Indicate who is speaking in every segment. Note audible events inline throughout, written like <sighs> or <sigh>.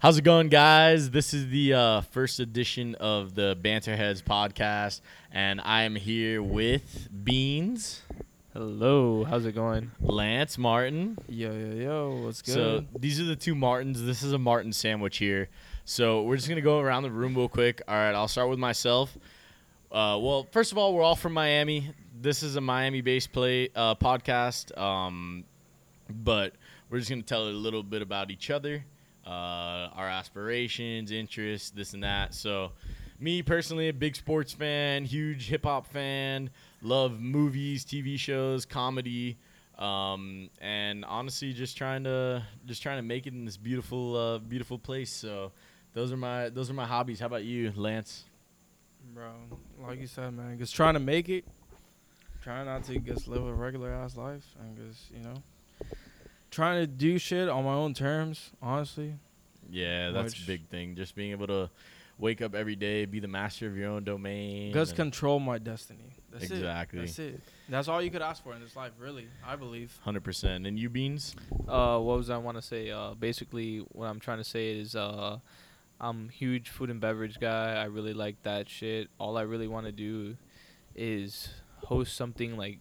Speaker 1: How's it going, guys? This is the uh, first edition of the Banterheads podcast, and I am here with Beans,
Speaker 2: Hello, how's it going?
Speaker 1: Lance, Martin.
Speaker 2: Yo, yo, yo, what's good?
Speaker 1: So these are the two Martins. This is a Martin sandwich here. So we're just gonna go around the room real quick. All right, I'll start with myself. Uh, well, first of all, we're all from Miami. This is a Miami-based play uh, podcast, um, but we're just gonna tell a little bit about each other, uh, our aspirations, interests, this and that. So, me personally, a big sports fan, huge hip hop fan, love movies, TV shows, comedy, um, and honestly, just trying to just trying to make it in this beautiful, uh, beautiful place. So, those are my those are my hobbies. How about you, Lance?
Speaker 2: Bro, like you said, man, just trying to make it, trying not to just live a regular ass life, and just, you know, trying to do shit on my own terms, honestly.
Speaker 1: Yeah, that's a
Speaker 2: Which-
Speaker 1: big thing. Just being able to wake up every day, be the master of your own domain.
Speaker 2: Just
Speaker 1: and-
Speaker 2: control my destiny. That's
Speaker 1: Exactly.
Speaker 2: it. That's it. That's all you could ask for in this life, really, I believe.
Speaker 1: 100%. And you, Beans?
Speaker 3: uh, what was I want to say? Uh, basically, what I'm trying to say is uh, I'm a huge food and beverage guy. I really like that shit. All I really want to do is host something like,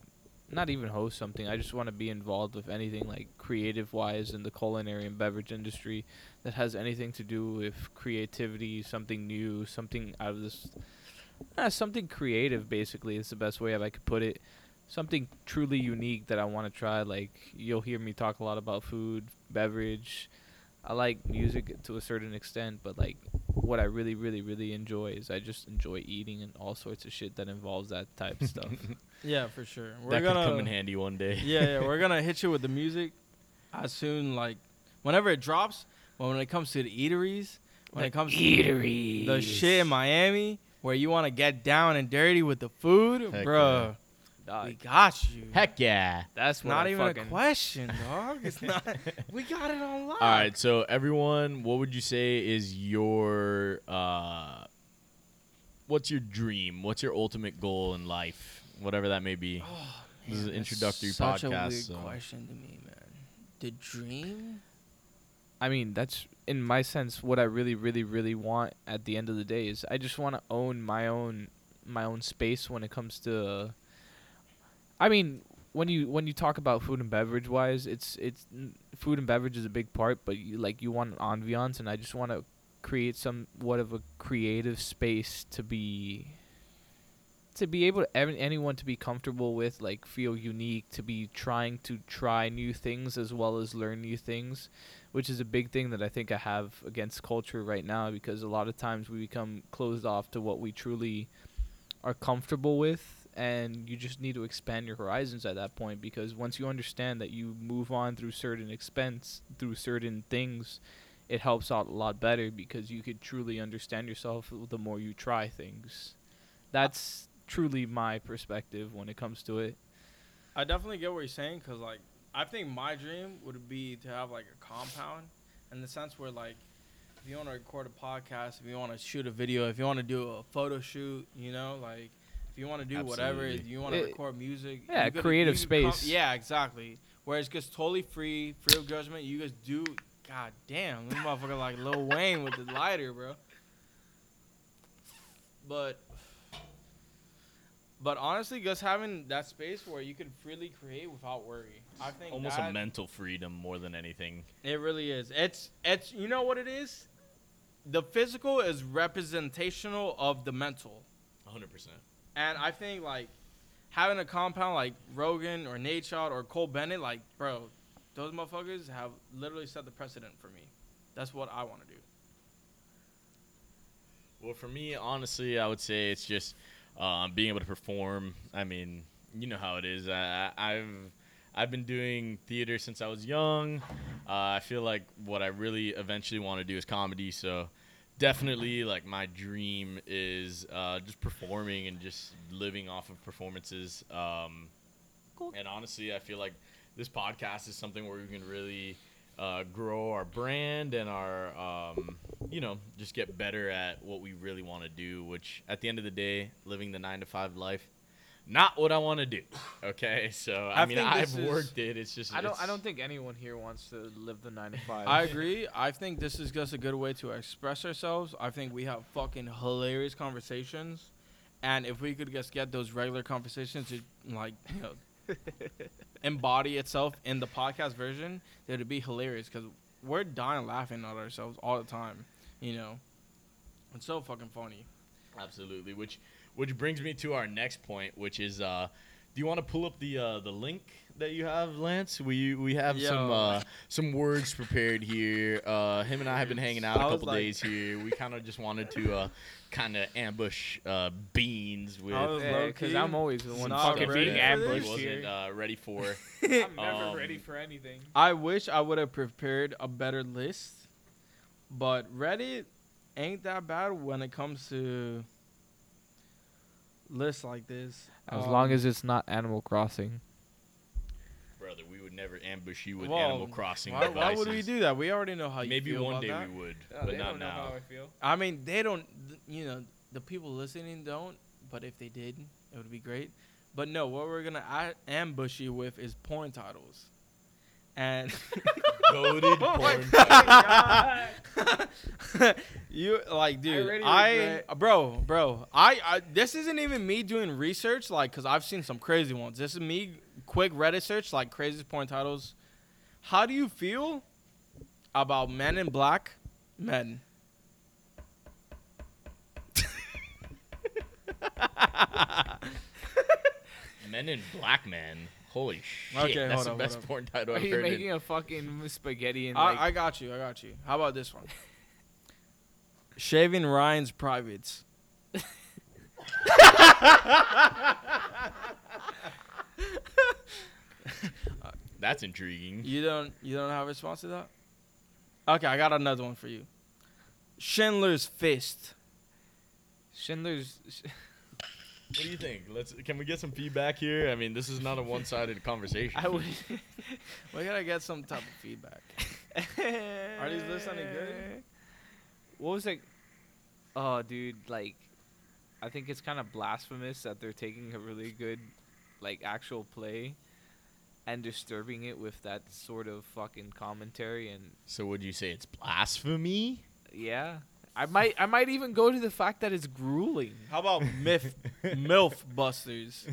Speaker 3: not even host something. I just want to be involved with anything like creative wise in the culinary and beverage industry that has anything to do with creativity, something new, something out of this, uh, something creative. Basically, is the best way I could put it something truly unique that I want to try. Like you'll hear me talk a lot about food, beverage. I like music to a certain extent, but like what I really, really, really enjoy is I just enjoy eating and all sorts of shit that involves that type of
Speaker 2: <laughs>
Speaker 3: stuff.
Speaker 2: Yeah, for sure. We're
Speaker 1: that
Speaker 2: gonna
Speaker 1: could come in handy one day.
Speaker 2: <laughs> yeah, yeah, we're gonna hit you with the music as soon like whenever it drops. But when it comes to the eateries, when it comes
Speaker 3: eateries.
Speaker 2: to the shit in Miami, where you want to get down and dirty with the food,
Speaker 1: Heck
Speaker 2: bro, we
Speaker 3: Dog,
Speaker 2: got you.
Speaker 1: <laughs> Heck yeah.
Speaker 3: that's
Speaker 2: it's
Speaker 3: what
Speaker 2: not
Speaker 3: I'm
Speaker 2: even a
Speaker 3: fucking-
Speaker 1: <laughs>
Speaker 2: question, dog. <laughs> It's not. we got it on lock.
Speaker 1: All right, so everyone, what would you say is your uh what's your dream? What's your ultimate goal in life? Whatever that may be.
Speaker 2: Oh,
Speaker 1: This is an
Speaker 2: that's
Speaker 1: introductory
Speaker 2: such a
Speaker 1: podcast,
Speaker 2: weird
Speaker 1: so-
Speaker 2: question to me, man. The dream.
Speaker 3: I mean, that's in my sense what I really, really, really want at the end of the day is I just want to own my own my own space when it comes to. I mean, when you when you talk about food and beverage wise, it's it's n- food and beverage is a big part, but you like you want an ambiance, and I just want to create somewhat of a creative space to be to be able to ev- anyone to be comfortable with like feel unique to be trying to try new things as well as learn new things which is a big thing that I think I have against culture right now because a lot of times we become closed off to what we truly are comfortable with and you just need to expand your horizons at that point because once you understand that you move on through certain expense through certain things it helps out a lot better because you could truly understand yourself the more you try things that's truly my perspective when it comes to it
Speaker 2: I definitely get what you're saying because, like, I think my dream would be to have like a compound in the sense where, like, if you want to record a podcast, if you want to shoot a video, if you want to do a photo shoot, you know, like, if you want to do whatever, if
Speaker 1: Absolutely.
Speaker 2: you want to
Speaker 3: It-
Speaker 2: record music,
Speaker 3: yeah,
Speaker 2: you could-
Speaker 3: creative
Speaker 2: you could come-
Speaker 3: space.
Speaker 2: yeah, exactly. Where it's just totally free, free of judgment. You just do. God damn, this motherfucker like Lil Wayne with the lighter, bro. But but honestly, just having that space where you can freely create without worry, I think
Speaker 1: Almost
Speaker 2: that,
Speaker 1: a mental freedom more than anything.
Speaker 2: It really is. It's it's you know what it is. The physical is representational of the mental,
Speaker 1: 100%.
Speaker 2: and I think like having a compound like Rogan or Nate Shot or Cole Bennett, like bro, those motherfuckers have literally set the precedent for me. That's what I want to do.
Speaker 1: Well, for me, honestly, I would say it's just um, being able to perform. I mean, you know how it is. I, I- I've I've been doing theater since I was young. Uh, I feel like what I really eventually want to do is comedy. So definitely, like my dream is uh, just performing and just living off of performances. Um, and honestly, I feel like this podcast is something where we can really uh, grow our brand and our, um, you know, just get better at what we really want to do, which at the end of the day, living the nine to five life, not what I want to do. Okay, so I,
Speaker 2: I
Speaker 1: mean,
Speaker 2: think
Speaker 1: I've
Speaker 2: this is-
Speaker 1: worked it. It's just
Speaker 3: I don't. I
Speaker 1: it's-
Speaker 3: don't think anyone here wants to live the nine to five.
Speaker 2: I agree. I think this is just a good way to express ourselves. I think we have fucking hilarious conversations, and if we could just get those regular conversations to like you know, embody itself in the podcast version, that would be hilarious because we're dying laughing at ourselves all the time. You know, it's so fucking funny.
Speaker 1: Absolutely. Which which brings me to our next point, which is uh do you want to pull up the uh, the link that you have, Lance? We we have some
Speaker 2: Yo.
Speaker 1: uh, some words prepared here. Uh, him and I have been hanging out a
Speaker 2: I was
Speaker 1: couple
Speaker 2: like-
Speaker 1: days here. We kind of just wanted to uh, kind of ambush uh, Beans with.
Speaker 2: I was
Speaker 3: Yeah,
Speaker 2: low
Speaker 3: eh, 'cause
Speaker 2: key.
Speaker 3: I'm always the one
Speaker 2: Not
Speaker 3: fucking
Speaker 2: ready
Speaker 3: being
Speaker 1: He
Speaker 2: for this?
Speaker 3: ambushed
Speaker 1: wasn't
Speaker 3: here.
Speaker 1: uh, ready for.
Speaker 3: I'm
Speaker 1: never
Speaker 3: <laughs>
Speaker 1: um, ready
Speaker 3: for anything.
Speaker 2: I wish I would have prepared a better list, but Reddit ain't that bad when it comes to lists like this.
Speaker 3: As
Speaker 2: Um,
Speaker 3: long as it's not Animal Crossing.
Speaker 1: Brother, we would never ambush you with
Speaker 2: Well,
Speaker 1: Animal Crossing.
Speaker 2: why, why would we
Speaker 1: devices.
Speaker 2: do that? We already know how you
Speaker 1: Maybe
Speaker 2: feel
Speaker 1: one
Speaker 2: about
Speaker 1: day
Speaker 2: that.
Speaker 1: we would,
Speaker 3: Oh,
Speaker 1: but not <laughs> now.
Speaker 4: I feel.
Speaker 2: I mean, they don't. th- You know, the people listening don't. But if they did, it would be great. But no, what we're gonna a- ambush you with is porn titles,
Speaker 1: <laughs>
Speaker 2: and. <laughs> Oh
Speaker 1: Goated
Speaker 3: Oh
Speaker 1: porn.
Speaker 2: <laughs> you like dude
Speaker 4: already
Speaker 2: i,
Speaker 4: regret-
Speaker 2: bro bro I, I this isn't even me doing research like because i've seen some crazy ones this is me quick reddit search like craziest porn titles how do you feel about men in black men
Speaker 1: Men in Black Man. Holy shit.
Speaker 2: Okay,
Speaker 1: that's
Speaker 2: hold
Speaker 1: the
Speaker 2: on,
Speaker 1: best
Speaker 2: hold on.
Speaker 1: porn title
Speaker 3: <laughs> Are
Speaker 1: I've
Speaker 3: you
Speaker 1: heard.
Speaker 3: making
Speaker 1: in-
Speaker 3: a fucking spaghetti and
Speaker 2: I,
Speaker 3: like?
Speaker 2: I got you i got you how about <laughs> this one shaving ryan's privates
Speaker 1: That's intriguing.
Speaker 2: You don't you don't have a response to that? Okay, I got another one for you. Schindler's Fist.
Speaker 3: <laughs> Schindler's.
Speaker 1: What do you think? Let's can we get some feedback here? I mean, this is not a
Speaker 3: <laughs>
Speaker 1: one-sided conversation.
Speaker 3: I would.
Speaker 2: We gotta get some type of feedback.
Speaker 3: Are
Speaker 2: these lists any good?
Speaker 3: What was like? Oh, dude, like, I think it's kind of blasphemous that they're taking a really good, like, actual play, and disturbing it with that sort of fucking commentary and
Speaker 1: So would you say it's blasphemy?
Speaker 3: yeah. I might, I might even go to the fact that it's grueling.
Speaker 1: <laughs>
Speaker 2: How about Myth MILF Busters?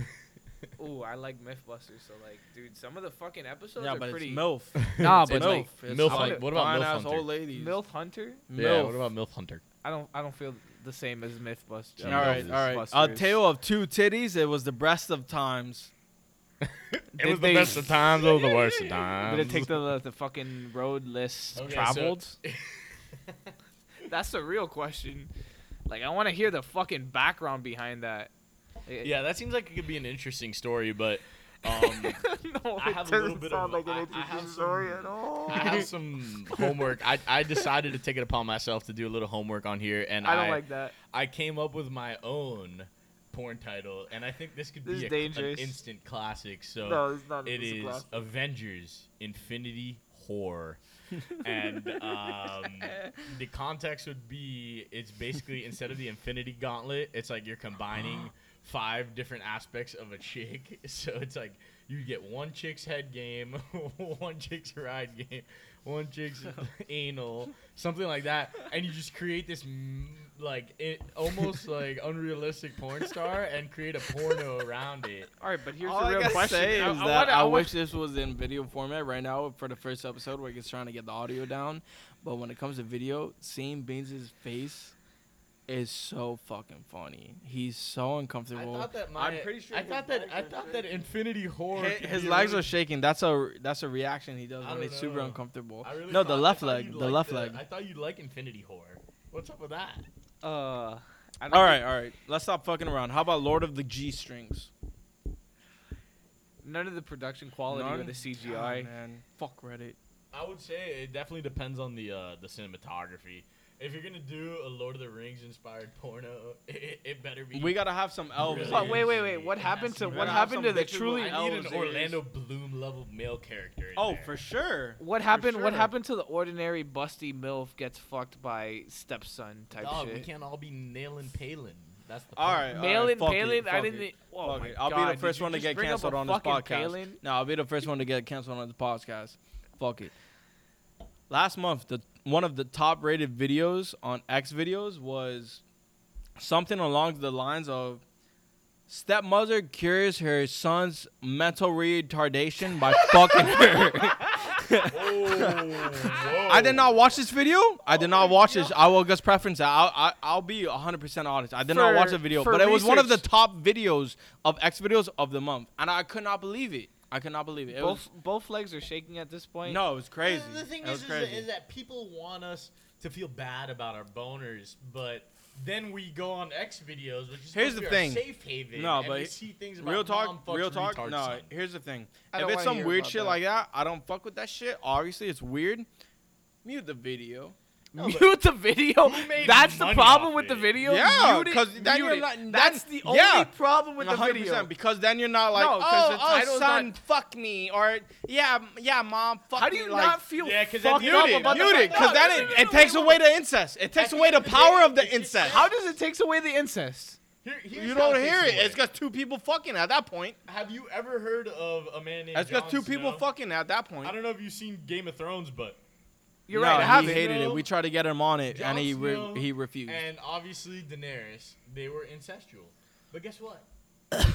Speaker 3: Ooh, I like MythBusters, so like, dude, some of the fucking episodes
Speaker 2: yeah,
Speaker 3: are
Speaker 2: but
Speaker 3: pretty.
Speaker 2: it's MILF.
Speaker 3: Nah,
Speaker 1: It's
Speaker 3: but
Speaker 1: MILF.
Speaker 3: like,
Speaker 2: It's
Speaker 1: MILF
Speaker 3: I
Speaker 1: hunt-
Speaker 3: would've-
Speaker 1: what about
Speaker 2: fine
Speaker 1: MILF
Speaker 2: ass
Speaker 1: Hunter?
Speaker 2: old ladies.
Speaker 3: MILF Hunter.
Speaker 1: <laughs> Yeah,
Speaker 2: MILF.
Speaker 1: what about MILF Hunter?
Speaker 3: I don't, I don't feel the same as MythBusters.
Speaker 2: All
Speaker 1: Yeah,
Speaker 2: right,
Speaker 1: MILF
Speaker 2: all right. A tale of two titties. It was the best of times.
Speaker 1: It
Speaker 3: Did
Speaker 1: was the
Speaker 3: they-
Speaker 1: best of times or the worst of times.
Speaker 3: <laughs> Did it take the the fucking road less
Speaker 1: Okay, so-
Speaker 3: traveled? That's the real question. Like, I want to hear the fucking background behind that.
Speaker 1: <laughs>
Speaker 3: It-
Speaker 1: Yeah, that seems like it could be an interesting story,
Speaker 3: <laughs>
Speaker 1: but um,
Speaker 3: no,
Speaker 1: I
Speaker 3: it
Speaker 1: have a little
Speaker 3: doesn't
Speaker 1: bit
Speaker 3: sound
Speaker 1: of-
Speaker 3: like an
Speaker 1: I- I
Speaker 3: interesting
Speaker 1: have
Speaker 3: story
Speaker 1: some-
Speaker 3: at <laughs> all.
Speaker 1: I
Speaker 3: <laughs>
Speaker 1: have some homework. I, I decided to take it upon myself to do a little homework on here, and
Speaker 3: I
Speaker 1: I
Speaker 3: don't like that.
Speaker 1: I came up with my own porn title, and I think this could
Speaker 3: This is
Speaker 1: be a, an
Speaker 3: dangerous.
Speaker 1: instant classic. So
Speaker 3: No, it's not.
Speaker 1: it
Speaker 3: it's a
Speaker 1: is
Speaker 3: glass.
Speaker 1: Avengers Infinity
Speaker 3: <laughs>
Speaker 1: Horror. and um, the context would be it's basically instead of the Infinity Gauntlet, it's like you're
Speaker 3: <gasps>
Speaker 1: combining five different aspects of a chick. <laughs> So it's like you get one chick's head game, <laughs> one chick's ride game, one <laughs> chick's anal, something like that, and you just create this m- like it <laughs> almost like unrealistic porn star and create a porno around
Speaker 2: <laughs>
Speaker 1: it.
Speaker 3: All right, but here's
Speaker 2: All
Speaker 3: the
Speaker 2: I
Speaker 3: real
Speaker 2: gotta
Speaker 3: question.
Speaker 2: say
Speaker 3: I,
Speaker 2: is
Speaker 3: I
Speaker 2: that
Speaker 3: wanna-
Speaker 2: I
Speaker 3: I wa-
Speaker 2: wish this was in video format right now for the first episode where he's trying to get the audio down. But when it comes to video, seeing Beans' face is so fucking funny. He's so uncomfortable.
Speaker 1: that
Speaker 2: my- I'm pretty sure
Speaker 1: I
Speaker 2: his
Speaker 1: thought that
Speaker 2: legs
Speaker 1: I
Speaker 2: are
Speaker 1: thought that Infinity Horror.
Speaker 2: Hi-
Speaker 1: could
Speaker 2: his
Speaker 1: be a
Speaker 2: legs
Speaker 1: really
Speaker 2: are shaking. That's a that's a reaction he does
Speaker 1: I
Speaker 2: when
Speaker 1: don't
Speaker 2: he's super
Speaker 1: know.
Speaker 2: uncomfortable.
Speaker 1: I really
Speaker 2: no, the
Speaker 1: thought- I
Speaker 2: left
Speaker 1: thought
Speaker 2: leg.
Speaker 1: you
Speaker 2: The
Speaker 1: liked
Speaker 2: left leg.
Speaker 1: I thought you like Infinity Horror. What's up with that?
Speaker 3: Uh, I don't
Speaker 2: All right, all right. Let's stop fucking around. How about Lord of the G Strings?
Speaker 3: None of the production quality or
Speaker 2: None?
Speaker 3: the CGI.
Speaker 2: Oh, man, fuck Reddit.
Speaker 1: I would say it definitely depends on the uh, the cinematography. If you're gonna do a Lord of the Rings inspired porno, <laughs> it, it better be.
Speaker 2: We gotta have some elves.
Speaker 1: Really?
Speaker 3: Fuck,
Speaker 2: here.
Speaker 3: wait, wait, wait. What
Speaker 1: It has
Speaker 3: happened
Speaker 1: to
Speaker 3: to
Speaker 1: be
Speaker 3: what
Speaker 1: right.
Speaker 3: happened to
Speaker 2: Some
Speaker 3: the
Speaker 2: bitches with
Speaker 3: truly?
Speaker 2: eyes.
Speaker 1: I need an
Speaker 2: elves,
Speaker 1: Orlando Bloom level male character. in
Speaker 2: Oh,
Speaker 1: there.
Speaker 2: for sure.
Speaker 3: What happened? What
Speaker 2: sure.
Speaker 3: happened to the ordinary busty milf gets fucked by stepson type
Speaker 1: Dog,
Speaker 3: shit?
Speaker 1: we can't all be nailing Palin. That's the
Speaker 2: All right. all
Speaker 3: Mail
Speaker 2: right,
Speaker 3: in,
Speaker 2: fuck
Speaker 3: mail
Speaker 2: it,
Speaker 3: in. I
Speaker 2: fuck
Speaker 3: didn't.
Speaker 2: it.
Speaker 3: Think, oh
Speaker 2: Fuck
Speaker 3: my
Speaker 2: it. I'll
Speaker 3: God,
Speaker 2: be the
Speaker 3: did
Speaker 2: first
Speaker 3: you
Speaker 2: one to
Speaker 3: just
Speaker 2: get
Speaker 3: bring up
Speaker 2: canceled
Speaker 3: a
Speaker 2: on this
Speaker 3: fucking
Speaker 2: podcast.
Speaker 3: mail-in?
Speaker 2: No, I'll be the first one to get canceled on this podcast. Fuck it. Last month, the one of the top rated videos on X videos was something along the lines of stepmother cures her son's mental retardation by
Speaker 3: <laughs>
Speaker 2: fucking her.
Speaker 1: <laughs>
Speaker 2: I did not watch this video. I did not watch this. I will just preference that. I'll, I, I'll be 100% honest. I did not
Speaker 3: For-
Speaker 2: watch the video,
Speaker 3: for
Speaker 2: but it was one of the
Speaker 3: research.
Speaker 2: top videos of X videos of the month, and I could not believe it. I could not believe it. it
Speaker 3: Both both legs are shaking at this
Speaker 2: was,
Speaker 3: point.
Speaker 2: no, it was crazy.
Speaker 1: The, thing
Speaker 2: it was
Speaker 1: is, is,
Speaker 2: crazy.
Speaker 1: is that people want us to feel bad about our boners, but then we go on X videos, which is
Speaker 2: Here's
Speaker 1: supposed to
Speaker 2: the
Speaker 1: be our
Speaker 2: thing.
Speaker 1: safe haven.
Speaker 2: No,
Speaker 1: and
Speaker 2: but
Speaker 1: we see things about
Speaker 2: real
Speaker 1: mom
Speaker 2: talk,
Speaker 1: fucks
Speaker 2: real talk.
Speaker 1: retard
Speaker 2: No,
Speaker 1: son.
Speaker 2: here's the thing.
Speaker 3: I
Speaker 2: If
Speaker 3: don't
Speaker 2: it's
Speaker 3: wanna
Speaker 2: some
Speaker 3: hear
Speaker 2: weird
Speaker 3: about
Speaker 2: shit
Speaker 3: that.
Speaker 2: like that, I don't fuck with that shit. Obviously, it's weird. Mute the video.
Speaker 1: No, but-
Speaker 3: <laughs> mute the video.
Speaker 1: Who made
Speaker 3: That's the
Speaker 1: money
Speaker 3: problem
Speaker 1: off
Speaker 3: with the
Speaker 1: it?
Speaker 3: video.
Speaker 2: Yeah,
Speaker 3: Mute it,
Speaker 2: 'cause then
Speaker 3: mute
Speaker 2: you're
Speaker 3: it.
Speaker 2: not- then-
Speaker 3: That's the only
Speaker 2: yeah.
Speaker 3: problem with the
Speaker 2: 100%
Speaker 3: video.
Speaker 2: because then you're not like,
Speaker 3: No, 'cause
Speaker 2: oh,
Speaker 3: the
Speaker 2: oh,
Speaker 3: title's
Speaker 2: son,
Speaker 3: not-
Speaker 2: fuck me, or yeah, m- yeah, mom, fuck
Speaker 3: How do
Speaker 2: me.
Speaker 3: you
Speaker 2: like,
Speaker 3: not feel
Speaker 1: Yeah, 'cause
Speaker 3: fucked
Speaker 1: then
Speaker 3: up
Speaker 1: mute it,
Speaker 3: about the
Speaker 2: mute it,
Speaker 3: fact-
Speaker 2: because
Speaker 3: No,
Speaker 2: that
Speaker 3: no,
Speaker 2: it,
Speaker 3: no, no,
Speaker 2: it
Speaker 3: no,
Speaker 2: takes
Speaker 3: wait,
Speaker 2: away
Speaker 3: wait.
Speaker 2: the incest. It takes
Speaker 1: the
Speaker 2: away
Speaker 1: end
Speaker 2: the
Speaker 1: of the
Speaker 2: power
Speaker 1: day,
Speaker 2: of the
Speaker 1: it's just-
Speaker 2: incest.
Speaker 3: How does it takes away the incest?
Speaker 1: Here- here's
Speaker 2: you
Speaker 1: how
Speaker 2: don't
Speaker 1: takes
Speaker 2: hear it?
Speaker 1: away.
Speaker 2: It's just two people fucking at that point.
Speaker 1: Have you ever heard of a man named?
Speaker 2: It's just
Speaker 1: Jon
Speaker 2: two people
Speaker 1: Snow?
Speaker 2: fucking at that point.
Speaker 1: I don't know if you've seen Game of Thrones, but
Speaker 3: You're
Speaker 2: No,
Speaker 3: right. I
Speaker 2: he
Speaker 3: haven't.
Speaker 2: hated it. We tried to get him on it,
Speaker 1: Jon
Speaker 2: and he re-
Speaker 1: Snow
Speaker 2: he refused.
Speaker 1: and obviously Daenerys, they were incestual. But guess
Speaker 2: <coughs>
Speaker 1: what?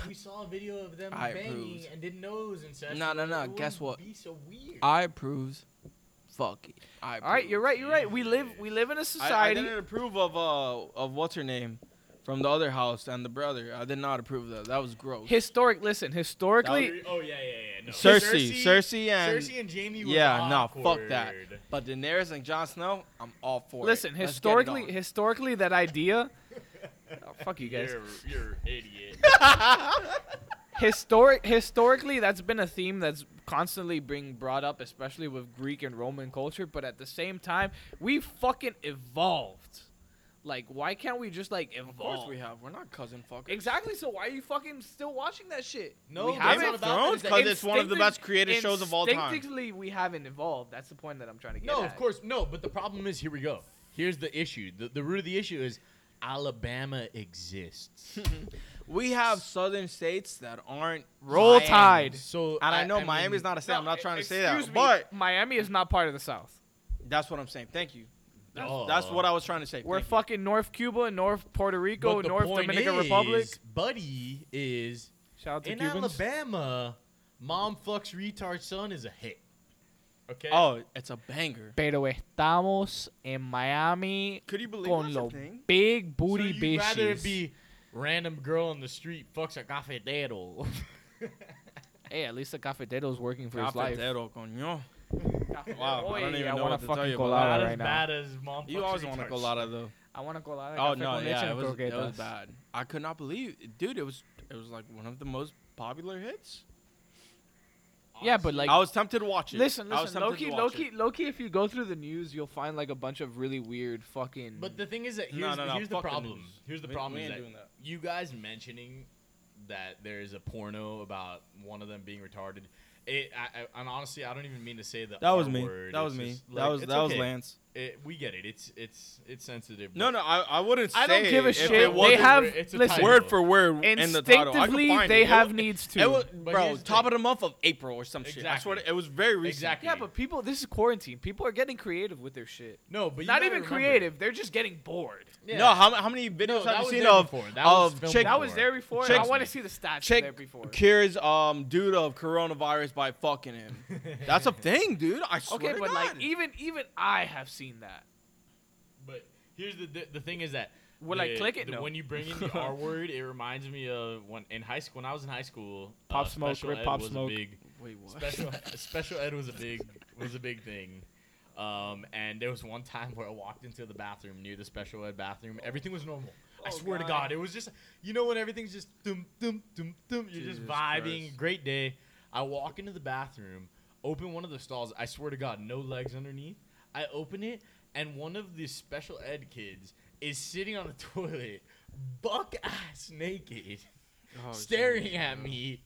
Speaker 1: we saw a video of them
Speaker 2: I
Speaker 1: banging
Speaker 2: approve.
Speaker 1: and didn't know it was incestual.
Speaker 2: No, no, no,
Speaker 1: it
Speaker 2: guess
Speaker 1: wouldn't
Speaker 2: what?
Speaker 1: Be so weird.
Speaker 2: I approves. Fuck it. I
Speaker 3: All right, you're right. You're right. We live we live in a
Speaker 2: I, I
Speaker 3: society.
Speaker 2: didn't approve of uh of what's her name from the other house and the brother. I did not approve of that. That was gross.
Speaker 3: Historic. Listen, historically,
Speaker 1: Oh yeah, yeah, yeah. No.
Speaker 2: Cersei, Cersei, and
Speaker 1: Cersei and Jamie. Were
Speaker 2: yeah,
Speaker 1: awkward.
Speaker 2: no, fuck that. But Daenerys and Jon Snow, I'm all for
Speaker 3: listen.
Speaker 2: it. Let's get it
Speaker 3: Historically,
Speaker 2: on.
Speaker 3: historically, that idea.
Speaker 2: <laughs>
Speaker 3: Oh, fuck you guys.
Speaker 1: You're, you're idiot.
Speaker 3: Historic, historically, that's been a theme that's constantly being brought up, especially with Greek and Roman culture. But at the same time, we fucking evolved. Like, why can't we just like evolve?
Speaker 2: Of course we have. We're not cousin fuckers.
Speaker 3: Exactly. So why are you fucking still watching that shit?
Speaker 1: No,
Speaker 3: we
Speaker 1: Game
Speaker 3: haven't.
Speaker 1: of Thrones,
Speaker 2: because it's one of the
Speaker 3: Instinctively-
Speaker 2: best created shows of all time.
Speaker 3: Instinctively, we haven't evolved. That's the point that I'm trying to get.
Speaker 1: No,
Speaker 3: at.
Speaker 1: of course, no. But the problem is, here we go. Here's the issue. The, the root of the issue is Alabama
Speaker 2: <laughs>
Speaker 1: exists.
Speaker 2: We have southern states that aren't
Speaker 3: Roll
Speaker 2: Miami.
Speaker 3: Tide.
Speaker 1: So,
Speaker 2: And I know Miami's
Speaker 1: mean,
Speaker 2: not a state. I'm not
Speaker 3: e-
Speaker 2: trying to say that,
Speaker 3: excuse me,
Speaker 2: but
Speaker 3: Miami is not part of the South.
Speaker 2: that's what I'm saying. Thank you. That's,
Speaker 1: Duh.
Speaker 2: that's what I was trying to say.
Speaker 3: Oh. We're
Speaker 2: Thank you.
Speaker 3: fucking North Cuba, North Puerto Rico,
Speaker 1: but the
Speaker 3: North
Speaker 1: point
Speaker 3: Dominican
Speaker 1: is,
Speaker 3: Republic.
Speaker 1: Buddy is
Speaker 3: Shout out to
Speaker 1: in
Speaker 3: Cubans.
Speaker 1: Alabama. Mom fucks retard son is a hit. Okay.
Speaker 2: Oh, it's a banger.
Speaker 3: Pero estamos en Miami
Speaker 2: Could you believe
Speaker 3: con los big
Speaker 1: So
Speaker 3: booty
Speaker 1: you'd
Speaker 3: bitches.
Speaker 1: rather it be random girl on the street fucks a
Speaker 2: <laughs>
Speaker 1: cafetero.
Speaker 3: hey, at least the cafetero's working for his life.
Speaker 2: Wow, I don't
Speaker 3: Oy,
Speaker 2: even know
Speaker 3: wanna
Speaker 2: what to tell
Speaker 3: fucking
Speaker 2: you about
Speaker 1: not
Speaker 3: colada
Speaker 2: that.
Speaker 1: as
Speaker 3: right now.
Speaker 1: bad as mom.
Speaker 2: You
Speaker 1: fucks
Speaker 2: always want
Speaker 1: retards.
Speaker 2: a colada though.
Speaker 3: I want a colada.
Speaker 2: Oh
Speaker 3: café
Speaker 2: no,
Speaker 3: con leche
Speaker 2: yeah, it
Speaker 3: and
Speaker 2: was, it was
Speaker 3: croquetas.
Speaker 2: bad. I could not believe, dude. It was it was like one of the most popular hits.
Speaker 3: Yeah, but like,
Speaker 2: I was tempted to watch it.
Speaker 3: listen,
Speaker 2: I was
Speaker 3: listen,
Speaker 2: tempted
Speaker 3: Loki,
Speaker 2: to watch
Speaker 3: Loki,
Speaker 2: it.
Speaker 3: Loki. If you go through the news, you'll find like a bunch of really weird fucking.
Speaker 1: But the thing is that
Speaker 2: No,
Speaker 1: here's,
Speaker 2: no, no,
Speaker 1: here's the
Speaker 2: fuck the
Speaker 1: problem.
Speaker 2: news.
Speaker 1: here's the
Speaker 2: We-
Speaker 1: problem
Speaker 2: we
Speaker 1: is
Speaker 2: ain't
Speaker 1: that,
Speaker 2: doing that.
Speaker 1: you guys mentioning that there is a porno about one of them being retarded. It, I, I, and honestly, I don't even mean to say the
Speaker 2: That was
Speaker 1: R
Speaker 2: me.
Speaker 1: word.
Speaker 2: That
Speaker 1: It's
Speaker 2: was me.
Speaker 1: just,
Speaker 2: That
Speaker 1: like,
Speaker 2: was
Speaker 1: it's
Speaker 2: that was
Speaker 1: okay.
Speaker 2: Lance.
Speaker 1: It, we get it. It's it's it's sensitive.
Speaker 2: No,
Speaker 1: but
Speaker 2: no, I, I wouldn't. Say
Speaker 3: I don't give a
Speaker 2: if
Speaker 3: shit.
Speaker 2: It
Speaker 1: They
Speaker 2: wasn't
Speaker 3: have-
Speaker 1: it's a
Speaker 3: listen,
Speaker 1: title.
Speaker 2: word for word in the title. I could
Speaker 3: Instinctively,
Speaker 2: find
Speaker 3: they
Speaker 2: it.
Speaker 3: have
Speaker 2: it, wa-
Speaker 3: needs to.
Speaker 2: It was,
Speaker 1: But
Speaker 2: bro,
Speaker 1: here's the
Speaker 2: top
Speaker 1: thing.
Speaker 2: of the month of April or some shit. I swear,
Speaker 1: Exactly.
Speaker 2: to- it was very recent.
Speaker 1: Exactly.
Speaker 3: yeah, but people, this is quarantine. People are getting creative with their shit.
Speaker 1: no, but you
Speaker 3: Not
Speaker 1: gotta
Speaker 3: even
Speaker 1: remember-
Speaker 3: creative. They're just getting bored.
Speaker 1: Yeah.
Speaker 2: No, how, how many videos
Speaker 1: No, that
Speaker 2: have you
Speaker 1: was
Speaker 2: seen
Speaker 1: there
Speaker 2: of
Speaker 1: before. That was
Speaker 2: of
Speaker 1: filmed
Speaker 2: chick
Speaker 1: before.
Speaker 3: That
Speaker 1: <laughs>
Speaker 3: was there before.
Speaker 2: Chicks-
Speaker 3: I want to see the stats
Speaker 2: chick
Speaker 3: there before.
Speaker 2: cures um dude of coronavirus by fucking him? That's a thing, dude. I swear.
Speaker 3: Okay,
Speaker 2: to
Speaker 3: but like e- even
Speaker 2: God.
Speaker 3: even I have seen that.
Speaker 1: <laughs> But here's the the, the thing is that
Speaker 3: Will
Speaker 1: the,
Speaker 3: I click it?
Speaker 1: the-
Speaker 3: No.
Speaker 1: When you bring in the R word, it reminds me of when in high school. When I was in high school,
Speaker 3: Pop
Speaker 1: uh,
Speaker 3: Smoke,
Speaker 1: special
Speaker 3: Rip
Speaker 1: ed
Speaker 3: Pop
Speaker 1: was
Speaker 3: Smoke.
Speaker 1: A big,
Speaker 2: wait, what?
Speaker 1: special
Speaker 2: <laughs>
Speaker 1: special ed was a big was a big thing. Um, and there was one time where I walked into the bathroom near the special ed bathroom. Everything was normal. I
Speaker 2: Oh,
Speaker 1: swear to
Speaker 2: God.
Speaker 1: God, it was just you know when everything's just dum dum dum dum. You're just
Speaker 2: Jesus
Speaker 1: vibing,
Speaker 2: Christ.
Speaker 1: great day. I walk into the bathroom, open one of the stalls. I swear to God, no legs underneath. I open it, and one of the special ed kids is sitting on the <laughs> toilet, buck ass naked
Speaker 2: Oh,
Speaker 1: staring
Speaker 2: Jesus,
Speaker 1: at
Speaker 2: bro.
Speaker 1: me,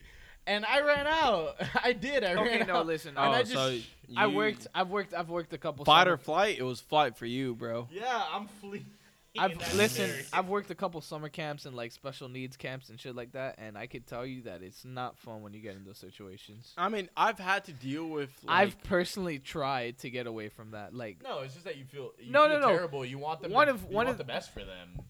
Speaker 1: and I ran out. <laughs> I did. I
Speaker 3: <laughs> Okay,
Speaker 1: ran <laughs>
Speaker 3: no,
Speaker 1: out.
Speaker 3: listen,
Speaker 1: And
Speaker 2: <laughs> Oh,
Speaker 1: I just,
Speaker 2: so
Speaker 3: I
Speaker 2: you-
Speaker 3: worked. I've worked. I've worked a couple.
Speaker 2: fight or
Speaker 3: summer-
Speaker 2: flight. It was fight for you, bro.
Speaker 1: yeah, I'm fleeing.
Speaker 3: I've
Speaker 1: That's
Speaker 3: listened.
Speaker 1: embarrassing.
Speaker 3: I've worked a couple summer camps and like special needs camps and shit like that, and I could tell you that it's not fun when you get in those situations.
Speaker 2: I mean, I've had to deal with. Like,
Speaker 3: I've personally tried to get away from that. Like
Speaker 1: No, it's just that you feel you
Speaker 3: No,
Speaker 1: feel
Speaker 3: no, no.
Speaker 1: terrible. You want them
Speaker 3: One
Speaker 1: to,
Speaker 3: of-
Speaker 1: you
Speaker 3: one
Speaker 1: want
Speaker 3: of-
Speaker 1: the best for them.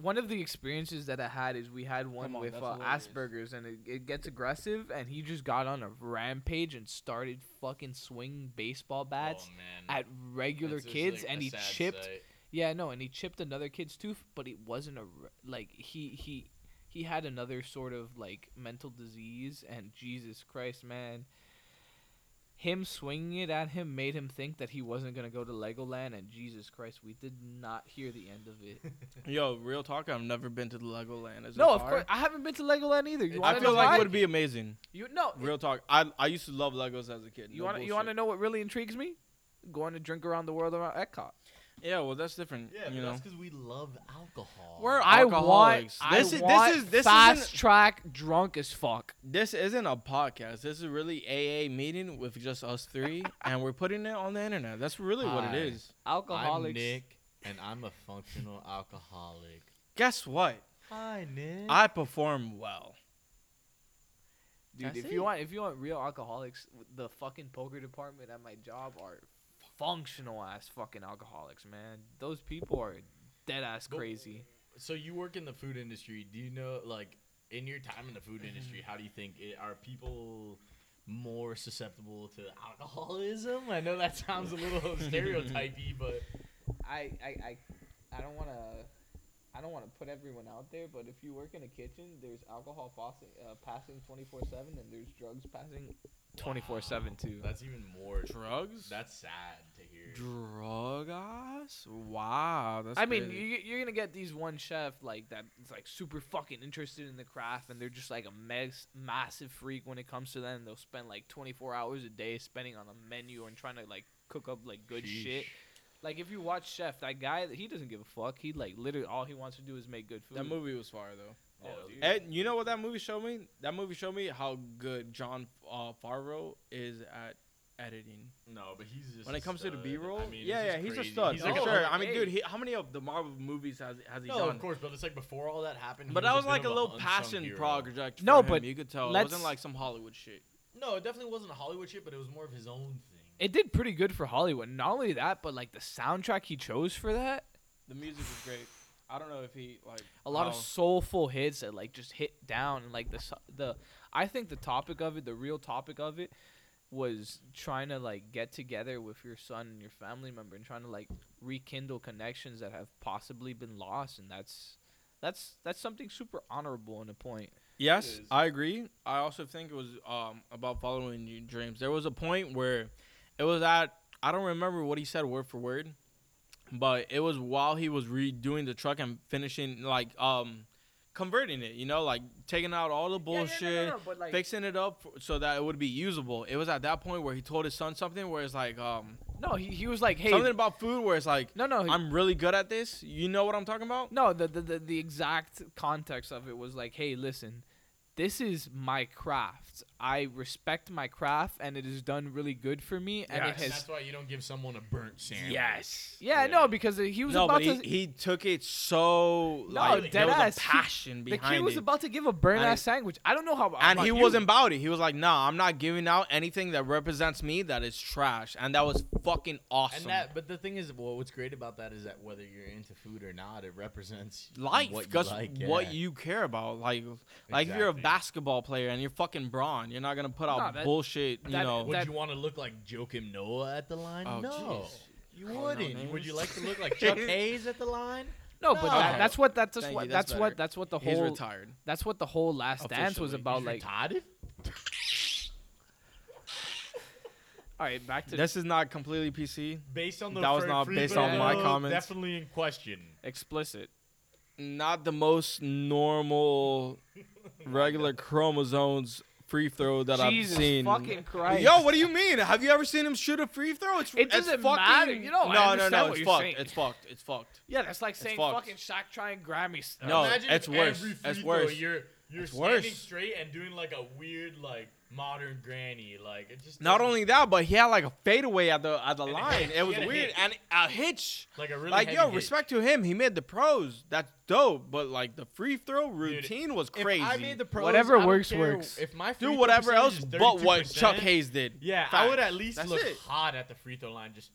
Speaker 3: one of the experiences that I had is we had one
Speaker 2: Come on,
Speaker 3: with
Speaker 2: that's
Speaker 3: uh,
Speaker 2: hilarious.
Speaker 3: Asperger's, and it, it gets aggressive, and he just got on a rampage and started fucking swinging baseball bats
Speaker 1: oh, man.
Speaker 3: at regular
Speaker 1: That's just,
Speaker 3: kids,
Speaker 1: like,
Speaker 3: and
Speaker 1: a
Speaker 3: he
Speaker 1: sad
Speaker 3: chipped.
Speaker 1: sight.
Speaker 3: Yeah, no, and he chipped another kid's tooth, but it wasn't a re- like he he he had another sort of like mental disease, and Jesus Christ, man. Him swinging it at him made him think that he wasn't gonna go to Legoland, and Jesus Christ, we did not hear the end of it.
Speaker 2: yo, real talk. I've never been to the Legoland. Is it
Speaker 3: no, of
Speaker 2: far?
Speaker 3: course, I haven't been to Legoland either. You
Speaker 2: I
Speaker 3: want to
Speaker 2: feel
Speaker 3: know
Speaker 2: like
Speaker 3: why?
Speaker 2: it would be amazing.
Speaker 3: you no,
Speaker 2: Real talk. I I used to love Legos as a kid.
Speaker 3: you
Speaker 2: no
Speaker 3: want to you want to
Speaker 2: bullshit.
Speaker 3: know what really intrigues me? Going to drink around the world around Epcot.
Speaker 2: Yeah, well, that's different.
Speaker 1: Yeah,
Speaker 2: you
Speaker 1: but
Speaker 2: know.
Speaker 1: that's because we love alcohol.
Speaker 2: We're all-
Speaker 3: I want,
Speaker 2: Alcoholics.
Speaker 3: I
Speaker 2: This is- this
Speaker 3: want
Speaker 2: is- this isn't-
Speaker 3: fast track drunk as fuck.
Speaker 2: This isn't a podcast. This is really AA meeting with just us three, and we're putting it on the internet. That's really what
Speaker 1: Hi.
Speaker 2: it is.
Speaker 3: alcoholics.
Speaker 1: I'm Nick, and I'm a <laughs> functional alcoholic.
Speaker 2: Guess what?
Speaker 1: Hi, Nick.
Speaker 2: I perform well.
Speaker 3: Dude,
Speaker 1: That's
Speaker 3: if
Speaker 1: it.
Speaker 3: you want if you want real alcoholics, the fucking poker department at my job are functional ass fucking alcoholics, man. Those people are dead ass
Speaker 1: Go-
Speaker 3: crazy.
Speaker 1: so you work in the food industry. Do you know, like, in your time in the food industry, how do you think it, are people more susceptible to alcoholism? I know that sounds a little stereotypey, but
Speaker 3: I I I, I don't want to I don't want to put everyone out there, but if you work in a kitchen, there's alcohol passing uh, passing 24/7 and there's drugs passing 24/7 too.
Speaker 1: that's even more.
Speaker 2: Drugs?
Speaker 1: That's sad to hear.
Speaker 2: Drugas? Wow. That's
Speaker 3: I mean,
Speaker 2: crazy.
Speaker 3: you, you're gonna get these one chef like that's like super fucking interested in the craft, and they're just like a mess, massive freak when it comes to that. And they'll spend like 24 hours a day spending on a menu and trying to like cook up like good
Speaker 1: Sheesh.
Speaker 3: shit. Like if you watch Chef, that guy he doesn't give a fuck. He like literally all he wants to do is make good food.
Speaker 2: that movie was fire though.
Speaker 1: Yeah,
Speaker 3: Oh,
Speaker 1: dude.
Speaker 3: dude.
Speaker 2: And you know what that movie showed me? That movie showed me how good John uh, Favreau is at editing.
Speaker 1: No, but he's just
Speaker 2: When
Speaker 1: a
Speaker 2: it comes to the
Speaker 1: stud.
Speaker 2: B roll,
Speaker 1: I mean,
Speaker 2: yeah, yeah,
Speaker 1: just
Speaker 2: he's
Speaker 1: crazy.
Speaker 2: a stud.
Speaker 1: He's
Speaker 2: for
Speaker 1: like oh, a-
Speaker 2: sure. I mean,
Speaker 3: hey.
Speaker 2: dude, he, how many of the Marvel movies has has he
Speaker 1: No,
Speaker 2: done?
Speaker 1: of course, but it's like before all that happened. he
Speaker 2: But that was
Speaker 1: bit
Speaker 2: like a
Speaker 1: of
Speaker 2: little
Speaker 1: unsung
Speaker 2: passion
Speaker 1: hero.
Speaker 2: project. For
Speaker 3: No,
Speaker 2: him,
Speaker 3: but
Speaker 2: you could tell it
Speaker 3: let's-
Speaker 2: wasn't like some Hollywood shit.
Speaker 1: No, it definitely wasn't a Hollywood shit, but it was more of his own thing.
Speaker 3: it did pretty good for Hollywood. Not only that, but like the soundtrack he chose for that,
Speaker 2: The music was great. I don't know if he like
Speaker 3: a lot of
Speaker 2: how-
Speaker 3: soulful hits that like just hit down and like the so- the I think the topic of it, the real topic of it was trying to like get together with your son and your family member and trying to like rekindle connections that have possibly been lost and that's that's that's something super honorable in a point.
Speaker 2: Yes,
Speaker 1: is.
Speaker 2: I agree. I also think it was um, about following your dreams. There was a point where it was at I don't remember what he said word for word, but it was while he was redoing the truck and finishing like um converting it, you know, like taking out all the bullshit,
Speaker 3: but like
Speaker 2: fixing it up so that it would be usable. It was at that point where he told his son something where it's like um
Speaker 3: no, he, he was like, "Hey,
Speaker 2: something about food where it's like
Speaker 3: no, no, he-
Speaker 2: I'm really good at this. You know what I'm talking about?
Speaker 3: No, the, the the the exact context of it was like, hey, listen, this is my craft. I respect my craft, and it is done really good for me, and
Speaker 1: Yes.
Speaker 3: it
Speaker 1: that's
Speaker 3: has.
Speaker 1: why you don't give someone a burnt sandwich.
Speaker 2: Yes.
Speaker 3: Yeah,
Speaker 1: Yeah.
Speaker 3: no, because he was
Speaker 2: no,
Speaker 3: about
Speaker 2: but he,
Speaker 3: to.
Speaker 2: he took it so like
Speaker 1: dead
Speaker 2: there was
Speaker 3: ass.
Speaker 2: a
Speaker 3: He-
Speaker 2: passion
Speaker 3: the
Speaker 2: behind
Speaker 3: kid was
Speaker 2: it.
Speaker 3: about to give a burnt
Speaker 2: And-
Speaker 3: ass sandwich. I don't know how.
Speaker 2: and
Speaker 3: about
Speaker 2: he
Speaker 3: you.
Speaker 2: wasn't about it. He was like, "Nah, I'm not giving out anything that represents me. That is trash." And that was fucking awesome.
Speaker 1: And that, but the thing is, well, what's great about that is that whether you're into food or not, it represents
Speaker 2: life,
Speaker 1: what you
Speaker 2: because
Speaker 1: like.
Speaker 2: what
Speaker 1: yeah.
Speaker 2: you care about. Like, like if you're a
Speaker 1: Exactly.
Speaker 2: basketball player and you're fucking brawn, you're not gonna put out
Speaker 3: Nah, that-
Speaker 2: bullshit. You
Speaker 3: that-
Speaker 2: know,
Speaker 1: would
Speaker 3: that-
Speaker 1: you want to look like Joakim Noah at the line?
Speaker 2: Oh,
Speaker 1: no,
Speaker 2: jeez.
Speaker 1: you
Speaker 2: no
Speaker 1: wouldn't. would
Speaker 2: names.
Speaker 1: you like to look like
Speaker 2: <laughs>
Speaker 1: Chuck Hayes at the line?
Speaker 3: No, but that,
Speaker 2: Okay.
Speaker 3: that's what that's just
Speaker 2: Thank
Speaker 3: what
Speaker 2: you,
Speaker 3: that's,
Speaker 2: that's
Speaker 3: what
Speaker 2: better.
Speaker 3: that's what the
Speaker 2: he's
Speaker 3: whole
Speaker 2: retired.
Speaker 3: that's what the whole Last Dance was
Speaker 2: Officially,
Speaker 3: about.
Speaker 1: He's
Speaker 3: Like,
Speaker 1: retarded?
Speaker 3: all right, back to
Speaker 2: This is not completely PC.
Speaker 1: Based on the
Speaker 2: That was
Speaker 1: Fred
Speaker 2: not based
Speaker 1: Freeman
Speaker 3: on my
Speaker 1: quote,
Speaker 2: comments.
Speaker 1: Definitely in question.
Speaker 3: explicit.
Speaker 2: Not the most normal,
Speaker 3: <laughs>
Speaker 2: regular chromosomes free throw that
Speaker 3: Jesus
Speaker 2: I've seen.
Speaker 3: fucking Christ!
Speaker 2: Yo, what do you mean? Have you ever seen him shoot a free throw? It's,
Speaker 3: It
Speaker 2: it's
Speaker 3: doesn't
Speaker 2: fucking,
Speaker 3: matter. You know, I
Speaker 2: no, no,
Speaker 3: understand
Speaker 2: no.
Speaker 3: what
Speaker 2: it's
Speaker 3: you're
Speaker 2: fucked.
Speaker 3: saying.
Speaker 2: It's fucked. It's fucked.
Speaker 3: Yeah, that's like
Speaker 2: It's
Speaker 3: saying
Speaker 2: fucked.
Speaker 3: fucking Shaq trying Grammys.
Speaker 2: No,
Speaker 1: Imagine
Speaker 2: it's
Speaker 1: if
Speaker 2: worse.
Speaker 1: every
Speaker 2: It's
Speaker 1: free
Speaker 2: worse.
Speaker 1: Throw, you're You're
Speaker 2: It's
Speaker 1: standing
Speaker 2: worse.
Speaker 1: straight and doing like a weird like modern granny. Like it just
Speaker 2: Not
Speaker 1: doesn't-
Speaker 2: only that, but he had like a fadeaway at the at the
Speaker 1: And a
Speaker 2: line.
Speaker 1: hitch. He
Speaker 2: It was
Speaker 1: had a
Speaker 2: weird
Speaker 1: hitch.
Speaker 2: and a hitch.
Speaker 1: like a really
Speaker 2: Like
Speaker 1: heavy
Speaker 2: yo,
Speaker 1: hit.
Speaker 2: respect to him. He made the pros. That's dope. But like the free throw routine was
Speaker 5: If
Speaker 2: crazy.
Speaker 5: I made the pros,
Speaker 3: Whatever
Speaker 5: I don't
Speaker 3: works,
Speaker 5: care
Speaker 3: works.
Speaker 5: If my free
Speaker 2: Do
Speaker 5: throw
Speaker 2: whatever else
Speaker 1: percentage is
Speaker 2: but what
Speaker 1: 32%.
Speaker 2: Chuck Hayes did.
Speaker 1: Yeah, I would
Speaker 2: Facts.
Speaker 1: at least
Speaker 2: That's
Speaker 1: look
Speaker 2: it.
Speaker 1: hot at the free throw line. Just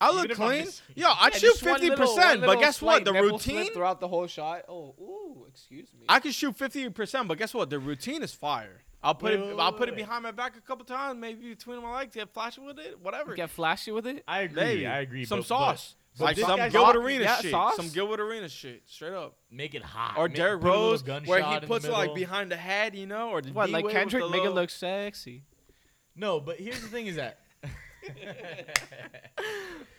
Speaker 2: I look
Speaker 1: Even if I'm
Speaker 2: clean.
Speaker 1: just-
Speaker 2: Yo, I
Speaker 3: Yeah,
Speaker 2: shoot
Speaker 3: just one
Speaker 2: fifty
Speaker 3: little-
Speaker 2: percent,
Speaker 3: one
Speaker 2: but
Speaker 3: little
Speaker 2: guess what?
Speaker 3: slight
Speaker 2: The
Speaker 3: nipple slip
Speaker 2: routine,
Speaker 3: throughout the whole shot. Oh, ooh, excuse me.
Speaker 2: I could shoot fifty percent, but guess what? The routine is fire. I'll put
Speaker 1: Wait,
Speaker 2: it.
Speaker 1: wait,
Speaker 2: I'll
Speaker 1: wait,
Speaker 2: put it
Speaker 1: wait.
Speaker 2: behind my back a couple times, maybe between my legs, get flashy with it, whatever.
Speaker 3: get flashy with it.
Speaker 1: I agree.
Speaker 2: Maybe.
Speaker 1: I agree.
Speaker 2: Some
Speaker 1: but- but
Speaker 2: sauce.
Speaker 1: but
Speaker 2: like
Speaker 1: this
Speaker 2: some
Speaker 1: guy's
Speaker 2: Gilbert
Speaker 3: got-
Speaker 2: Arena
Speaker 3: yeah,
Speaker 2: shit.
Speaker 3: sauce?
Speaker 2: Some Gilbert Arena shit. Straight up.
Speaker 1: make it hot.
Speaker 2: Or
Speaker 1: Make-
Speaker 2: Derrick
Speaker 1: put a little
Speaker 2: Rose, where
Speaker 1: gunshot
Speaker 2: he
Speaker 1: in the
Speaker 2: puts it like
Speaker 1: middle.
Speaker 2: behind the head, you know, or the
Speaker 3: What, like
Speaker 2: D-Wade with
Speaker 3: Kendrick
Speaker 2: the
Speaker 3: make it
Speaker 2: little-
Speaker 3: look sexy?
Speaker 1: No, but here's the thing: is
Speaker 2: <laughs>
Speaker 1: that.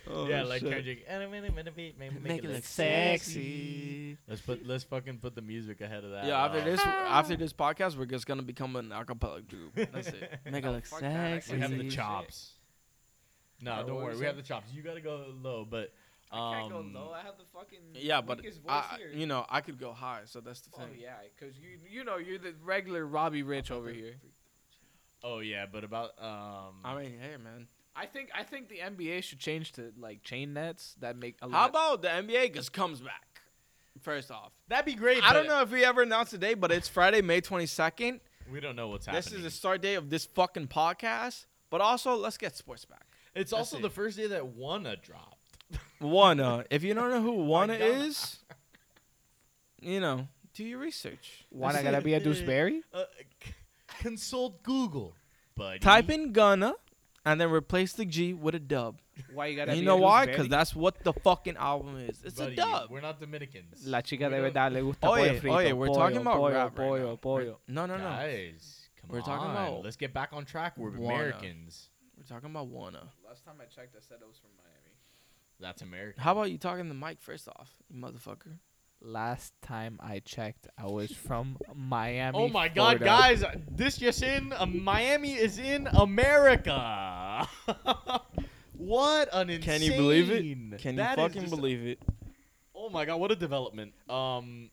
Speaker 2: Oh,
Speaker 1: yeah, like
Speaker 2: shit.
Speaker 1: Kendrick. "And I'm gonna- gonna be- Make,
Speaker 3: Make it look sexy.
Speaker 1: Let's put let's fucking put the music ahead of that.
Speaker 2: Yeah, after
Speaker 1: Uh,
Speaker 2: this, after this podcast, we're just gonna become an acapella
Speaker 1: <laughs>
Speaker 2: group. That's it.
Speaker 3: Make it look
Speaker 2: fuck that. I
Speaker 3: sexy.
Speaker 1: we have the
Speaker 2: Shit.
Speaker 1: chops. No,
Speaker 2: Alright,
Speaker 1: don't
Speaker 2: what
Speaker 1: worry.
Speaker 2: was
Speaker 1: We have
Speaker 2: that?
Speaker 1: the chops. You gotta go low, but um,
Speaker 3: I can't go low. I have the fucking
Speaker 2: Yeah, but
Speaker 3: weakest voice
Speaker 2: I,
Speaker 3: here.
Speaker 2: you know, I could go high, so that's the
Speaker 3: oh
Speaker 2: thing.
Speaker 3: yeah, because you you know you're the regular Robbie Rich over here.
Speaker 1: Oh yeah, but about um.
Speaker 2: I mean, hey, man.
Speaker 3: I think I think the NBA should change to like chain nets that make a
Speaker 2: How
Speaker 3: lot.
Speaker 2: about the NBA just comes back? First off,
Speaker 1: that'd be great.
Speaker 2: I don't
Speaker 1: but
Speaker 2: know if we ever announced the date, but it's Friday, May twenty second.
Speaker 1: We don't know what's happening.
Speaker 2: This is the start date of this fucking podcast. But also, let's get sports back.
Speaker 1: it's also
Speaker 2: it.
Speaker 1: the first day that Wanna dropped.
Speaker 2: Wanna, uh, if you don't know <laughs> who Wanna
Speaker 1: God.
Speaker 2: is, you know, do your research.
Speaker 3: <laughs> Wanna gotta be a Deuceberry?
Speaker 1: Uh, c- consult Google, buddy.
Speaker 2: Type in Gunna, and then replace the G with a dub.
Speaker 3: Why you gotta?
Speaker 2: And you
Speaker 3: be
Speaker 2: know
Speaker 3: a
Speaker 2: why?
Speaker 3: Deuceberry?
Speaker 2: Because that's what the fucking album is. It's
Speaker 1: buddy,
Speaker 2: a dub.
Speaker 1: We're not Dominicans.
Speaker 3: La chica
Speaker 1: we
Speaker 3: de
Speaker 1: don't-
Speaker 3: verdad le gusta
Speaker 2: Oye,
Speaker 3: pollo frito.
Speaker 2: oye, we're
Speaker 3: pollo,
Speaker 2: talking about
Speaker 3: pollo,
Speaker 2: rap right
Speaker 3: pollo,
Speaker 2: now.
Speaker 3: pollo.
Speaker 2: No, no, no.
Speaker 1: Guys, come
Speaker 2: We're
Speaker 1: on.
Speaker 2: talking about
Speaker 1: Let's get back on track. We're
Speaker 2: Wanna.
Speaker 1: Americans.
Speaker 2: We're talking about Wanna.
Speaker 3: Last time I checked, I said it was from Miami.
Speaker 1: That's American.
Speaker 2: How about you talking to Mike first off, you motherfucker?
Speaker 3: Last time I checked, I
Speaker 2: <laughs>
Speaker 3: was from Miami.
Speaker 1: Oh my God,
Speaker 3: Florida.
Speaker 1: guys! This just in: uh, Miami is in America. <laughs> what an insane!
Speaker 2: Can you believe it? Can you
Speaker 1: that is
Speaker 2: fucking
Speaker 1: just-
Speaker 2: believe it?
Speaker 1: Oh my God, what a development. Um,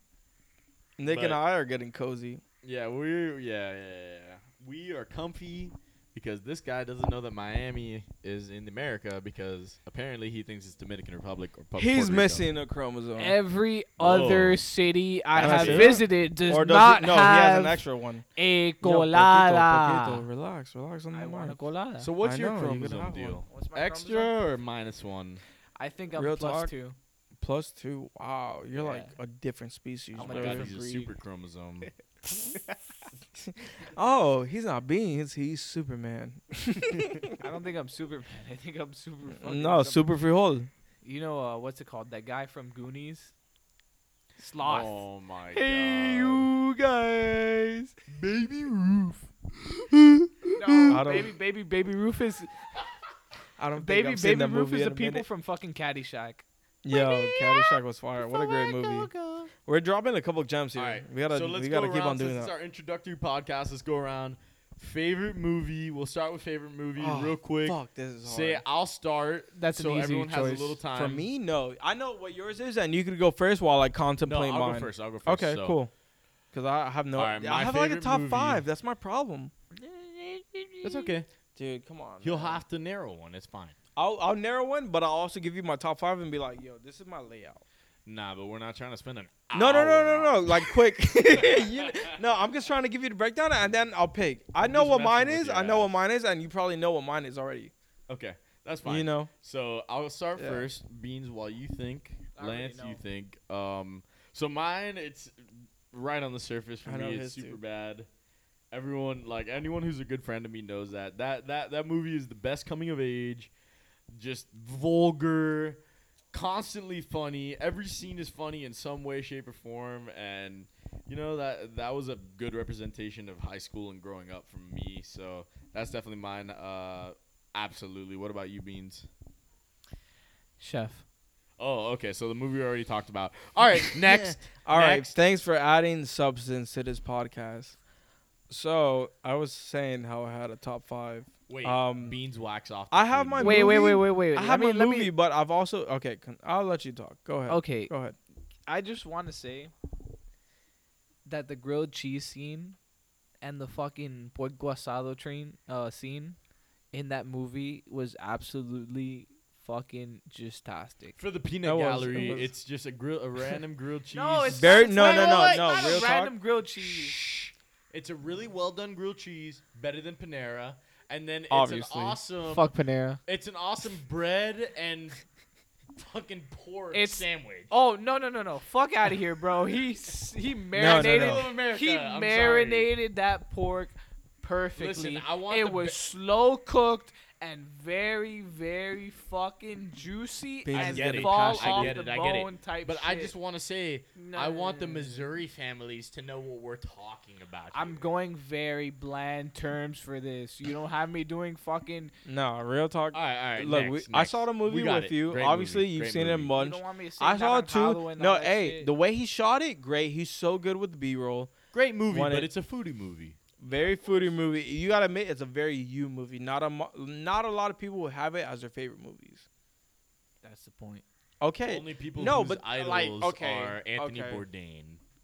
Speaker 2: Nick
Speaker 1: But-
Speaker 2: and I are getting cozy.
Speaker 1: yeah, we're yeah, yeah, yeah, yeah. We are comfy because this guy doesn't know that Miami is in America because apparently he thinks it's Dominican Republic or Pu- Puerto
Speaker 2: He's
Speaker 1: Rico.
Speaker 2: missing a chromosome.
Speaker 3: Every
Speaker 1: Whoa.
Speaker 3: other city I
Speaker 2: Can I
Speaker 3: have
Speaker 2: see it?
Speaker 3: visited does,
Speaker 2: or does
Speaker 3: not
Speaker 2: he, no,
Speaker 3: have
Speaker 2: he has an extra one.
Speaker 3: a
Speaker 2: Yo, poquito,
Speaker 3: colada.
Speaker 2: poquito, Relax, relax on the
Speaker 3: ah. I want a
Speaker 2: mic.
Speaker 3: colada.
Speaker 1: So what's
Speaker 2: I
Speaker 1: your
Speaker 2: know, you could
Speaker 1: chromosome
Speaker 2: have
Speaker 1: deal?
Speaker 3: What's my
Speaker 1: Extra
Speaker 3: chromosome?
Speaker 1: or minus one?
Speaker 3: I think I'm
Speaker 2: Real
Speaker 3: plus
Speaker 2: talk.
Speaker 3: two.
Speaker 2: Plus two. Wow, you're
Speaker 3: Yeah.
Speaker 2: like a different species.
Speaker 3: Oh
Speaker 1: Oh
Speaker 3: my
Speaker 1: my
Speaker 2: brother.
Speaker 1: God,
Speaker 3: God,
Speaker 1: he's a
Speaker 3: breed.
Speaker 1: super chromosome.
Speaker 2: <laughs> Oh, he's not beans.
Speaker 3: <laughs>
Speaker 2: He's Superman.
Speaker 3: I don't think I'm Superman. I think I'm super. fucking
Speaker 2: no,
Speaker 3: something.
Speaker 2: Super Frijol.
Speaker 3: You know uh, what's it called? That guy from Goonies. Sloth.
Speaker 1: Oh my
Speaker 3: Hey,
Speaker 1: God.
Speaker 3: you guys.
Speaker 1: Baby roof.
Speaker 3: No,
Speaker 2: <laughs> I don't-
Speaker 3: baby, baby, baby Rufus.
Speaker 2: I don't think
Speaker 3: Baby,
Speaker 2: I've seen
Speaker 3: baby
Speaker 2: that movie
Speaker 3: Rufus.
Speaker 2: in
Speaker 3: The
Speaker 2: a
Speaker 3: people
Speaker 2: minute.
Speaker 3: from fucking Caddyshack.
Speaker 2: Yo, Caddyshack was fire. What a great movie. We're dropping a couple gems here.
Speaker 1: All right,
Speaker 2: We gotta
Speaker 1: so let's
Speaker 2: we gotta
Speaker 1: go
Speaker 2: keep
Speaker 1: around,
Speaker 2: on doing
Speaker 1: since
Speaker 2: that.
Speaker 1: It's our introductory podcast. Let's go around. Favorite movie. We'll start with favorite movie
Speaker 2: Oh,
Speaker 1: real quick.
Speaker 2: Fuck, this is
Speaker 1: Say I'll start.
Speaker 3: That's
Speaker 1: so
Speaker 3: an easy
Speaker 1: everyone
Speaker 3: choice.
Speaker 1: has a little time.
Speaker 2: For me, no. I know what yours is, and you could go first while I
Speaker 1: no,
Speaker 2: contemplate
Speaker 1: I'll
Speaker 2: mine.
Speaker 1: go first. I'll go first.
Speaker 2: Okay,
Speaker 1: so.
Speaker 2: cool. Because I have no.
Speaker 1: All right,
Speaker 2: I
Speaker 1: my
Speaker 2: have like a
Speaker 1: favorite
Speaker 2: top
Speaker 1: movie-
Speaker 2: five. That's my problem.
Speaker 1: That's okay.
Speaker 2: Dude, come on.
Speaker 1: He'll
Speaker 2: man.
Speaker 1: have to narrow one. It's fine.
Speaker 2: I'll, I'll narrow one, but I'll also give you my top five and be like, yo, this is my layout.
Speaker 1: Nah, but we're not trying to spend an.
Speaker 2: No, no, no,
Speaker 1: hour
Speaker 2: no, no.
Speaker 1: on it.
Speaker 2: Like quick.
Speaker 1: <laughs>
Speaker 2: <laughs> You- no, I'm just trying to give you the breakdown, and then I'll pick. I know
Speaker 1: just
Speaker 2: what mine
Speaker 1: messing with
Speaker 2: is.
Speaker 1: your
Speaker 2: I know what
Speaker 1: ass.
Speaker 2: mine is, and you probably know what mine is already.
Speaker 1: Okay, that's fine.
Speaker 2: You know.
Speaker 1: So I'll start
Speaker 2: Yeah.
Speaker 1: first. Beans, while you think,
Speaker 3: I already
Speaker 1: Lance, you
Speaker 3: know.
Speaker 1: think. Um, so mine, it's right on the surface for
Speaker 2: I know
Speaker 1: me.
Speaker 2: his
Speaker 1: It's
Speaker 2: too.
Speaker 1: super bad. Everyone, like anyone who's a good friend of me, knows that that that that movie is the best coming of age. Just vulgar, constantly funny. Every scene is funny in some way, shape, or form, and you know that that was a good representation of high school and growing up for me. So that's definitely mine. Uh, absolutely. What about you, Beans?
Speaker 3: Chef.
Speaker 1: Oh, okay. So the movie we already talked about. All <laughs> right, next.
Speaker 2: All right.
Speaker 1: Next.
Speaker 2: Thanks for adding substance to this podcast. So I was saying how I had a top five.
Speaker 1: Wait,
Speaker 2: Um,
Speaker 1: beans wax off.
Speaker 2: I have my
Speaker 3: Wait, wait, wait,
Speaker 2: movie-
Speaker 3: wait, wait.
Speaker 2: I
Speaker 3: Let
Speaker 2: have
Speaker 3: me,
Speaker 2: a
Speaker 3: let
Speaker 2: movie,
Speaker 3: me.
Speaker 2: but I've also okay. Can, I'll let you talk. Go ahead.
Speaker 3: Okay,
Speaker 2: Go ahead.
Speaker 3: I just want to say that the grilled cheese scene and the fucking pork guasado train uh scene in that movie was absolutely fucking just tastic.
Speaker 1: For the peanut
Speaker 2: That was-
Speaker 1: gallery,
Speaker 2: that was-
Speaker 1: it's just a grill, a random <laughs> grilled cheese.
Speaker 2: Very- no,
Speaker 3: not-
Speaker 2: no,
Speaker 3: wait,
Speaker 2: no,
Speaker 3: wait, wait,
Speaker 2: no,
Speaker 3: not a
Speaker 2: real talk.
Speaker 3: random grilled cheese.
Speaker 1: It's a really well done grilled cheese, better than Panera, and then it's
Speaker 2: Obviously.
Speaker 1: an awesome.
Speaker 3: Fuck Panera.
Speaker 1: It's an awesome bread and fucking pork
Speaker 3: It's-
Speaker 1: sandwich.
Speaker 3: Oh no no no no! Fuck out of here, bro. He s- he marinated.
Speaker 2: no.
Speaker 1: Middle of America,
Speaker 3: He
Speaker 1: I'm sorry.
Speaker 3: marinated that pork perfectly.
Speaker 1: Listen, I want
Speaker 3: it
Speaker 1: the
Speaker 3: was
Speaker 1: be-
Speaker 3: slow cooked and very very fucking juicy
Speaker 2: Bitch
Speaker 3: and
Speaker 2: is getting
Speaker 3: fall
Speaker 2: passionate. I
Speaker 3: off
Speaker 1: get it,
Speaker 3: the
Speaker 1: I get it.
Speaker 3: bone type.
Speaker 1: But I
Speaker 3: shit.
Speaker 1: just want to say,
Speaker 3: No,
Speaker 1: I
Speaker 3: no,
Speaker 1: want
Speaker 3: no,
Speaker 1: the
Speaker 3: no, no.
Speaker 1: Missouri families to know what we're talking about.
Speaker 3: I'm
Speaker 1: here.
Speaker 3: going very bland terms for this. You don't have me doing fucking.
Speaker 2: No, real talk.
Speaker 1: All right, all right.
Speaker 2: Look,
Speaker 1: next,
Speaker 2: we, I
Speaker 1: next.
Speaker 2: saw the movie
Speaker 1: We got
Speaker 2: with
Speaker 1: it.
Speaker 2: you.
Speaker 1: Great
Speaker 2: Obviously,
Speaker 1: movie,
Speaker 2: you've
Speaker 1: great
Speaker 2: seen it
Speaker 1: movie.
Speaker 2: a
Speaker 3: You
Speaker 2: bunch.
Speaker 3: don't want me to say
Speaker 2: I
Speaker 3: that
Speaker 2: saw
Speaker 3: on
Speaker 2: it too.
Speaker 3: Halloween,
Speaker 2: No,
Speaker 3: all that
Speaker 2: hey,
Speaker 3: shit.
Speaker 2: the way he shot it, great. He's so good with the B-roll.
Speaker 1: great movie,
Speaker 2: Wanted-
Speaker 1: but it's a foodie movie.
Speaker 2: Very foodie movie. You gotta admit, it's a very you movie. Not a mo- not a lot of people have it as their favorite movies.
Speaker 3: That's the point.
Speaker 2: Okay,
Speaker 1: Only people
Speaker 2: no,
Speaker 1: whose
Speaker 2: but, like,
Speaker 1: idols
Speaker 2: okay,
Speaker 1: are Anthony
Speaker 2: okay.
Speaker 1: Bourdain.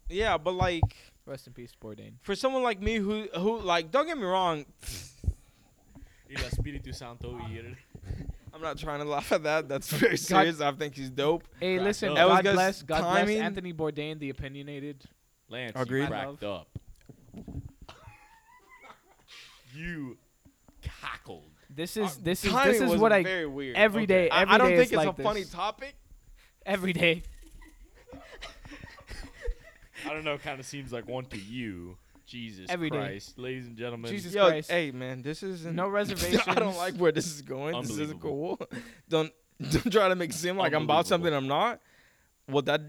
Speaker 2: yeah, but like
Speaker 3: Rest in peace, Bourdain.
Speaker 2: for someone like me who who like don't get me wrong,
Speaker 1: Y la Espíritu Santo y el-
Speaker 2: I'm not trying to <laughs> laugh at that. That's very serious. I think he's dope.
Speaker 3: Hey,
Speaker 1: Cracked
Speaker 3: listen.
Speaker 1: up.
Speaker 2: That was
Speaker 3: God
Speaker 2: just
Speaker 3: bless. God bless
Speaker 2: timing.
Speaker 3: Anthony Bourdain, the opinionated.
Speaker 1: Lance,
Speaker 2: Agreed.
Speaker 1: you cracked
Speaker 3: I
Speaker 1: up. <laughs> you cackled.
Speaker 3: This is
Speaker 2: Uh,
Speaker 3: this is
Speaker 2: timing
Speaker 3: this is
Speaker 2: was
Speaker 3: what I
Speaker 2: very weird.
Speaker 3: every day-
Speaker 2: I-
Speaker 3: every
Speaker 2: I don't
Speaker 3: day
Speaker 2: think
Speaker 3: it's
Speaker 2: it's a
Speaker 3: like
Speaker 2: funny
Speaker 3: this.
Speaker 2: topic.
Speaker 3: every day.
Speaker 1: I don't know. Kind of seems like one to you. Jesus
Speaker 3: Every day.
Speaker 1: Christ, ladies and gentlemen.
Speaker 3: Jesus
Speaker 2: Yo,
Speaker 3: Christ.
Speaker 2: hey man, this isn't
Speaker 3: No
Speaker 2: <laughs> I don't
Speaker 3: reservations.
Speaker 2: like where this is going. This isn't
Speaker 1: Unbelievable.
Speaker 2: cool. <laughs> Don't don't try to make it seem like I'm about something I'm not. What that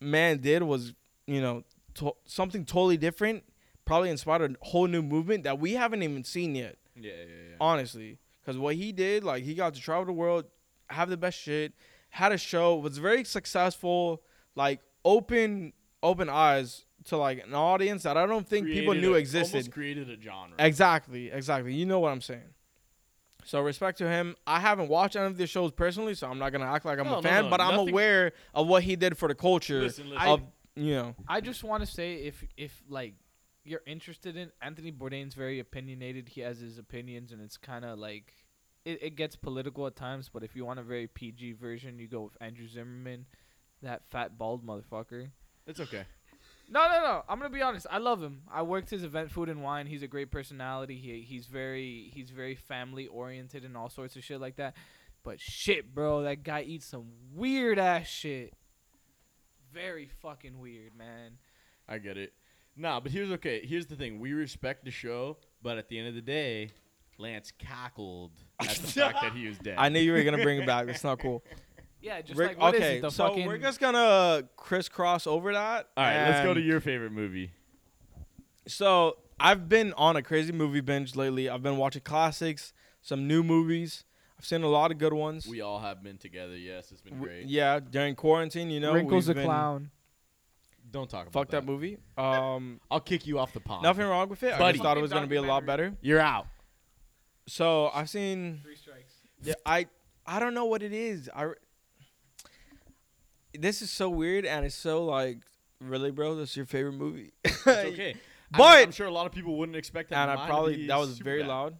Speaker 2: man did was, you know, to- something totally different. Probably inspired a whole new movement that we haven't even seen yet,
Speaker 1: Yeah, yeah, yeah.
Speaker 2: honestly. Because what he did, like he got to travel the world, have the best shit, had a show, was very successful. Like open open eyes to like an audience that I don't think people
Speaker 1: Created
Speaker 2: knew
Speaker 1: a-
Speaker 2: existed.
Speaker 1: Almost created a genre.
Speaker 2: Exactly, exactly. You know what I'm saying. So respect to him. I haven't watched any of the shows personally, so I'm not gonna act like I'm
Speaker 1: No, no,
Speaker 2: a fan,
Speaker 1: no,
Speaker 2: but I'm
Speaker 1: nothing-
Speaker 2: aware of what he did for the culture
Speaker 1: Listen, listen.
Speaker 2: of you know.
Speaker 3: I just want to say if if like you're interested in Anthony Bourdain's very opinionated. He has his opinions, and it's kind of like it, it gets political at times. But if you want a very PG version, you go with Andrew Zimmerman, that fat bald motherfucker.
Speaker 1: It's okay.
Speaker 3: No, no, no. I'm gonna be honest. I love him. I worked his event, Food and Wine. He's a great personality. He he's very he's very family oriented and all sorts of shit like that. But shit, bro, that guy eats some weird ass shit. Very fucking weird, man.
Speaker 1: I get it. Nah, but here's okay. Here's the thing. We respect the show, but at the end of the day, Lance cackled at the fact that he was dead.
Speaker 2: <laughs> I knew you were gonna bring it back. That's not cool.
Speaker 3: Yeah, <laughs> just
Speaker 2: Rick-
Speaker 3: like what is
Speaker 2: okay,
Speaker 3: it? The
Speaker 2: so
Speaker 3: fucking
Speaker 2: we're just gonna crisscross over that.
Speaker 1: All right, let's go to
Speaker 2: and-
Speaker 1: your favorite movie.
Speaker 2: So I've been on a crazy movie binge lately. I've been watching classics, some new movies. I've seen a lot of good ones.
Speaker 1: We all have been together. Yes, it's been
Speaker 2: W-
Speaker 1: great.
Speaker 2: yeah, during quarantine, you know,
Speaker 3: Wrinkles a
Speaker 2: we've been-
Speaker 3: clown.
Speaker 1: Don't talk about
Speaker 2: Fuck that movie. Um,
Speaker 1: I'll kick you off the pod.
Speaker 2: nothing wrong with it. I
Speaker 1: Buddy.
Speaker 2: just thought it was gonna be a lot
Speaker 3: Documentary.
Speaker 2: better.
Speaker 1: You're out.
Speaker 2: So I've seen.
Speaker 3: Three strikes.
Speaker 2: Yeah, I I don't know what it is. I this is so weird and it's so like really, bro. This is your favorite movie. <laughs>
Speaker 1: It's okay. I
Speaker 2: But-
Speaker 1: am sure a lot of people wouldn't expect that.
Speaker 2: and I
Speaker 1: mine would
Speaker 2: probably
Speaker 1: be
Speaker 2: that was
Speaker 1: super
Speaker 2: very
Speaker 1: bad.
Speaker 2: loud.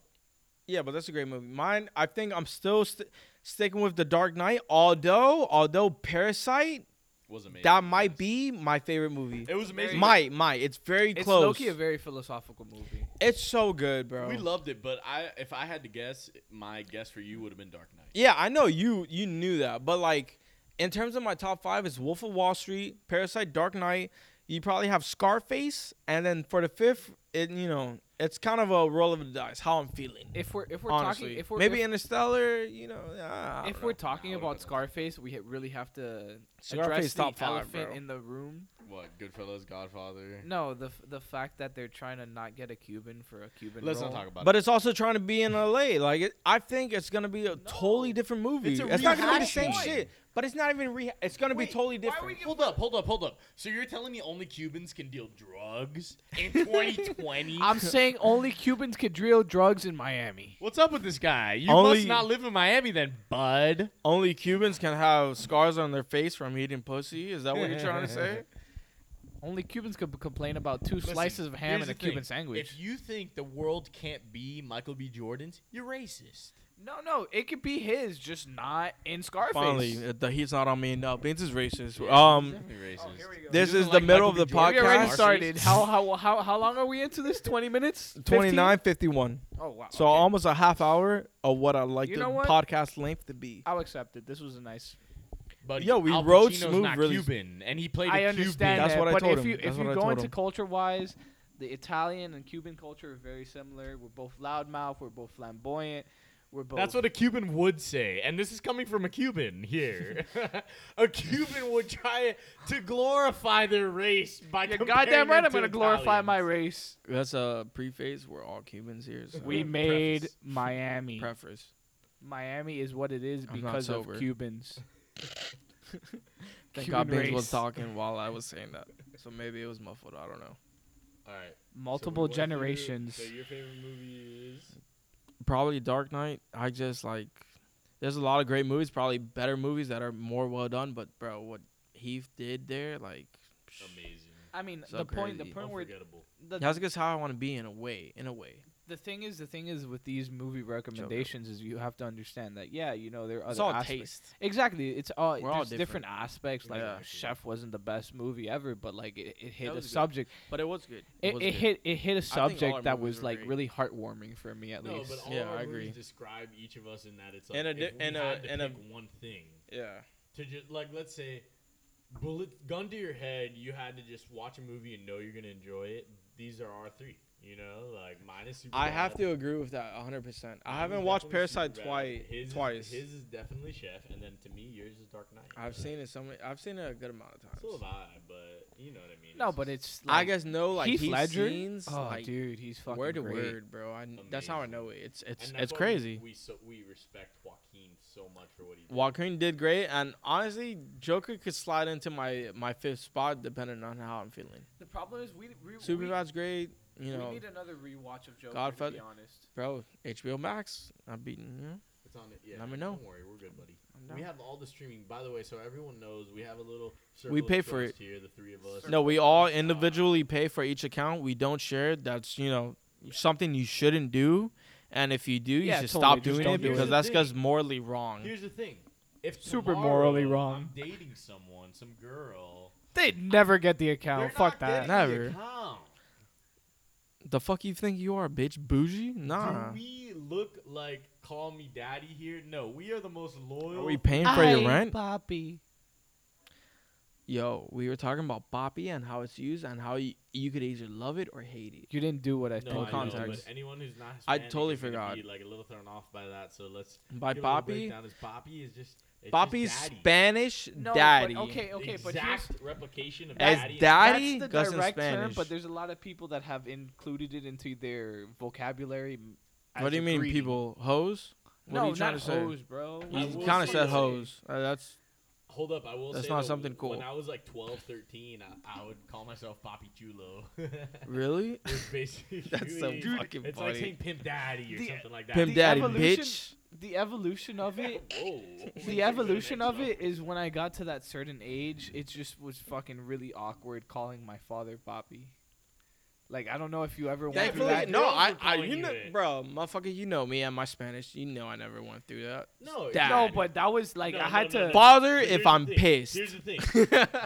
Speaker 2: Yeah, but that's a great movie. Mine, I think I'm still st- sticking with The Dark Knight. Although, although Parasite,
Speaker 1: Was amazing.
Speaker 2: that might
Speaker 1: Yes.
Speaker 2: be my favorite movie.
Speaker 1: It was amazing.
Speaker 2: Might, might. It's very
Speaker 3: It's
Speaker 2: close.
Speaker 3: low-key a very philosophical movie.
Speaker 2: it's so good, bro.
Speaker 1: We loved it, but I if I had to guess, my guess for you would have been Dark Knight.
Speaker 2: Yeah, I know you you knew that, but like in terms of my top five, it's Wolf of Wall Street, Parasite, Dark Knight. You probably have Scarface, and then for the fifth, it you know it's kind of a roll of the dice how I'm feeling.
Speaker 3: If we're if we're
Speaker 2: honestly,
Speaker 3: talking if we're
Speaker 2: maybe
Speaker 3: if,
Speaker 2: Interstellar, you know. I don't
Speaker 3: if we're
Speaker 2: know.
Speaker 3: talking
Speaker 1: I would've
Speaker 3: about
Speaker 1: done that.
Speaker 3: Scarface, we ha- really have to
Speaker 2: Scarface
Speaker 3: address the
Speaker 2: top five,
Speaker 3: elephant
Speaker 2: bro.
Speaker 3: in the room.
Speaker 1: What? Goodfellas, Godfather.
Speaker 3: No, the f- the fact that they're trying to not get a Cuban for a Cuban.
Speaker 1: Let's
Speaker 3: role.
Speaker 1: not talk about
Speaker 2: but
Speaker 1: it.
Speaker 2: it's also trying to be in LA. Like it, I think it's gonna be a totally different movie.
Speaker 1: It's
Speaker 2: It's,
Speaker 1: a
Speaker 2: not gonna be the
Speaker 1: rehashing.
Speaker 2: same shit. But it's not even re. It's gonna be totally different.
Speaker 1: Hold up, hold up, hold up. So you're telling me only Cubans can deal drugs in 2020?
Speaker 3: I'm saying only Cubans could deal drugs in Miami.
Speaker 1: What's up with this guy? You
Speaker 2: Only-
Speaker 1: must not live in Miami then, bud.
Speaker 2: Only <laughs> Cubans can have scars on their face from eating pussy. Is that what you're trying to say?
Speaker 3: <laughs> Only Cubans could complain about two
Speaker 1: Listen,
Speaker 3: slices of ham
Speaker 1: here's
Speaker 3: and a
Speaker 1: the thing.
Speaker 3: Cuban sandwich.
Speaker 1: If you think the world can't be Michael B. Jordan's, you're racist.
Speaker 3: no, no, it could be his, just not in Scarface.
Speaker 2: Finally, uh, the heat's not on me. No, Beans is racist.
Speaker 1: He's
Speaker 2: Um,
Speaker 1: definitely racist.
Speaker 3: Oh, here we go.
Speaker 2: this
Speaker 1: You
Speaker 2: is
Speaker 1: don't
Speaker 2: the
Speaker 1: like
Speaker 2: middle
Speaker 1: Michael
Speaker 2: of the
Speaker 1: B. Jordan?
Speaker 3: we
Speaker 2: podcast.
Speaker 3: already started. How how how how long are we into this? Twenty minutes? 15?
Speaker 2: 29, 51.
Speaker 3: Oh wow.
Speaker 2: So
Speaker 3: okay.
Speaker 2: almost a half hour of what I like
Speaker 3: You
Speaker 2: the
Speaker 3: know what?
Speaker 2: podcast length to be.
Speaker 3: I'll accept it. This was a nice.
Speaker 1: But
Speaker 2: Yo, we
Speaker 1: Al
Speaker 2: rode
Speaker 1: Pacino's
Speaker 2: smooth
Speaker 1: not
Speaker 2: really-
Speaker 1: Cuban, and he played. a
Speaker 3: I understand
Speaker 2: That's
Speaker 3: that,
Speaker 2: what I
Speaker 3: but
Speaker 2: told
Speaker 3: if
Speaker 2: him.
Speaker 3: you
Speaker 2: That's
Speaker 3: if
Speaker 2: what I
Speaker 3: you go
Speaker 2: told
Speaker 3: into
Speaker 2: him.
Speaker 3: culture wise, the Italian and Cuban culture are very similar. We're both loudmouth. We're both flamboyant. We're both.
Speaker 1: That's what a Cuban would say, and this is coming from a Cuban here. <laughs> a Cuban would try to glorify their race by.
Speaker 3: You're
Speaker 1: comparing
Speaker 3: goddamn right.
Speaker 1: them
Speaker 3: I'm gonna glorify my
Speaker 1: Italians.
Speaker 3: race.
Speaker 2: That's a preface. We're all Cubans here. So
Speaker 3: We
Speaker 1: Preface.
Speaker 3: made Miami.
Speaker 2: preface.
Speaker 3: Miami is what it is
Speaker 2: I'm not
Speaker 3: because of
Speaker 2: sober.
Speaker 3: Cubans.
Speaker 2: Thank
Speaker 3: Cuban
Speaker 2: God Beans was
Speaker 3: race.
Speaker 2: talking while I was saying that. So maybe it was muffled. I don't know.
Speaker 1: All right. so
Speaker 3: Multiple
Speaker 1: what if you-
Speaker 3: generations.
Speaker 1: So your favorite movie is?
Speaker 2: Probably Dark Knight. I just like. There's a lot of great movies. Probably better movies that are more well done. But bro, what Heath did there, like.
Speaker 1: Amazing.
Speaker 3: I mean,
Speaker 2: So
Speaker 3: the point. The
Speaker 2: crazy.
Speaker 3: point where
Speaker 1: Unforgettable.
Speaker 3: the,
Speaker 2: That's just how I want to be in a way. In a way.
Speaker 3: the thing is, the thing is with these movie recommendations is you have to understand that yeah, you know there are
Speaker 2: It's
Speaker 3: other
Speaker 2: all
Speaker 3: aspects.
Speaker 2: taste.
Speaker 3: Exactly, it's all
Speaker 2: We're all
Speaker 3: there's different. aspects. Like
Speaker 2: Yeah.
Speaker 3: Chef wasn't the best movie ever, but like it, it hit
Speaker 2: That
Speaker 3: a
Speaker 2: was good.
Speaker 3: subject.
Speaker 2: But it was good.
Speaker 3: It,
Speaker 2: was
Speaker 3: it
Speaker 2: good.
Speaker 3: hit it hit a
Speaker 2: all our
Speaker 3: subject that
Speaker 2: movies
Speaker 3: was
Speaker 2: were
Speaker 3: like
Speaker 2: great.
Speaker 3: really heartwarming for me at
Speaker 1: No,
Speaker 3: least.
Speaker 1: but all
Speaker 2: Yeah,
Speaker 1: of our
Speaker 2: I agree.
Speaker 1: movies describe each of us in that it's like
Speaker 2: And a di-
Speaker 1: if we
Speaker 2: and a-
Speaker 1: had to
Speaker 2: and a-
Speaker 1: pick one thing
Speaker 2: Yeah.
Speaker 1: to just like let's say bullet gun to your head, you had to just watch a movie and know you're gonna enjoy it. These are our three, you know, like minus. Super
Speaker 2: I have to agree with that 100%. I haven't watched Parasite twice.
Speaker 1: His is-
Speaker 2: twice.
Speaker 1: his is definitely Chef, and then to me, yours is Dark Knight.
Speaker 2: I've seen it so many. I've seen it a good amount of times.
Speaker 1: So have I, but you know what I mean.
Speaker 3: no,
Speaker 1: It's
Speaker 3: but
Speaker 1: just-
Speaker 3: it's like
Speaker 2: I guess no like
Speaker 3: Heath
Speaker 2: Heath
Speaker 3: Ledger.
Speaker 2: scenes,
Speaker 3: oh,
Speaker 2: like,
Speaker 3: dude, he's fucking
Speaker 2: word to
Speaker 3: great.
Speaker 2: word, bro. I, that's how I
Speaker 1: Amazing.
Speaker 2: know it. It's it's
Speaker 1: and that's
Speaker 2: it's
Speaker 1: why we-
Speaker 2: crazy.
Speaker 1: We so we respect Joaquin so much for what he did.
Speaker 2: Joaquin did great, and honestly, Joker could slide into my my fifth spot depending on how I'm feeling.
Speaker 3: The problem is we we,
Speaker 2: Superbad's great, you know,
Speaker 3: another rewatch of Joker.
Speaker 2: to Godfather. be
Speaker 3: honest,
Speaker 2: bro. HBO Max, I'm beating you. Know,
Speaker 1: It's on it. Yeah,
Speaker 2: Let me know.
Speaker 1: Don't worry, we're good, buddy.
Speaker 2: I'm
Speaker 1: We
Speaker 2: down.
Speaker 1: have all the streaming, by the way, so everyone knows we have a little. circle
Speaker 2: We
Speaker 1: of
Speaker 2: pay for
Speaker 1: trust Here, the three of us.
Speaker 2: no, we all individually pay for each account. We don't share. That's you know something you shouldn't do, and if you do, you
Speaker 3: Yeah,
Speaker 2: should
Speaker 3: totally,
Speaker 2: stop
Speaker 3: just
Speaker 2: doing
Speaker 3: don't
Speaker 2: it
Speaker 3: do it.
Speaker 2: because
Speaker 1: Here's the
Speaker 2: that's just
Speaker 1: thing.
Speaker 2: morally wrong.
Speaker 1: Here's the thing: if
Speaker 3: Super
Speaker 1: tomorrow
Speaker 3: morally
Speaker 1: I'm
Speaker 3: wrong.
Speaker 1: dating someone, some girl.
Speaker 3: they'd never get the
Speaker 1: they're
Speaker 3: account.
Speaker 1: not
Speaker 3: Fuck that.
Speaker 1: getting the
Speaker 2: Never.
Speaker 1: account.
Speaker 2: The fuck you think you are, bitch? Bougie? Nah.
Speaker 1: Do we look like call me daddy here? No, we are the most loyal.
Speaker 2: Are we paying for your rent?
Speaker 3: Bobby.
Speaker 2: Yo, we were talking about Boppy and how it's used and how you, you could either love it or hate it.
Speaker 3: You didn't do what I
Speaker 1: No, I know,
Speaker 3: told
Speaker 1: but
Speaker 2: context.
Speaker 1: anyone who's not
Speaker 2: I
Speaker 1: Hispanic
Speaker 2: totally
Speaker 1: is gonna
Speaker 2: forgot.
Speaker 1: Be, like a little thrown off by that, so let's.
Speaker 2: By
Speaker 1: give a little
Speaker 2: Poppy,
Speaker 1: breakdown. Is Poppy is just. It's
Speaker 2: Boppy's
Speaker 1: just daddy.
Speaker 2: Spanish
Speaker 3: No,
Speaker 2: daddy.
Speaker 3: But, okay, okay,
Speaker 1: exact
Speaker 3: but here's
Speaker 1: replication of
Speaker 2: As
Speaker 1: daddy. and
Speaker 2: daddy
Speaker 3: that's the
Speaker 2: goes in
Speaker 3: direct term,
Speaker 2: Spanish.
Speaker 3: but there's a lot of people that have included it into their vocabulary. m- as
Speaker 2: what do you
Speaker 3: a
Speaker 2: mean,
Speaker 3: greeting.
Speaker 2: people? Hoes? What
Speaker 3: no,
Speaker 2: are you trying
Speaker 3: not
Speaker 2: to say?
Speaker 3: hoes, bro.
Speaker 1: I
Speaker 2: You
Speaker 1: will
Speaker 2: kind of
Speaker 1: say
Speaker 2: said
Speaker 1: that-
Speaker 2: hoes. Uh, that's
Speaker 1: Hold up, I will
Speaker 2: That's
Speaker 1: say
Speaker 2: not
Speaker 1: though,
Speaker 2: something cool.
Speaker 1: When I was like 12, 13, I, I would call myself Papi Chulo. <laughs>
Speaker 2: really
Speaker 1: It's basically
Speaker 2: <laughs> That's so fucking
Speaker 1: It's like
Speaker 2: funny.
Speaker 1: saying Pimp Daddy or
Speaker 3: The-
Speaker 1: something like that.
Speaker 3: The
Speaker 2: pimp daddy,
Speaker 3: evolution-
Speaker 2: bitch.
Speaker 3: The evolution of
Speaker 2: <laughs>
Speaker 3: it,
Speaker 1: Whoa.
Speaker 3: the evolution of it is when I got to that certain age, it just was fucking really awkward calling my father Bobby. Like I don't know if you ever went through
Speaker 2: Thankfully,
Speaker 3: that.
Speaker 2: no,
Speaker 1: Girls were
Speaker 2: I, I,
Speaker 1: calling
Speaker 2: you
Speaker 1: you
Speaker 2: know,
Speaker 1: it.
Speaker 2: bro, motherfucker, you know me and my Spanish. You know I never went through that.
Speaker 1: No,
Speaker 2: Dad.
Speaker 3: No, but that was like
Speaker 1: No,
Speaker 3: I
Speaker 1: no,
Speaker 3: had
Speaker 1: no,
Speaker 3: to.
Speaker 1: no.
Speaker 2: Father,
Speaker 1: But here's
Speaker 2: if
Speaker 1: the
Speaker 2: I'm
Speaker 1: thing.
Speaker 2: pissed.
Speaker 1: Here's the
Speaker 2: <laughs>
Speaker 1: thing.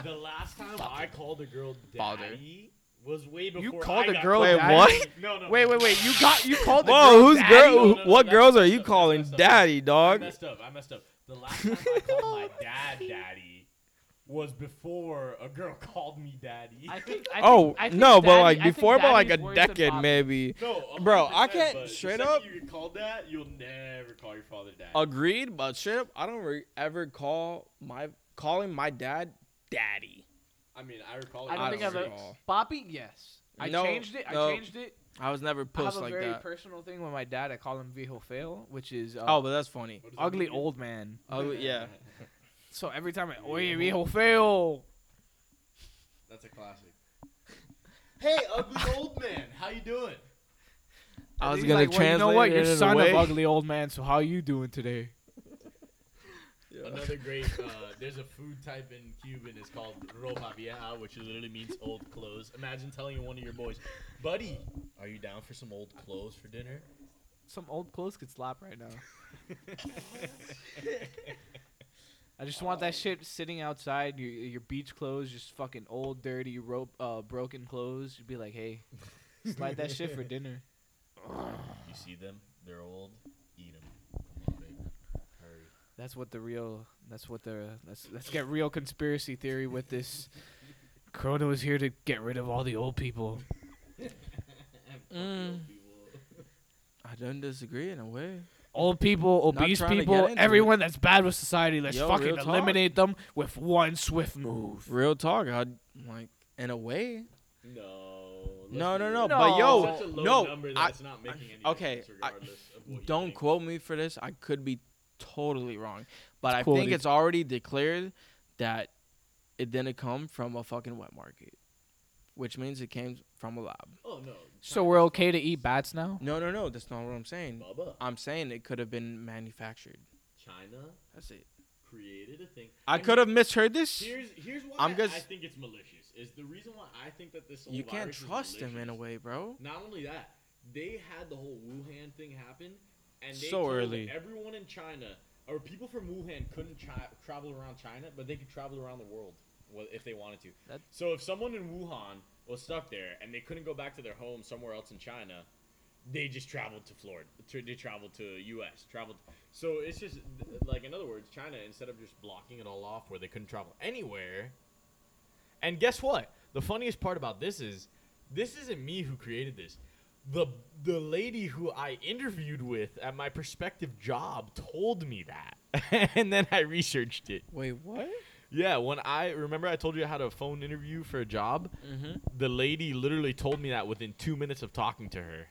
Speaker 1: The last time I called a girl
Speaker 2: Father.
Speaker 1: daddy was way before
Speaker 3: called
Speaker 1: I
Speaker 3: a
Speaker 1: got
Speaker 3: girl
Speaker 1: pregnant.
Speaker 2: daddy? Wait,
Speaker 1: No, no.
Speaker 3: Wait, wait, wait! You got you called the
Speaker 2: Whoa,
Speaker 3: girl
Speaker 2: who's
Speaker 3: daddy?
Speaker 2: girl?
Speaker 1: No, no, no,
Speaker 2: what
Speaker 1: that's
Speaker 2: girls are
Speaker 1: messed
Speaker 2: you
Speaker 1: up, that's
Speaker 2: calling
Speaker 1: messed up.
Speaker 2: daddy,
Speaker 1: I
Speaker 2: dog?
Speaker 1: messed up. I messed up. The last time I called
Speaker 3: <laughs>
Speaker 1: my dad daddy was before a girl <laughs> called me daddy.
Speaker 3: I think. I think
Speaker 2: Oh
Speaker 3: I think
Speaker 2: no, but
Speaker 3: daddy-
Speaker 2: like
Speaker 3: I think
Speaker 2: before, but like
Speaker 3: daddy's
Speaker 2: a
Speaker 3: worse than
Speaker 2: decade
Speaker 3: Bobby.
Speaker 2: maybe.
Speaker 1: No, a
Speaker 2: Bro,
Speaker 1: hundred
Speaker 2: I
Speaker 1: percent,
Speaker 2: can't-
Speaker 1: but the
Speaker 2: straight
Speaker 1: second
Speaker 2: up-
Speaker 1: You get called that, you'll never call your father dad.
Speaker 2: Agreed, but straight up, I don't re- ever call my calling my dad daddy.
Speaker 1: I mean, I recall.
Speaker 3: I
Speaker 1: it
Speaker 3: don't
Speaker 1: as
Speaker 3: think
Speaker 1: a
Speaker 3: I've ever.
Speaker 1: girl.
Speaker 2: recall.
Speaker 3: Bobby, yes. I
Speaker 2: No,
Speaker 3: changed it.
Speaker 2: no.
Speaker 3: I changed it.
Speaker 2: I was never
Speaker 3: I have
Speaker 2: pushed
Speaker 3: a
Speaker 2: like
Speaker 3: very
Speaker 2: that.
Speaker 3: personal thing with my dad. I call him Viejo Fail, which is uh,
Speaker 2: oh, but that's funny.
Speaker 1: What does that
Speaker 3: ugly
Speaker 1: mean?
Speaker 3: old man.
Speaker 2: Oh yeah,
Speaker 3: So every time I, oye, Viejo Fail.
Speaker 1: <laughs> That's a
Speaker 3: <laughs>
Speaker 1: classic. Hey, ugly old man, how you doing?
Speaker 2: I
Speaker 3: And
Speaker 2: was
Speaker 3: he's
Speaker 2: gonna
Speaker 3: like, well,
Speaker 2: translate
Speaker 3: You know what?
Speaker 2: it
Speaker 3: You're
Speaker 2: in a
Speaker 3: son of
Speaker 2: way.
Speaker 3: ugly old man. So how you doing today?
Speaker 2: <laughs>
Speaker 1: Another great. Uh, there's a food type in Cuban. It's called ropa vieja, which literally means old clothes. Imagine telling one of your boys, "Buddy, are you down for some old clothes for dinner?"
Speaker 3: Some old clothes could slap
Speaker 2: <laughs>
Speaker 3: right now. I just want that shit sitting outside. Your your beach clothes, just fucking old, dirty, rope, uh, broken clothes. You'd be like, hey, slide that shit
Speaker 2: <laughs>
Speaker 3: for dinner.
Speaker 1: You see them? They're old. Eat them. Come on, babe. Hurry.
Speaker 3: That's what the real. That's what the. Let's let's get real conspiracy theory with this. Corona was here to get rid of all the old people.
Speaker 2: Mm. I don't disagree in a way.
Speaker 3: Old people,
Speaker 2: Not
Speaker 3: obese
Speaker 2: trying to
Speaker 3: people,
Speaker 2: get into
Speaker 3: everyone that's bad with society. Let's
Speaker 2: Yo, real
Speaker 3: fucking
Speaker 2: talk.
Speaker 3: eliminate them with one swift move.
Speaker 2: Real talk, I like in a way.
Speaker 1: No. let's be real.
Speaker 2: No, no, no.
Speaker 3: No.
Speaker 2: But
Speaker 3: It's
Speaker 2: yo,
Speaker 1: such a low
Speaker 2: no,
Speaker 1: number
Speaker 2: I-
Speaker 1: that it's not making any
Speaker 2: okay,
Speaker 1: difference
Speaker 2: I-
Speaker 1: regardless of what you
Speaker 2: don't
Speaker 1: think.
Speaker 2: quote me for this. I could be totally wrong, but I
Speaker 3: Quoted.
Speaker 2: think it's already declared that it didn't come from a fucking wet market, which means it came from a lab.
Speaker 1: Oh no.
Speaker 3: So we're okay to eat bats now?
Speaker 2: No, no, no. That's not what I'm saying.
Speaker 1: Bubba,
Speaker 2: I'm saying it could have been manufactured.
Speaker 1: China
Speaker 2: That's it.
Speaker 1: created a thing.
Speaker 2: I
Speaker 1: And
Speaker 2: could have misheard this.
Speaker 1: Here's here's why
Speaker 2: I'm
Speaker 1: i
Speaker 2: just-
Speaker 1: think it's malicious. Is the reason why I think that this whole
Speaker 2: You can't
Speaker 1: virus is
Speaker 2: trust him in a
Speaker 1: malicious.
Speaker 2: way, bro.
Speaker 1: Not only that, they had the whole Wuhan thing happen, and they
Speaker 2: So
Speaker 1: told
Speaker 2: early.
Speaker 1: everyone in China or people from Wuhan couldn't chi- travel around China, but they could travel around the world wa- if they wanted to.
Speaker 3: That-
Speaker 1: so if someone in Wuhan was stuck there and they couldn't go back to their home somewhere else in China, they just traveled to Florida. To, they traveled to U.S. Traveled. So it's just th- like in other words, China instead of just blocking it all off where they couldn't travel anywhere. And guess what? The funniest part about this is, this isn't me who created this. The the lady who I interviewed with at my prospective job told me that, <laughs> and then I researched it.
Speaker 2: Wait, what?
Speaker 1: Yeah, when I remember I told you I had a phone interview for a job.
Speaker 2: Mm-hmm.
Speaker 1: The lady literally told me that within two minutes of talking to her.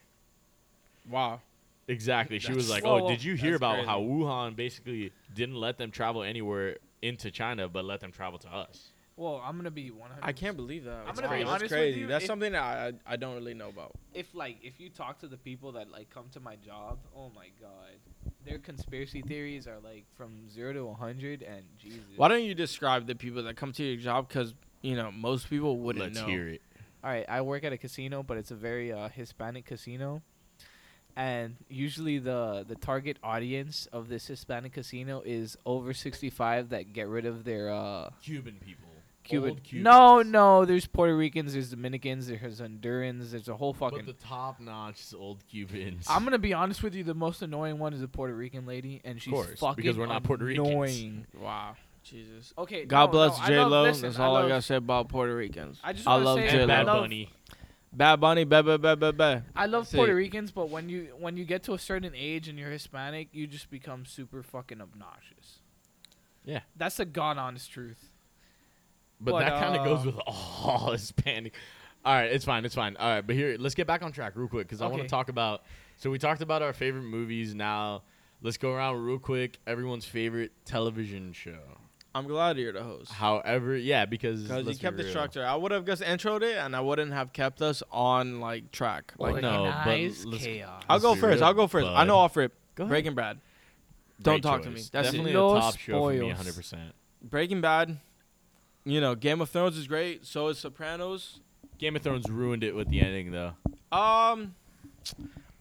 Speaker 2: Wow.
Speaker 1: Exactly. She was
Speaker 2: That's-
Speaker 1: like,
Speaker 3: Whoa,
Speaker 1: "Oh,
Speaker 3: whoa.
Speaker 1: did you hear
Speaker 2: That's
Speaker 1: about
Speaker 2: crazy.
Speaker 1: how Wuhan basically didn't let them travel anywhere into China, but let them travel to us?"
Speaker 3: Well, I'm gonna be 100.
Speaker 2: I can't believe that.
Speaker 3: I'm
Speaker 2: That's
Speaker 3: gonna
Speaker 1: be
Speaker 2: crazy.
Speaker 3: honest
Speaker 2: That's
Speaker 3: with
Speaker 2: crazy.
Speaker 3: you,
Speaker 2: That's
Speaker 3: if-
Speaker 2: something I, I I don't really know about.
Speaker 3: If like if you talk to the people that like come to my job, oh my god, their conspiracy theories are like from zero to 100, and Jesus.
Speaker 2: Why don't you describe the people that come to your job? Because you know most people wouldn't
Speaker 1: Let's
Speaker 2: know.
Speaker 1: hear it.
Speaker 3: All right, I work at a casino, but it's a very uh, Hispanic casino, and usually the the target audience of this Hispanic casino is over 65 that get rid of their uh,
Speaker 1: Cuban people.
Speaker 3: Cuban.
Speaker 1: Old Cubans.
Speaker 3: No, no, there's Puerto Ricans, there's Dominicans, there's Hondurans, there's a whole
Speaker 1: But
Speaker 3: fucking.
Speaker 1: the top notch is old Cubans.
Speaker 3: I'm gonna be honest with you. The most annoying one is a Puerto Rican lady, and she's
Speaker 1: course, because
Speaker 3: fucking
Speaker 1: we're not Puerto Ricans.
Speaker 3: annoying.
Speaker 2: Wow, Jesus.
Speaker 3: Okay,
Speaker 2: God
Speaker 3: no,
Speaker 2: bless
Speaker 3: no, I
Speaker 2: J
Speaker 3: love-
Speaker 2: Lo.
Speaker 3: listen,
Speaker 2: That's all I,
Speaker 3: love-
Speaker 2: gotta say about Puerto Ricans.
Speaker 3: I just
Speaker 2: I
Speaker 3: wanna
Speaker 2: love
Speaker 3: say,
Speaker 2: J-Lo.
Speaker 1: and
Speaker 3: I
Speaker 1: Bad
Speaker 3: love
Speaker 1: Bunny.
Speaker 2: Bad Bunny, ba ba ba ba ba.
Speaker 3: I love
Speaker 2: That's
Speaker 3: Puerto
Speaker 2: it.
Speaker 3: Ricans, but when you when you get to a certain age and you're Hispanic, you just become super fucking obnoxious.
Speaker 1: Yeah.
Speaker 3: that's the god honest truth.
Speaker 1: But,
Speaker 3: But,
Speaker 1: that kind of
Speaker 3: uh,
Speaker 1: goes with <laughs> all Hispanic. All right, it's fine, it's fine. All right, but here, let's get back on track real quick because I want
Speaker 3: Okay.
Speaker 1: to talk about. So we talked about our favorite movies. Now let's go around real quick. Everyone's favorite television show.
Speaker 2: I'm glad you're the host.
Speaker 1: However, yeah, because
Speaker 2: Because you
Speaker 1: let's be
Speaker 2: kept the
Speaker 1: real.
Speaker 2: structure. I would have just introed it, and I wouldn't have kept us on like track. Like,
Speaker 1: Like, no, but
Speaker 3: Organize
Speaker 1: let's-
Speaker 3: chaos.
Speaker 2: I'll
Speaker 1: let's
Speaker 2: go
Speaker 1: be
Speaker 2: first.
Speaker 1: real,
Speaker 2: I'll go first. I
Speaker 1: bud.
Speaker 2: know off rip.
Speaker 3: Go ahead.
Speaker 2: Breaking Bad.
Speaker 1: Great
Speaker 2: Don't talk to
Speaker 1: choice.
Speaker 2: me. That's it.
Speaker 1: definitely
Speaker 3: No
Speaker 1: a top show for me,
Speaker 3: spoils.
Speaker 1: 100. percent
Speaker 2: Breaking Bad. You know, Game of Thrones is great. So is Sopranos.
Speaker 1: Game of Thrones ruined it with the ending, though.
Speaker 2: Um,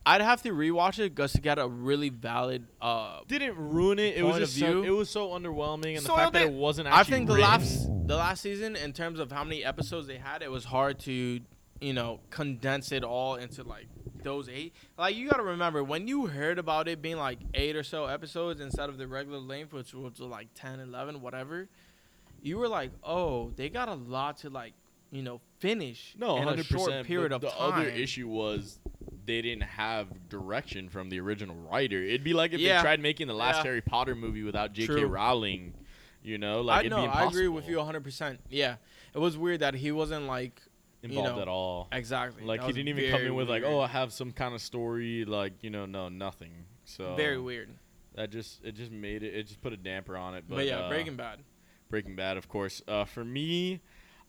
Speaker 2: I'd have to rewatch it just to get a really valid. Uh,
Speaker 1: Didn't ruin it. It
Speaker 2: Point
Speaker 1: was
Speaker 2: of
Speaker 1: just so,
Speaker 2: view.
Speaker 1: it was so underwhelming, and
Speaker 2: Soiled
Speaker 1: the fact that
Speaker 2: it.
Speaker 1: it wasn't.
Speaker 2: I
Speaker 1: Actually
Speaker 2: think the
Speaker 1: written-
Speaker 2: last the last season, in terms of how many episodes they had, it was hard to you know condense it all into like those eight. Like you got to remember when you heard about it being like eight or so episodes instead of the regular length, which was like 10, 11, whatever. You were like, oh, they got a lot to like you know finish
Speaker 1: No,
Speaker 2: in a
Speaker 1: hundred
Speaker 2: short
Speaker 1: percent.
Speaker 2: period
Speaker 1: the,
Speaker 2: of
Speaker 1: the
Speaker 2: time.
Speaker 1: other issue was they didn't have direction from the original writer. It'd be like if
Speaker 2: Yeah.
Speaker 1: they tried making the last
Speaker 2: Yeah.
Speaker 1: Harry Potter movie without J.K.
Speaker 2: True.
Speaker 1: Rowling. You know, like
Speaker 2: I
Speaker 1: it'd
Speaker 2: know,
Speaker 1: be
Speaker 2: I
Speaker 1: impossible.
Speaker 2: agree with you 100%. Yeah. It was weird that he wasn't like you
Speaker 1: Involved
Speaker 2: know,
Speaker 1: at all?
Speaker 2: Exactly.
Speaker 1: Like he
Speaker 2: That was
Speaker 1: didn't even come
Speaker 2: very
Speaker 1: in with like,
Speaker 2: weird.
Speaker 1: oh, I have some kind of story. Like you know, no, nothing. So
Speaker 2: very weird.
Speaker 1: That just it just made it. It just put a damper on it.
Speaker 2: But,
Speaker 1: But,
Speaker 2: yeah,
Speaker 1: uh,
Speaker 2: Breaking Bad.
Speaker 1: Breaking Bad, of course. Uh, for me,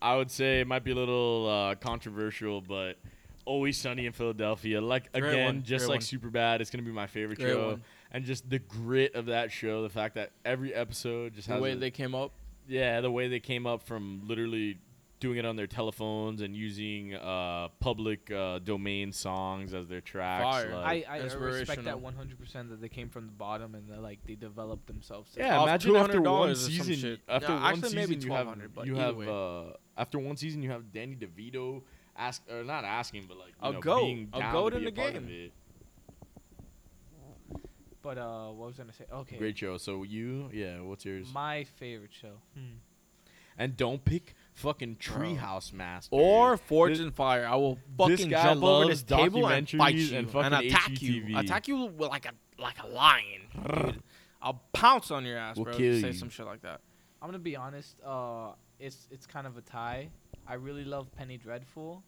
Speaker 1: I would say it might be a little uh, controversial, but Always Sunny in Philadelphia. Like
Speaker 2: Great
Speaker 1: again,
Speaker 2: one,
Speaker 1: just
Speaker 2: great
Speaker 1: like
Speaker 2: one.
Speaker 1: Super Bad, it's gonna be my favorite
Speaker 2: Great
Speaker 1: show.
Speaker 2: one.
Speaker 1: And just the grit of that show, the fact that every episode just
Speaker 2: The
Speaker 1: has
Speaker 2: way
Speaker 1: a-
Speaker 2: they came up.
Speaker 1: yeah, the way they came up from literally doing it on their telephones and using uh, public uh, domain songs as their tracks.
Speaker 2: Fire.
Speaker 1: like-
Speaker 3: I, I respect that
Speaker 2: Inspirational.
Speaker 3: 100% that they came from the bottom and that like they developed themselves. to
Speaker 1: yeah,
Speaker 2: off
Speaker 1: imagine after
Speaker 2: $200
Speaker 1: one
Speaker 2: or some
Speaker 1: season.
Speaker 2: shit.
Speaker 1: After
Speaker 2: No,
Speaker 1: one
Speaker 2: actually, maybe
Speaker 1: season, you have
Speaker 2: 1200, but
Speaker 1: you
Speaker 2: either
Speaker 1: have
Speaker 2: way.
Speaker 1: uh, after one season you have Danny DeVito ask or not asking, but like you
Speaker 2: A
Speaker 1: know,
Speaker 2: goat.
Speaker 1: being
Speaker 2: A
Speaker 1: down
Speaker 2: goat
Speaker 1: to
Speaker 2: in
Speaker 1: be
Speaker 2: the
Speaker 1: part of
Speaker 2: game.
Speaker 1: it.
Speaker 3: that. But uh, what was I gonna say? Okay,
Speaker 1: Great show. So you, yeah, what's yours?
Speaker 3: my favorite show.
Speaker 1: and don't pick fucking Treehouse Master
Speaker 2: Or Forge
Speaker 1: This-
Speaker 2: and Fire. I will
Speaker 1: this
Speaker 2: fucking
Speaker 1: guy
Speaker 2: jump over
Speaker 1: loves
Speaker 2: this table and fight
Speaker 1: documentaries and
Speaker 2: you and,
Speaker 1: fucking
Speaker 2: attack you.
Speaker 1: HGTV.
Speaker 2: Attack you with like a like a lion. dude. I'll pounce on your ass,
Speaker 1: We'll
Speaker 2: bro.
Speaker 1: kill
Speaker 2: if you say
Speaker 1: you.
Speaker 2: some shit like that.
Speaker 3: I'm gonna be honest. Uh, it's it's kind of a tie. I really love Penny Dreadful.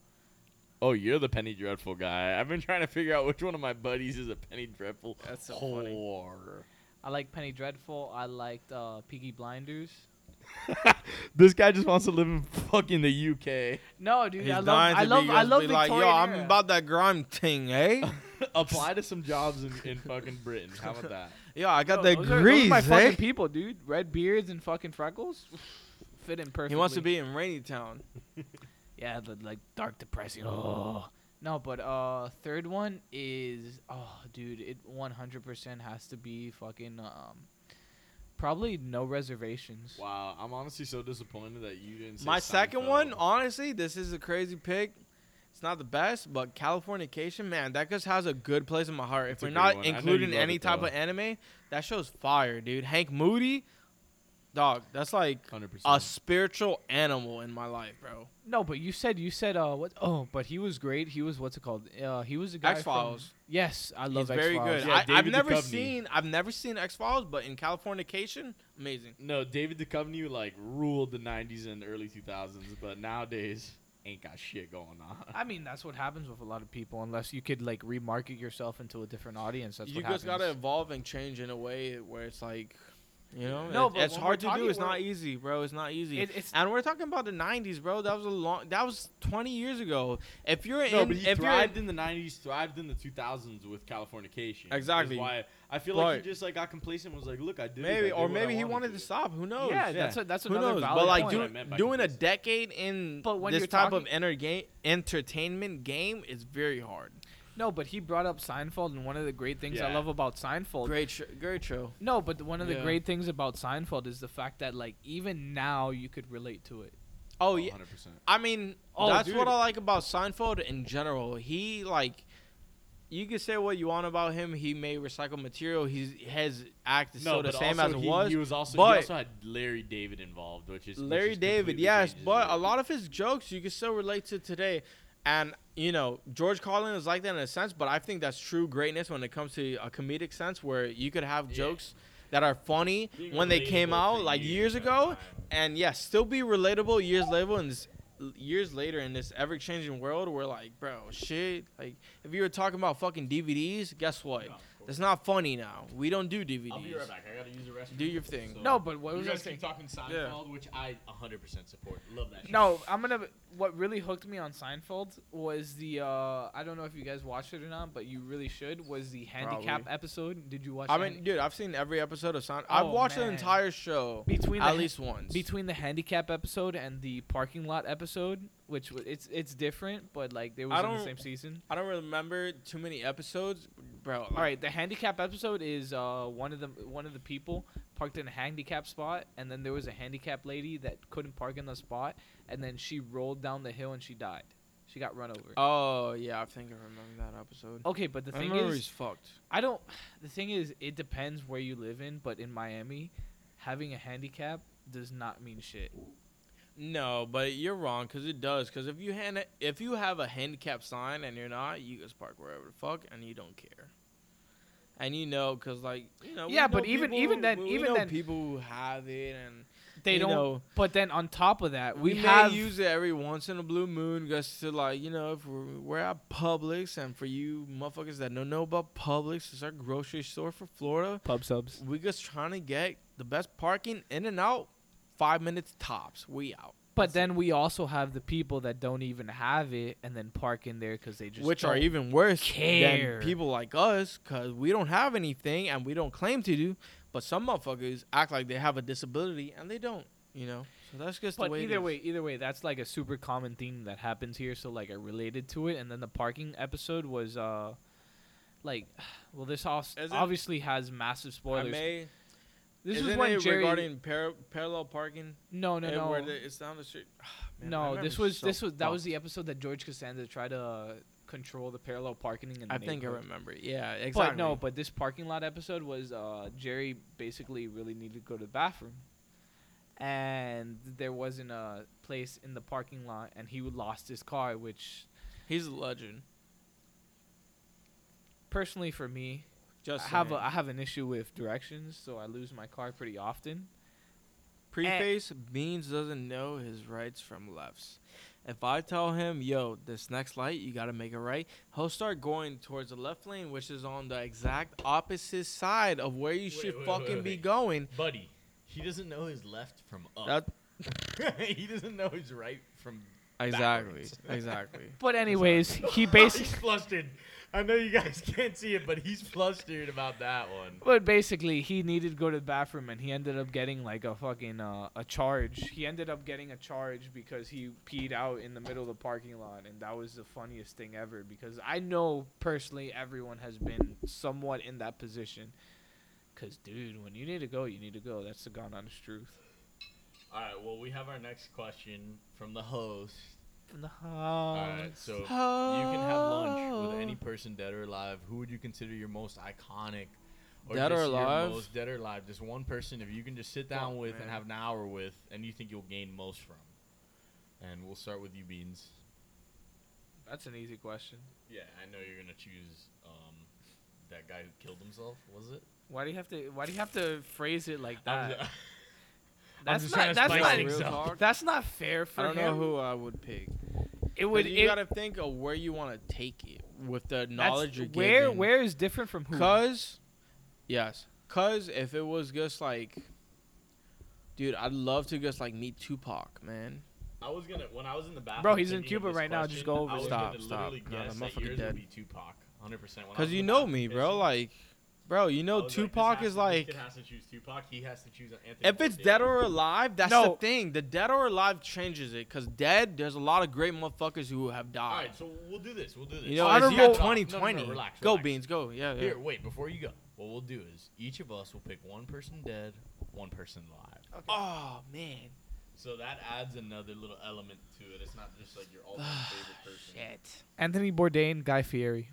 Speaker 1: Oh, you're the Penny Dreadful guy. I've been trying to figure out which one of my buddies is a Penny Dreadful.
Speaker 2: That's so funny.
Speaker 1: whore.
Speaker 3: I like Penny Dreadful. I liked uh, Peaky Blinders.
Speaker 1: This guy just wants to live in fucking the
Speaker 2: <laughs>
Speaker 1: UK.
Speaker 3: No, dude,
Speaker 2: He's
Speaker 3: I love
Speaker 2: dying
Speaker 3: I
Speaker 2: to
Speaker 3: love
Speaker 2: be
Speaker 3: I
Speaker 2: just
Speaker 3: love
Speaker 2: be
Speaker 3: Victorian
Speaker 2: like, yo, I'm
Speaker 3: era.
Speaker 2: about that grime thing, <laughs> eh?
Speaker 1: Apply to some jobs in, in fucking Britain. How about that?
Speaker 2: Yo, I got
Speaker 3: Yo,
Speaker 2: that
Speaker 3: those are- those are
Speaker 2: grease,
Speaker 3: my
Speaker 2: eh?
Speaker 3: fucking people, dude. Red beards and fucking freckles, <sighs> fit in perfectly.
Speaker 2: He wants to be in Rainy Town.
Speaker 3: Yeah, the, like dark, depressing. Oh. <sighs> No, but uh, third one is oh, dude, it 100% has to be fucking um, probably no reservations.
Speaker 1: Wow, I'm honestly so disappointed that you didn't. Say
Speaker 2: My second one, uh,
Speaker 1: Seinfeld.
Speaker 2: honestly, this is a crazy pick. It's not the best, but Californication, man, that just has a good place in my heart.
Speaker 1: That's a
Speaker 2: if we're
Speaker 1: good
Speaker 2: not
Speaker 1: one. I know you
Speaker 2: including
Speaker 1: love
Speaker 2: any
Speaker 1: it,
Speaker 2: type
Speaker 1: though.
Speaker 2: of anime, that show's fire, dude. Hank Moody, dog, that's like
Speaker 1: 100%.
Speaker 2: a spiritual animal in my life, bro.
Speaker 3: No, but you said you said uh what? Oh, but he was great. He was what's it called? Uh, he was a guy from-
Speaker 2: X-Files.
Speaker 3: Yes, I love
Speaker 2: He's
Speaker 3: X
Speaker 2: very
Speaker 3: Files.
Speaker 2: good.
Speaker 1: Yeah,
Speaker 2: I, I've
Speaker 1: David
Speaker 2: never
Speaker 1: Duchovny.
Speaker 2: seen I've never seen X Files, but in Californication, amazing.
Speaker 1: no, David Duchovny like ruled the '90s and early 2000s, but nowadays ain't got shit going on. <laughs>
Speaker 3: I mean, that's what happens with a lot of people. Unless you could like remarket yourself into a different audience, that's
Speaker 2: you
Speaker 3: what
Speaker 2: just
Speaker 3: happens.
Speaker 2: gotta evolve and change in a way where it's like, you know,
Speaker 3: No,
Speaker 2: it-
Speaker 3: but
Speaker 2: it's
Speaker 3: when
Speaker 2: hard
Speaker 3: we're
Speaker 2: to do.
Speaker 3: talking-
Speaker 2: It's not
Speaker 3: we're-
Speaker 2: easy, bro. It's not easy.
Speaker 3: It- it's-
Speaker 2: and we're talking about the '90s, bro. That was a long. That was 20 years ago. If you're
Speaker 1: No,
Speaker 2: in,
Speaker 1: but he
Speaker 2: if you're in-
Speaker 1: thrived in the '90s, thrived in the 2000s with Californication. is
Speaker 2: Exactly.
Speaker 1: Why I feel like
Speaker 2: Right.
Speaker 1: he just like got complacent. and Was like, look, I did. it, I
Speaker 2: maybe
Speaker 1: did
Speaker 2: or
Speaker 1: what I
Speaker 2: maybe he wanted
Speaker 1: wanted
Speaker 2: to stop. Who knows?
Speaker 3: yeah, that's a, that's
Speaker 2: Who
Speaker 3: another
Speaker 2: knows?
Speaker 3: valid
Speaker 2: But like
Speaker 3: point.
Speaker 1: do-
Speaker 2: doing,
Speaker 1: That's what I meant by
Speaker 2: doing a
Speaker 1: complacent.
Speaker 2: decade in
Speaker 3: But when
Speaker 2: this
Speaker 3: you're
Speaker 2: type of
Speaker 3: talking-
Speaker 2: enter game, entertainment game is very hard.
Speaker 3: No, but he brought up Seinfeld, and one of the great things I
Speaker 1: Yeah.
Speaker 3: love about Seinfeld.
Speaker 2: Great, sh- great show.
Speaker 3: No, but one of the
Speaker 2: Yeah.
Speaker 3: great things about Seinfeld is the fact that like even now you could relate to it.
Speaker 2: Oh
Speaker 1: Oh
Speaker 2: yeah,
Speaker 1: 100%.
Speaker 2: I mean,
Speaker 3: Oh,
Speaker 2: that's
Speaker 3: dude.
Speaker 2: what I like about Seinfeld in general. He like, you can say what you want about him. He may recycle material. He's his act is still the
Speaker 1: but
Speaker 2: same as
Speaker 1: also
Speaker 2: it
Speaker 1: he,
Speaker 2: was.
Speaker 1: He was also
Speaker 2: but-
Speaker 1: he also had Larry David involved, which is which
Speaker 2: Larry
Speaker 1: is
Speaker 2: David,
Speaker 1: completely
Speaker 2: yes,
Speaker 1: changes
Speaker 2: but
Speaker 1: it.
Speaker 2: a lot of his jokes you can still relate to today. And you know, George Carlin is like that in a sense, but I think that's true greatness when it comes to a comedic sense, where you could have
Speaker 1: Yeah.
Speaker 2: jokes that are funny
Speaker 1: Being
Speaker 2: when they came
Speaker 1: relatable
Speaker 2: out
Speaker 1: for
Speaker 2: like years
Speaker 1: years at a
Speaker 2: ago,
Speaker 1: time.
Speaker 2: and yes, still be relatable years later in this years later in this ever changing world where like, bro, shit, like if you were talking about fucking DVDs, guess what?
Speaker 1: No, of course.
Speaker 2: That's not funny now. We don't do DVDs.
Speaker 1: I'll be right back. I gotta use the restroom.
Speaker 2: Do your thing.
Speaker 1: So-
Speaker 3: No, but what
Speaker 1: you
Speaker 3: was I
Speaker 1: guys
Speaker 3: saying?
Speaker 1: keep talking Seinfeld,
Speaker 2: Yeah.
Speaker 1: which I 100% support. Love that. show.
Speaker 3: No, I'm gonna. What really hooked me on Seinfeld was the. uh I don't know if you guys watched it or not, but you really should. Was the handicap
Speaker 2: Probably.
Speaker 3: episode? Did you watch?
Speaker 2: I
Speaker 3: the
Speaker 2: mean,
Speaker 3: handi-
Speaker 2: dude, I've seen every episode of Sound. I've
Speaker 3: Oh,
Speaker 2: watched the
Speaker 3: man.
Speaker 2: entire show
Speaker 3: between the
Speaker 2: at
Speaker 3: ha-
Speaker 2: least once.
Speaker 3: between the handicap episode and the parking lot episode, which w- it's it's different, but like they was
Speaker 2: I
Speaker 3: in the
Speaker 2: don't-
Speaker 3: same season.
Speaker 2: I don't remember too many episodes, bro.
Speaker 3: All right, the handicap episode is uh one of the one of the people parked in a handicap spot, and then there was a handicap lady that couldn't park in the spot, and then she rolled down the hill and she died. She got run over.
Speaker 2: Oh yeah, I think I remember that episode.
Speaker 3: okay, but Oh, the
Speaker 2: I
Speaker 3: thing
Speaker 2: remember
Speaker 3: is,
Speaker 2: he's fucked.
Speaker 3: I don't. <sighs> The thing is, it depends where you live in, but in Miami, having a handicap does not mean shit.
Speaker 2: No, but you're wrong because it does. Because if you hand if you have a handicap sign and you're not, you just park wherever the fuck and you don't care. And you know, cause like you know, we
Speaker 3: Yeah, but
Speaker 2: know
Speaker 3: even-
Speaker 2: people-
Speaker 3: even then-
Speaker 2: we
Speaker 3: even
Speaker 2: know
Speaker 3: then-
Speaker 2: people who have it and
Speaker 3: They
Speaker 2: You
Speaker 3: don't.
Speaker 2: know.
Speaker 3: but then on top of that,
Speaker 2: we,
Speaker 3: we,
Speaker 2: may
Speaker 3: have
Speaker 2: use it every once in a blue moon just to like you know if we're, we're at Publix and for you motherfuckers that don't know about Publix, it's our grocery store for Florida.
Speaker 3: pub subs.
Speaker 2: We just trying to get the best parking in and out five minutes tops. We out.
Speaker 3: But then we also have the people that don't even have it and then park in there because they just
Speaker 2: Which are
Speaker 3: don't.
Speaker 2: even worse
Speaker 3: care.
Speaker 2: than people like us, cause we don't have anything and we don't claim to do. But some motherfuckers act like they have a disability and they don't. You know. So that's just
Speaker 3: But
Speaker 2: the way. it
Speaker 3: either
Speaker 2: is.
Speaker 3: way, either way, that's like a super common theme that happens here. So like I related to it, and then the parking episode was uh, like, <sighs> well, this house
Speaker 2: Isn't-
Speaker 3: obviously has massive spoilers.
Speaker 2: I may.
Speaker 3: this
Speaker 2: isn't
Speaker 3: was when
Speaker 2: it
Speaker 3: Jerry.
Speaker 2: regarding par- parallel parking.
Speaker 3: no, no,
Speaker 2: eh,
Speaker 3: no,
Speaker 2: Where the, it's down the street. <sighs> Man, my
Speaker 3: no. This
Speaker 2: memory's
Speaker 3: was
Speaker 2: so
Speaker 3: this was that was
Speaker 2: fucked.
Speaker 3: the episode that George Costanza tried to uh, control the parallel parking in the
Speaker 2: I think I
Speaker 3: neighborhood.
Speaker 2: remember. Yeah, exactly.
Speaker 3: But no, but this parking lot episode was uh, Jerry basically really needed to go to the bathroom, and there wasn't a place in the parking lot, and he lost his car. Which
Speaker 2: he's a legend.
Speaker 3: personally, for me,
Speaker 2: Just
Speaker 3: I have a,
Speaker 2: saying.
Speaker 3: I have an issue with directions, so I lose my car pretty often.
Speaker 2: Preface Beans doesn't know his rights from lefts. If I tell him, yo, this next light, you gotta make a right, he'll start going towards the left lane, which is on the exact opposite side of where you should
Speaker 1: wait,
Speaker 2: fucking
Speaker 1: wait,
Speaker 2: be
Speaker 1: wait.
Speaker 2: going.
Speaker 1: buddy. He doesn't know his left from up. <laughs>
Speaker 2: That,
Speaker 1: he doesn't know his right from.
Speaker 2: exactly.
Speaker 1: Backwards.
Speaker 2: <laughs> Exactly.
Speaker 3: But anyways,
Speaker 2: <laughs>
Speaker 3: he basically.
Speaker 1: <laughs> he's flustered. I know you guys <laughs> can't see it, but he's flustered about that one.
Speaker 3: But basically, he needed to go to the bathroom, and he ended up getting like a fucking uh, a charge. He ended up getting a charge because he peed out in the middle of the parking lot, and that was the funniest thing ever. Because I know personally, everyone has been somewhat in that position. Cause dude, when you need to go, you need to go. That's the gone honest truth.
Speaker 1: All right. Well, we have our next question from the host.
Speaker 3: No.
Speaker 1: All right. So you can have lunch with any person, dead or alive. Who would you consider your most iconic?
Speaker 2: Dead or
Speaker 1: just your
Speaker 2: alive?
Speaker 1: most dead or alive. Just one person. If you can just sit down
Speaker 2: Fuck,
Speaker 1: with
Speaker 2: man.
Speaker 1: and have an hour with, and you think you'll gain most from. And we'll start with you, Beans.
Speaker 3: That's an easy question.
Speaker 1: Yeah, I know you're gonna choose um, that guy who killed himself. Was it?
Speaker 3: Why do you have to? Why do you have to phrase it like
Speaker 1: I'm
Speaker 3: that?
Speaker 1: ju-
Speaker 3: That's
Speaker 1: just
Speaker 3: not.
Speaker 1: trying to
Speaker 3: That's
Speaker 1: spice
Speaker 3: not.
Speaker 1: things up.
Speaker 3: That's not fair for
Speaker 2: I don't know
Speaker 3: him.
Speaker 2: who I would pick.
Speaker 3: it
Speaker 2: But
Speaker 3: would.
Speaker 2: you
Speaker 3: it-
Speaker 2: gotta think of where you wanna take it with the
Speaker 3: That's-
Speaker 2: knowledge you're
Speaker 3: where
Speaker 2: given.
Speaker 3: where is different from who?
Speaker 2: Cause, yes, cause if it was just like, dude, I'd love to just like meet Tupac, man.
Speaker 1: I was gonna when I was in the bathroom.
Speaker 3: Bro, he's in
Speaker 1: thinking of
Speaker 3: Cuba
Speaker 1: this
Speaker 3: right now, just
Speaker 1: question,
Speaker 3: go over
Speaker 1: I
Speaker 3: it.
Speaker 1: was
Speaker 2: Stop,
Speaker 1: gonna
Speaker 2: stop.
Speaker 1: literally
Speaker 2: Nah,
Speaker 1: guess
Speaker 2: that
Speaker 1: that
Speaker 2: motherfucker
Speaker 1: yours
Speaker 2: dead.
Speaker 1: would be Tupac, 100%. When I
Speaker 2: Cause
Speaker 1: was in
Speaker 2: you
Speaker 1: the
Speaker 2: know
Speaker 1: bathroom
Speaker 2: me,
Speaker 1: pissing,
Speaker 2: bro. Like, bro, you
Speaker 1: I
Speaker 2: know
Speaker 1: was like, this
Speaker 2: Tupac
Speaker 1: has
Speaker 2: is
Speaker 1: to- this
Speaker 2: like,
Speaker 1: kid has to choose Tupac. He has to choose uh, Anthony.
Speaker 2: if it's
Speaker 1: Bourdain.
Speaker 2: dead or alive, that's
Speaker 3: No.
Speaker 2: the thing. The dead or alive changes it. Cause dead, there's a lot of great motherfuckers who have died.
Speaker 1: All right, so we'll do this. We'll do this.
Speaker 2: You know,
Speaker 1: Let's
Speaker 2: it's
Speaker 3: Honorable-
Speaker 1: start
Speaker 2: year
Speaker 1: off. No, no, no,
Speaker 2: 2020.
Speaker 1: relax,
Speaker 2: Go
Speaker 1: relax.
Speaker 2: beans, go. Yeah, yeah.
Speaker 1: Here, wait. Before you go, what we'll do is each of us will pick one person dead, one person alive.
Speaker 2: Oh man,
Speaker 1: So that adds another little element to it. It's not just like
Speaker 2: <sighs>
Speaker 1: your ultimate favorite person.
Speaker 2: shit.
Speaker 3: Anthony Bourdain, Guy Fieri.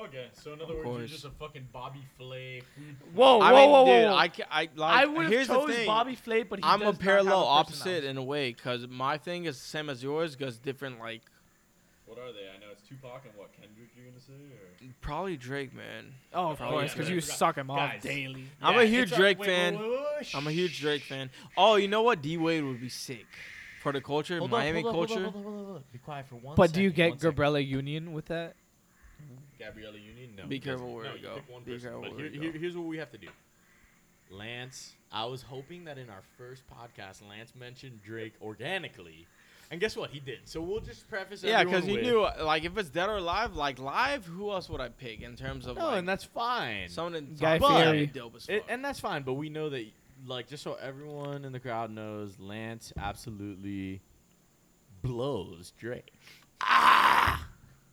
Speaker 1: Okay, so in
Speaker 2: Of
Speaker 1: other words, you're
Speaker 2: course.
Speaker 1: just a fucking Bobby Flay. food critic.
Speaker 3: Whoa,
Speaker 2: I
Speaker 3: whoa,
Speaker 2: mean,
Speaker 3: whoa,
Speaker 2: dude,
Speaker 3: whoa.
Speaker 2: I, ca- I, like,
Speaker 3: I would have
Speaker 2: here's the
Speaker 3: chose
Speaker 2: thing.
Speaker 3: Bobby Flay, but he
Speaker 2: I'm
Speaker 3: does
Speaker 2: a
Speaker 3: not have
Speaker 2: parallel opposite
Speaker 3: personality.
Speaker 2: in a way because my thing is the same as yours, because different like
Speaker 1: What are they? I know it's Tupac and what Kendrick you're gonna say. Or?
Speaker 2: probably Drake, man.
Speaker 3: Oh, of
Speaker 1: Oh,
Speaker 3: course,
Speaker 1: yeah,
Speaker 3: because
Speaker 1: yeah.
Speaker 3: you suck him off
Speaker 1: Guys.
Speaker 3: daily.
Speaker 2: I'm a
Speaker 1: Yeah,
Speaker 2: huge
Speaker 1: it's
Speaker 2: Drake
Speaker 1: wait,
Speaker 2: fan.
Speaker 1: wait, wait, wait, wait,
Speaker 2: I'm a huge Drake fan. Oh, you know what? D Wade would be sick for the culture,
Speaker 1: Hold up,
Speaker 2: Miami
Speaker 1: hold up, hold
Speaker 2: culture.
Speaker 1: up, hold up, hold up, hold up. Be quiet for one.
Speaker 3: But do you
Speaker 1: second,
Speaker 3: get
Speaker 1: one second.
Speaker 3: Gabriella Union with that?
Speaker 1: Gabriella Union? No.
Speaker 2: Be
Speaker 1: it doesn't.
Speaker 2: careful where
Speaker 1: no,
Speaker 2: you
Speaker 1: you
Speaker 2: go.
Speaker 1: Pick one
Speaker 2: Be
Speaker 1: person.
Speaker 2: careful
Speaker 1: But
Speaker 2: where
Speaker 1: here,
Speaker 2: you
Speaker 1: here,
Speaker 2: go.
Speaker 1: here's what we have to do. Lance, I was hoping that in our first podcast, Lance mentioned Drake organically, and guess what? He did. So we'll just preface.
Speaker 2: Yeah,
Speaker 1: everyone
Speaker 2: because he
Speaker 1: with-
Speaker 2: knew uh, like if it's dead or alive, like live, who else would I pick in terms of
Speaker 1: No,
Speaker 2: like
Speaker 1: Oh, and that's fine.
Speaker 2: someone in
Speaker 3: Guy
Speaker 2: Tom Brady
Speaker 3: Fieri.
Speaker 2: dope as
Speaker 1: It,
Speaker 2: fuck.
Speaker 1: and that's fine, but we know that, like, just so everyone in the crowd knows, Lance absolutely blows Drake. Ah!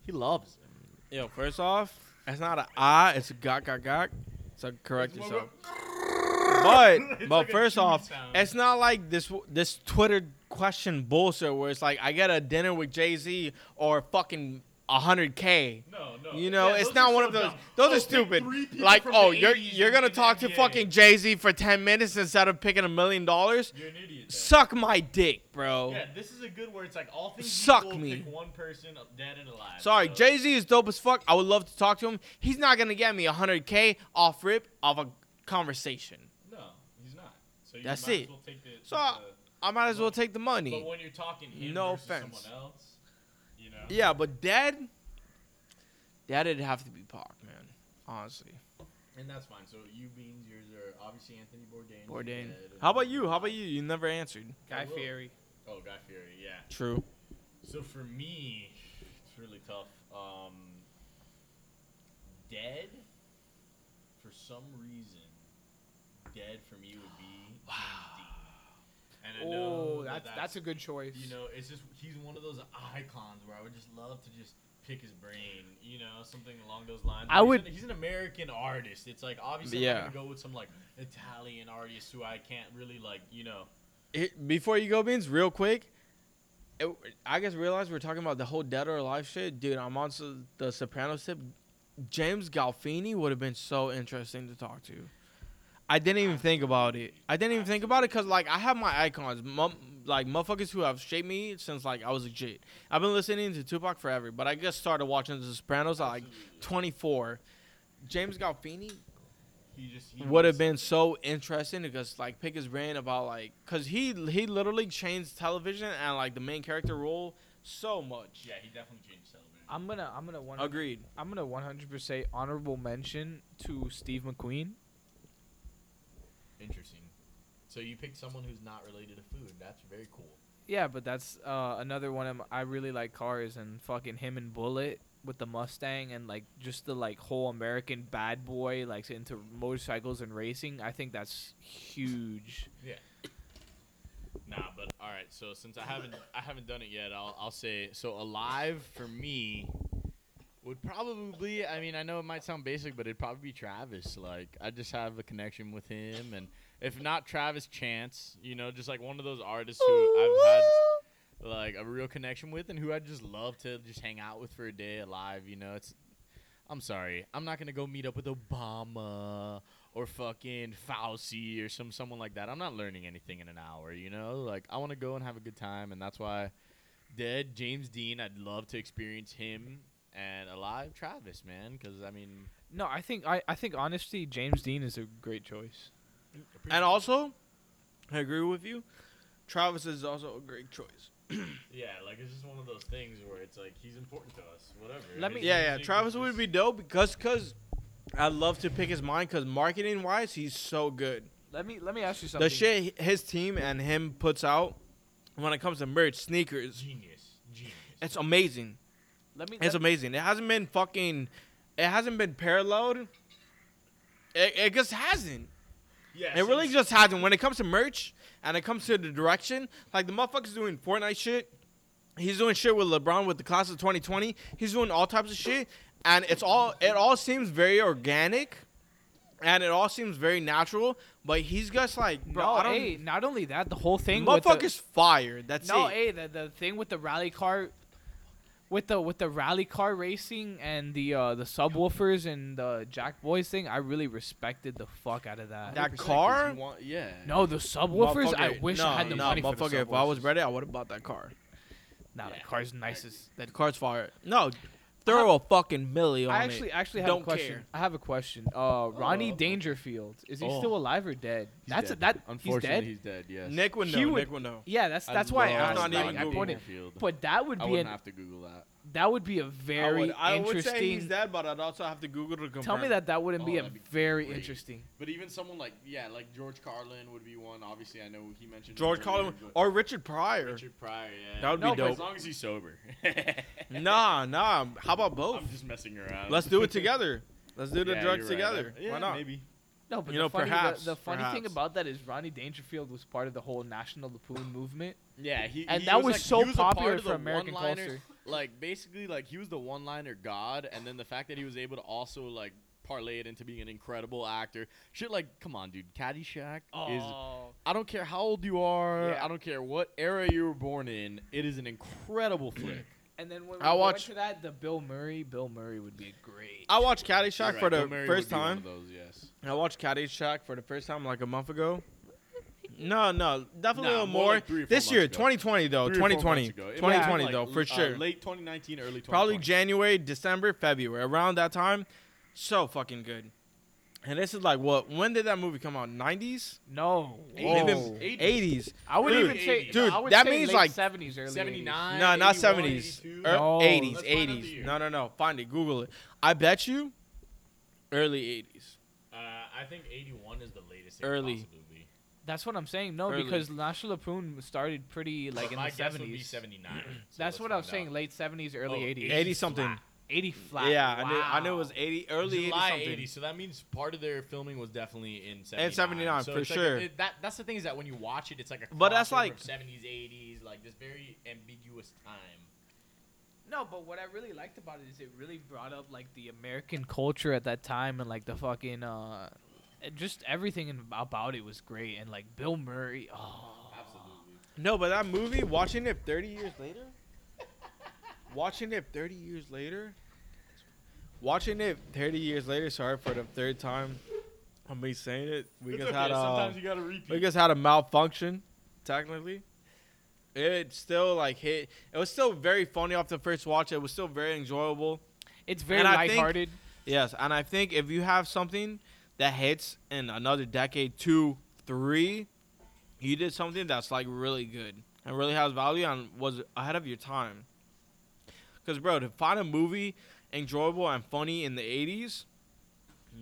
Speaker 1: He loves him.
Speaker 2: Yo, first off, it's not a ah, it's a gok gok gok. So correct
Speaker 1: It's
Speaker 2: yourself.
Speaker 1: more- <laughs>
Speaker 2: But
Speaker 1: It's
Speaker 2: but
Speaker 1: like a
Speaker 2: first
Speaker 1: chewing
Speaker 2: off,
Speaker 1: sound.
Speaker 2: it's not like this this Twitter question bullshit where it's like I got a dinner with Jay Z or fucking hundred K.
Speaker 1: No, no.
Speaker 2: You know,
Speaker 1: Yeah,
Speaker 2: it's
Speaker 1: those
Speaker 2: not
Speaker 1: are
Speaker 2: one
Speaker 1: so
Speaker 2: of those.
Speaker 1: dumb.
Speaker 2: Those
Speaker 1: Oh,
Speaker 2: are
Speaker 1: pick three
Speaker 2: stupid.
Speaker 1: people
Speaker 2: Like,
Speaker 1: from
Speaker 2: oh,
Speaker 1: the
Speaker 2: you're
Speaker 1: 80s
Speaker 2: you're
Speaker 1: and
Speaker 2: gonna
Speaker 1: win the
Speaker 2: talk to
Speaker 1: NBA.
Speaker 2: fucking Jay Z for ten minutes instead of picking a million dollars?
Speaker 1: You're an idiot. though.
Speaker 2: Suck my dick, bro.
Speaker 1: Yeah, this is a good where it's like all things
Speaker 2: Suck
Speaker 1: equal,
Speaker 2: me.
Speaker 1: Pick one person up dead and alive.
Speaker 2: Sorry,
Speaker 1: so.
Speaker 2: Jay Z is dope as fuck. I would love to talk to him. He's not gonna get me hundred K off rip off a conversation.
Speaker 1: No, he's not. So you
Speaker 2: That's
Speaker 1: might
Speaker 2: it.
Speaker 1: As well take the, take
Speaker 2: So I, I might as well take the
Speaker 1: the,
Speaker 2: money.
Speaker 1: but when you're talking him
Speaker 2: No
Speaker 1: versus
Speaker 2: offense.
Speaker 1: someone else, you know.
Speaker 2: Yeah, but dad, dad, it'd have to be Pac, man. Honestly,
Speaker 4: And that's fine. So you beans, yours are obviously Anthony Bourdain.
Speaker 2: Bourdain.
Speaker 4: you said,
Speaker 2: How
Speaker 4: and-
Speaker 2: about you? How about you? You never answered.
Speaker 3: Guy
Speaker 4: will.
Speaker 3: Fieri.
Speaker 4: Oh, Guy Fieri. Yeah.
Speaker 2: True.
Speaker 4: So for me, it's really tough. Um, dead. For some reason, dead for me
Speaker 3: <gasps>
Speaker 4: would be James Dean. And I know
Speaker 3: Oh,
Speaker 4: that
Speaker 3: that's that's a good choice.
Speaker 4: You know, it's just he's one of those icons where I would just love to just pick his brain. You know, something along those lines.
Speaker 3: I
Speaker 4: He's
Speaker 3: would-
Speaker 4: An, he's an American artist. It's like obviously I'm
Speaker 2: Yeah.
Speaker 4: not gonna go with some like Italian artist who I can't really like. You know.
Speaker 2: It- before you go, Beans, real quick. It, I guess realize we're talking about the whole dead or alive shit, dude. I'm on s- the Sopranos tip. James Galfini would have been so interesting to talk to. I didn't even think about it. I didn't even think about it because like I have my icons, mum, like motherfuckers who have shaped me since like I was a kid. I've been listening to Tupac forever, but I just started watching The Sopranos at like 24. James Galfini
Speaker 4: He just he
Speaker 2: would
Speaker 4: was-
Speaker 2: have been so interesting because like pick his brain about like because he he literally changed television and like the main character role so much.
Speaker 4: Yeah, he definitely changed television.
Speaker 3: I'm gonna I'm gonna one
Speaker 2: Agreed.
Speaker 3: I'm gonna 100% honorable mention to Steve McQueen.
Speaker 4: Interesting. So you picked someone who's not related to food. That's very cool.
Speaker 3: Yeah, but that's uh, another one. Of my, I really like cars and fucking him and Bullet with the Mustang and like just the like whole American bad boy like into motorcycles and racing. I think that's huge.
Speaker 1: Nah, but all right. So since I haven't I haven't done it yet, I'll I'll say so. Alive for me would probably. I mean, I know it might sound basic, but it'd probably be Travis. Like I just have a connection with him, and if not Travis, Chance. You know, just like one of those artists who I've had like a real connection with, and who I just love to just hang out with for a day. Alive, you know, it's. I'm sorry. I'm not gonna go meet up with Obama or fucking Fauci or some someone like that. I'm not learning anything in an hour, you know? Like I want to go and have a good time and that's why dead James Dean, I'd love to experience him and alive Travis, man, cuz I mean
Speaker 3: No, I think I, I think honestly James Dean is a great choice.
Speaker 2: And also, I agree with you. Travis is also a great choice.
Speaker 4: yeah, like it's just one of those things where it's like he's important to us. Whatever.
Speaker 3: Let me-
Speaker 2: Yeah, yeah. Travis would be dope because cause I love to pick his mind because marketing wise he's so good.
Speaker 3: Let me let me ask you something.
Speaker 2: The shit hi- his team and him puts out when it comes to merch sneakers,
Speaker 4: genius. Genius.
Speaker 2: it's amazing.
Speaker 3: Let me. let-
Speaker 2: It's amazing. It hasn't been fucking. It hasn't been paralleled. It, it just hasn't.
Speaker 4: Yeah.
Speaker 2: It really just hasn't. When it comes to merch and it comes to the direction, like the motherfucker's doing Fortnite shit. He's doing shit with LeBron with the class of 2020. He's doing all types of shit, and it's all it all seems very organic, and it all seems very natural. But he's just like, bro,
Speaker 3: no,
Speaker 2: I don't.
Speaker 3: hey, not only that, the whole thing. with the-
Speaker 2: motherfucker's fired. That's
Speaker 3: No,
Speaker 2: it.
Speaker 3: hey, the, the thing with the rally car, with the with the rally car racing and the uh, the subwoofers and the Jack Boys thing, I really respected the fuck out of that.
Speaker 2: That car.
Speaker 1: yeah.
Speaker 3: no, the subwoofers. I
Speaker 2: Motherfucker,
Speaker 3: wish I had the
Speaker 2: no,
Speaker 3: money for the
Speaker 2: motherfucker.
Speaker 3: subwoofers.
Speaker 2: If I was ready, I would have bought that car.
Speaker 3: nah, that car's nice as that.
Speaker 2: That car's fire. No, throw a fucking milli on
Speaker 3: Uh-huh. I actually
Speaker 2: it.
Speaker 3: actually have
Speaker 2: Don't
Speaker 3: a question.
Speaker 2: care.
Speaker 3: I have a question. Uh, Ronnie
Speaker 4: Oh.
Speaker 3: Dangerfield is he
Speaker 1: Oh.
Speaker 3: still alive or dead? that's
Speaker 1: dead.
Speaker 3: A, that he's
Speaker 1: Unfortunately,
Speaker 3: dead.
Speaker 1: he's dead. yes.
Speaker 2: Nick would
Speaker 3: He
Speaker 2: know.
Speaker 3: would-
Speaker 2: Nick would know.
Speaker 3: yeah, that's that's why I
Speaker 2: love
Speaker 3: asked.
Speaker 2: That's not
Speaker 3: like,
Speaker 2: even
Speaker 3: I
Speaker 2: Google.
Speaker 3: wanted, but that would
Speaker 1: I
Speaker 3: be
Speaker 1: wouldn't
Speaker 3: an,
Speaker 1: have to Google that.
Speaker 3: that would be a
Speaker 2: I
Speaker 3: very
Speaker 2: would, I would
Speaker 3: interesting.
Speaker 2: say he's dead, but I'd also have to Google to confirm.
Speaker 3: Tell me that that wouldn't be
Speaker 1: Oh,
Speaker 3: a
Speaker 1: that'd be
Speaker 3: very
Speaker 1: great.
Speaker 3: interesting.
Speaker 1: But even someone like yeah, like George Carlin would be one. Obviously, I know he mentioned
Speaker 2: George
Speaker 1: him
Speaker 2: Carlin
Speaker 1: earlier, but
Speaker 2: or Richard Pryor.
Speaker 1: Richard Pryor. Yeah,
Speaker 2: That would be
Speaker 1: No, but
Speaker 2: dope.
Speaker 1: as long as he's sober. <laughs>
Speaker 2: Nah, nah. How about both?
Speaker 1: I'm just messing around.
Speaker 2: Let's do it together. Let's do the
Speaker 1: Yeah,
Speaker 2: drugs
Speaker 1: you're right.
Speaker 2: together.
Speaker 1: Yeah,
Speaker 2: Why not?
Speaker 1: Maybe.
Speaker 3: No, but
Speaker 2: You
Speaker 3: the
Speaker 2: know,
Speaker 3: funny,
Speaker 2: perhaps-
Speaker 3: the, the funny thing
Speaker 2: perhaps.
Speaker 3: about that is Ronnie Dangerfield was part of the whole National
Speaker 2: <sighs>
Speaker 3: Lapoon movement,
Speaker 1: Yeah, he
Speaker 3: and
Speaker 1: he
Speaker 3: that was,
Speaker 1: like-
Speaker 3: so
Speaker 1: he was a part
Speaker 3: popular
Speaker 1: of
Speaker 3: for
Speaker 1: the
Speaker 3: American
Speaker 1: one-liner-
Speaker 3: culture.
Speaker 1: Like basically, like he was the one-liner god, and then the fact that he was able to also like parlay it into being an incredible actor. Shit, like come on, dude, Caddyshack is. I don't care how old you are.
Speaker 3: Oh. Yeah.
Speaker 1: I don't care what era you were born in. It is an incredible flick.
Speaker 3: and then when we
Speaker 2: I watch-
Speaker 3: watch to that, the Bill Murray, Bill Murray would be great.
Speaker 2: I watched Caddyshack
Speaker 1: You're
Speaker 2: for
Speaker 1: right,
Speaker 2: the
Speaker 1: Bill Murray
Speaker 2: first
Speaker 1: would be one
Speaker 2: time.
Speaker 1: of those, yes.
Speaker 2: I watched Caddyshack for the first time like a month ago. No, no, definitely
Speaker 1: Nah,
Speaker 2: a little
Speaker 1: more
Speaker 2: more.
Speaker 1: like three or four
Speaker 2: this year,
Speaker 1: months ago.
Speaker 2: 2020 though,
Speaker 1: Three or four
Speaker 2: 2020,
Speaker 1: months ago. It
Speaker 2: 2020
Speaker 1: was
Speaker 2: though,
Speaker 1: like,
Speaker 2: for
Speaker 1: uh,
Speaker 2: sure.
Speaker 1: late 2019, early 2020.
Speaker 2: Probably January, December, February, around that time. So fucking good. And this is like what? When did that movie come out? 90s,
Speaker 3: No,
Speaker 2: Maybe
Speaker 3: Whoa.
Speaker 2: 80s.
Speaker 3: I would
Speaker 2: Dude,
Speaker 3: even say,
Speaker 2: dude,
Speaker 3: I would
Speaker 2: that
Speaker 3: say
Speaker 2: means
Speaker 3: late
Speaker 2: like
Speaker 3: seventies, early
Speaker 1: 79.
Speaker 2: No, not
Speaker 1: 81,
Speaker 2: 70s.
Speaker 1: 82.
Speaker 2: Er-
Speaker 3: No.
Speaker 2: 80s,
Speaker 4: Let's find out the
Speaker 2: 80s.
Speaker 4: year.
Speaker 2: No, no, no. Find it. Google it. I bet you early 80s.
Speaker 4: I
Speaker 1: Uh, I think 81 is the latest.
Speaker 2: Early.
Speaker 1: It could possibly be.
Speaker 3: That's what I'm saying. No,
Speaker 2: Early.
Speaker 3: because National Lapoon started pretty like
Speaker 1: But
Speaker 3: in
Speaker 1: my
Speaker 3: the
Speaker 1: guess would be
Speaker 3: seventies.
Speaker 2: <clears throat>
Speaker 1: 79. so
Speaker 3: That's
Speaker 1: let's
Speaker 3: what I was
Speaker 1: find
Speaker 3: saying.
Speaker 1: out.
Speaker 3: Late seventies, early
Speaker 1: Oh,
Speaker 3: eighties.
Speaker 2: 80 something.
Speaker 3: Eighty flat.
Speaker 2: Yeah, I knew I knew it
Speaker 3: Wow.
Speaker 2: was 80 early
Speaker 1: July
Speaker 2: 80 something.
Speaker 1: 80, so that means part of their filming was definitely in 79.
Speaker 2: In 79,
Speaker 1: so
Speaker 2: for
Speaker 1: it's like
Speaker 2: sure.
Speaker 1: a- it- that, that's the thing is that when you watch it, it's like a
Speaker 2: But that's
Speaker 1: crossover
Speaker 2: like-
Speaker 1: of 70s, 80s, like this very ambiguous time.
Speaker 3: No, but what I really liked about it is it really brought up like the American culture at that time and like the fucking uh, and just everything in, about it was great and like Bill Murray. Oh,
Speaker 1: Absolutely.
Speaker 2: No, but that movie, watching it 30 years later, watching it 30 years later, watching it 30 years later. Sorry for the third time. I'm me saying it. We just had uh, a
Speaker 1: you gotta repeat.
Speaker 2: we just had a malfunction. Technically, it still like hit. It was still very funny off the first watch. It was still very enjoyable.
Speaker 3: It's very
Speaker 2: And I think-
Speaker 3: lighthearted.
Speaker 2: Yes, and I think if you have something that hits in another decade, two, three, you did something that's like really good and really has value and was ahead of your time. Because, bro, to find a movie enjoyable and funny in the 80s,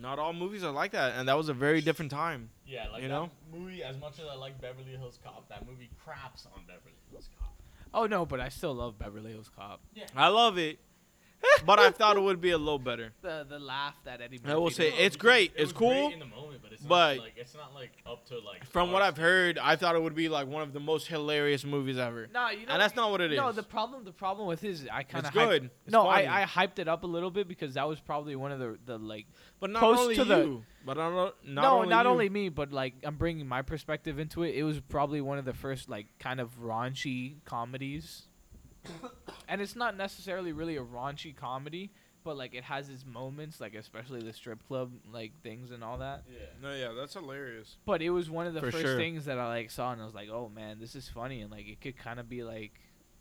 Speaker 2: not all movies are like that, and that was a very different time.
Speaker 1: yeah, like
Speaker 2: you
Speaker 1: that
Speaker 2: know?
Speaker 1: movie. As much as I like Beverly Hills Cop, that movie craps on Beverly Hills Cop.
Speaker 3: Oh no, but I still love Beverly Hills Cop.
Speaker 2: I love it, but I thought it would be a little better.
Speaker 3: The the laugh that Eddie.
Speaker 2: I will
Speaker 3: Murphy
Speaker 2: say
Speaker 3: did.
Speaker 2: it's
Speaker 1: because
Speaker 2: great,
Speaker 1: it was
Speaker 2: it's
Speaker 1: great
Speaker 2: cool,
Speaker 1: in the moment, but it's not
Speaker 2: but-
Speaker 1: like it's not like up to like.
Speaker 2: From what
Speaker 1: our
Speaker 2: I've heard, I thought it would be like one of the most hilarious movies ever.
Speaker 3: No, you know,
Speaker 2: And that's not what it
Speaker 3: it
Speaker 2: is.
Speaker 3: is. no, the problem, the problem with his, I kind
Speaker 2: it's
Speaker 3: of
Speaker 2: good. It's
Speaker 3: no,
Speaker 2: funny.
Speaker 3: I, I hyped it up a little bit because that was probably one of the the like.
Speaker 2: But not
Speaker 3: Close
Speaker 2: only
Speaker 3: to
Speaker 2: you,
Speaker 3: the-
Speaker 2: but not, o- not
Speaker 3: no,
Speaker 2: only
Speaker 3: not
Speaker 2: you.
Speaker 3: only me, but like I'm bringing my perspective into it. It was probably one of the first like kind of raunchy comedies, and it's not necessarily really a raunchy comedy, but like it has its moments, like especially the strip club like things and all that.
Speaker 1: Yeah.
Speaker 2: No, yeah, that's hilarious.
Speaker 3: But it was one of the
Speaker 2: For
Speaker 3: first
Speaker 2: sure.
Speaker 3: things that I like saw, and I was like, "Oh man, this is funny," and like it could kind of be like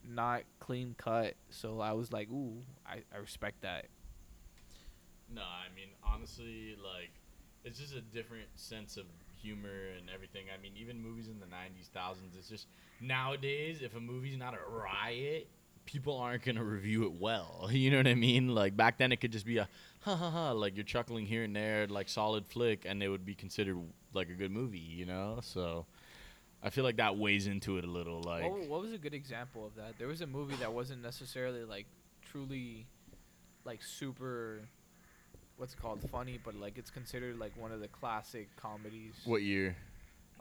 Speaker 3: not clean cut. So I was like, "Ooh, I, I respect that."
Speaker 1: No, I mean honestly, like it's just a different sense of humor and everything. I mean, even movies in the '90s, thousands. It's just nowadays, if a movie's not a riot, people aren't gonna review it well. <laughs> You know what I mean? Like back then, it could just be a ha ha ha, like you're chuckling here and there, like solid flick, and it would be considered like a good movie. You know, so I feel like that weighs into it a little. Like
Speaker 3: What,
Speaker 2: Oh,
Speaker 3: what was a good example of that? There was a movie that wasn't necessarily like truly, like super, what's it called funny, but like it's considered like one of the classic comedies.
Speaker 1: what year?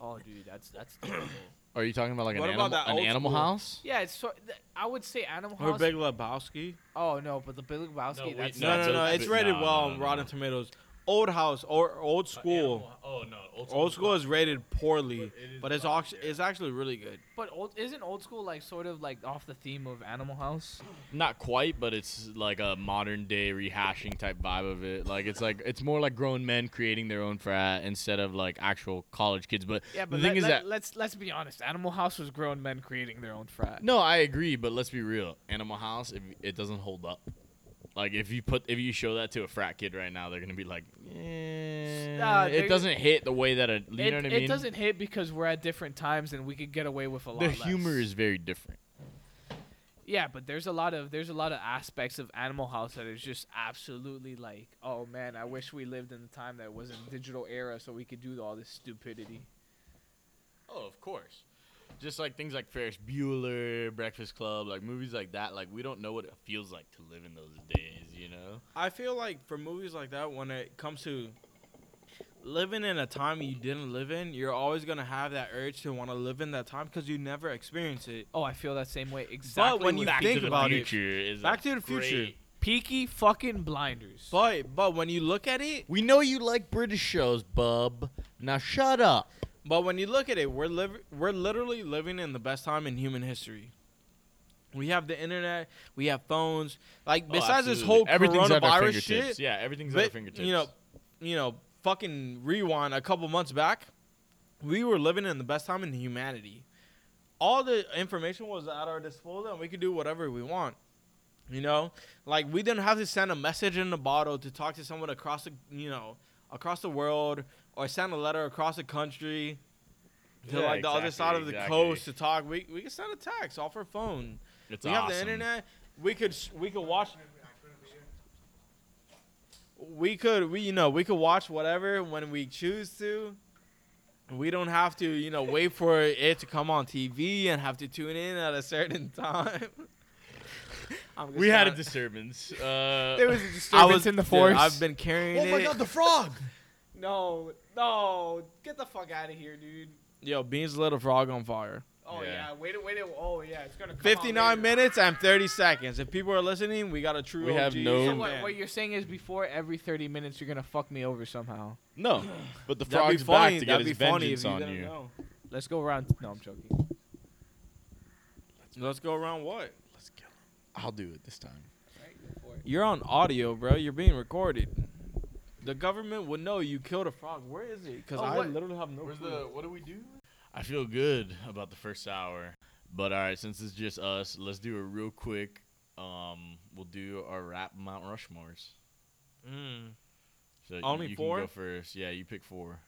Speaker 3: Oh, dude, that's that's terrible.
Speaker 1: Are you talking about like
Speaker 2: What
Speaker 1: an
Speaker 2: about
Speaker 1: animal,
Speaker 2: that
Speaker 1: an
Speaker 2: old
Speaker 1: Animal
Speaker 2: school?
Speaker 1: House?
Speaker 3: yeah, it's so. Th- I would say Animal
Speaker 2: Or
Speaker 3: House.
Speaker 2: Big Lebowski.
Speaker 3: oh no, but the Big Lebowski.
Speaker 1: wait,
Speaker 3: that's
Speaker 1: No,
Speaker 2: No,
Speaker 1: it's
Speaker 2: no, no.
Speaker 1: a-
Speaker 2: It's rated
Speaker 1: no,
Speaker 2: well
Speaker 1: no,
Speaker 2: on
Speaker 1: no, no.
Speaker 2: Rotten Tomatoes. Old House or Old
Speaker 1: Uh,
Speaker 2: School.
Speaker 1: Animal Hou- oh no, old
Speaker 2: Old School is rated poorly,
Speaker 1: But it is
Speaker 2: but it's
Speaker 1: fun,
Speaker 2: actually
Speaker 1: yeah.
Speaker 2: it's actually really good.
Speaker 3: But old, isn't old school like sort of like off the theme of Animal House?
Speaker 1: Not quite, but it's like a modern day rehashing type vibe of it. Like it's like it's more like grown men creating their own frat instead of like actual college kids. But,
Speaker 3: Yeah, but
Speaker 1: the thing
Speaker 3: let,
Speaker 1: is that
Speaker 3: us let's be honest. Animal House was grown men creating their own frat.
Speaker 1: no, I agree. But let's be real, Animal House it, it doesn't hold up. Like if you put if you show that to a frat kid right now, they're gonna be like, eh,
Speaker 3: Nah, they're-
Speaker 1: it doesn't hit the way that it. You
Speaker 3: it,
Speaker 1: know what I
Speaker 3: it
Speaker 1: mean?
Speaker 3: doesn't hit because we're at different times and we could get away with a lot.
Speaker 1: The
Speaker 3: less.
Speaker 1: humor is very different.
Speaker 3: Yeah, but there's a lot of there's a lot of aspects of Animal House that is just absolutely like, oh man, I wish we lived in the time that was in digital era so we could do all this stupidity.
Speaker 1: Oh, of course. Just like things like Ferris Bueller, Breakfast Club, like movies like that. Like we don't know what it feels like to live in those days. You know.
Speaker 2: I feel like for movies like that, when it comes to living in a time you didn't live in, you're always gonna have that urge to want to live in that time because you never experience it.
Speaker 3: Oh, I feel that same way exactly.
Speaker 2: when you
Speaker 3: with
Speaker 2: Back think
Speaker 1: to
Speaker 2: about
Speaker 1: the
Speaker 2: it.
Speaker 1: future is
Speaker 2: Back
Speaker 1: a
Speaker 2: to the future.
Speaker 1: great-
Speaker 3: Peaky fucking blinders.
Speaker 2: But but when you look at it,
Speaker 1: We know you like British shows, bub. Now shut up.
Speaker 2: But when you look at it, we're liv- we're literally living in the best time in human history. We have the internet, we have phones. Like besides this whole
Speaker 1: Oh, everything's at our
Speaker 2: coronavirus
Speaker 1: fingertips.
Speaker 2: shit,
Speaker 1: Yeah, everything's at our
Speaker 2: but,
Speaker 1: fingertips.
Speaker 2: you know, you know, fucking rewind a couple months back, we were living in the best time in humanity. All the information was at our disposal, and we could do whatever we want. You know, like we didn't have to send a message in a bottle to talk to someone across the you know across the world or send a letter across the country to
Speaker 1: Yeah,
Speaker 2: like the other
Speaker 1: exactly,
Speaker 2: side of the
Speaker 1: exactly.
Speaker 2: coast to talk. We we could send a text off our phone.
Speaker 1: it's
Speaker 2: we
Speaker 1: awesome.
Speaker 2: have the internet. We could s- we could watch. we could we you know we could watch whatever when we choose to. We don't have to you know wait for it to come on TV and have to tune in at a certain <laughs> time. I'm just
Speaker 1: We had a
Speaker 2: trying- <laughs>
Speaker 1: disturbance. Uh,
Speaker 3: There was a
Speaker 2: I
Speaker 3: disturbance
Speaker 2: was
Speaker 3: in the
Speaker 2: dude,
Speaker 3: force.
Speaker 2: I've been carrying
Speaker 3: Oh
Speaker 2: it.
Speaker 4: the frog!
Speaker 3: no, no, get the fuck out of here, dude.
Speaker 2: Yo, Beans lit a frog on fire.
Speaker 3: Oh
Speaker 1: Yeah.
Speaker 3: yeah, wait, wait, oh yeah, it's gonna. Come out
Speaker 2: 59
Speaker 3: later.
Speaker 2: minutes and 30 seconds. If people are listening, we got a true
Speaker 1: We have
Speaker 2: OG.
Speaker 1: no-
Speaker 3: So
Speaker 1: Oh,
Speaker 3: what, what you're saying is before every 30 minutes you're gonna fuck me over somehow.
Speaker 2: <laughs>
Speaker 1: no, but the
Speaker 2: That'd
Speaker 1: frog's
Speaker 2: be funny.
Speaker 1: back to get
Speaker 2: That'd
Speaker 1: his
Speaker 2: be funny if
Speaker 1: vengeance
Speaker 2: you
Speaker 1: on
Speaker 2: didn't
Speaker 1: you.
Speaker 2: know.
Speaker 3: Let's go around. No, I'm joking.
Speaker 2: Let's go around what?
Speaker 1: Let's kill him. I'll do it this time.
Speaker 2: You're on audio, bro. You're being recorded. The government would know you killed a frog. Where is it? Because
Speaker 3: Oh,
Speaker 2: I
Speaker 3: what-
Speaker 2: literally have no
Speaker 4: Where's
Speaker 2: clue.
Speaker 4: the. What do we do?
Speaker 1: I feel good about the first hour, but all right, since it's just us, let's do a real quick. Um, we'll do our rap Mount Rushmores.
Speaker 2: Mm.
Speaker 1: So you-
Speaker 2: Only
Speaker 1: you
Speaker 2: four?
Speaker 1: Can go first, yeah. You pick four.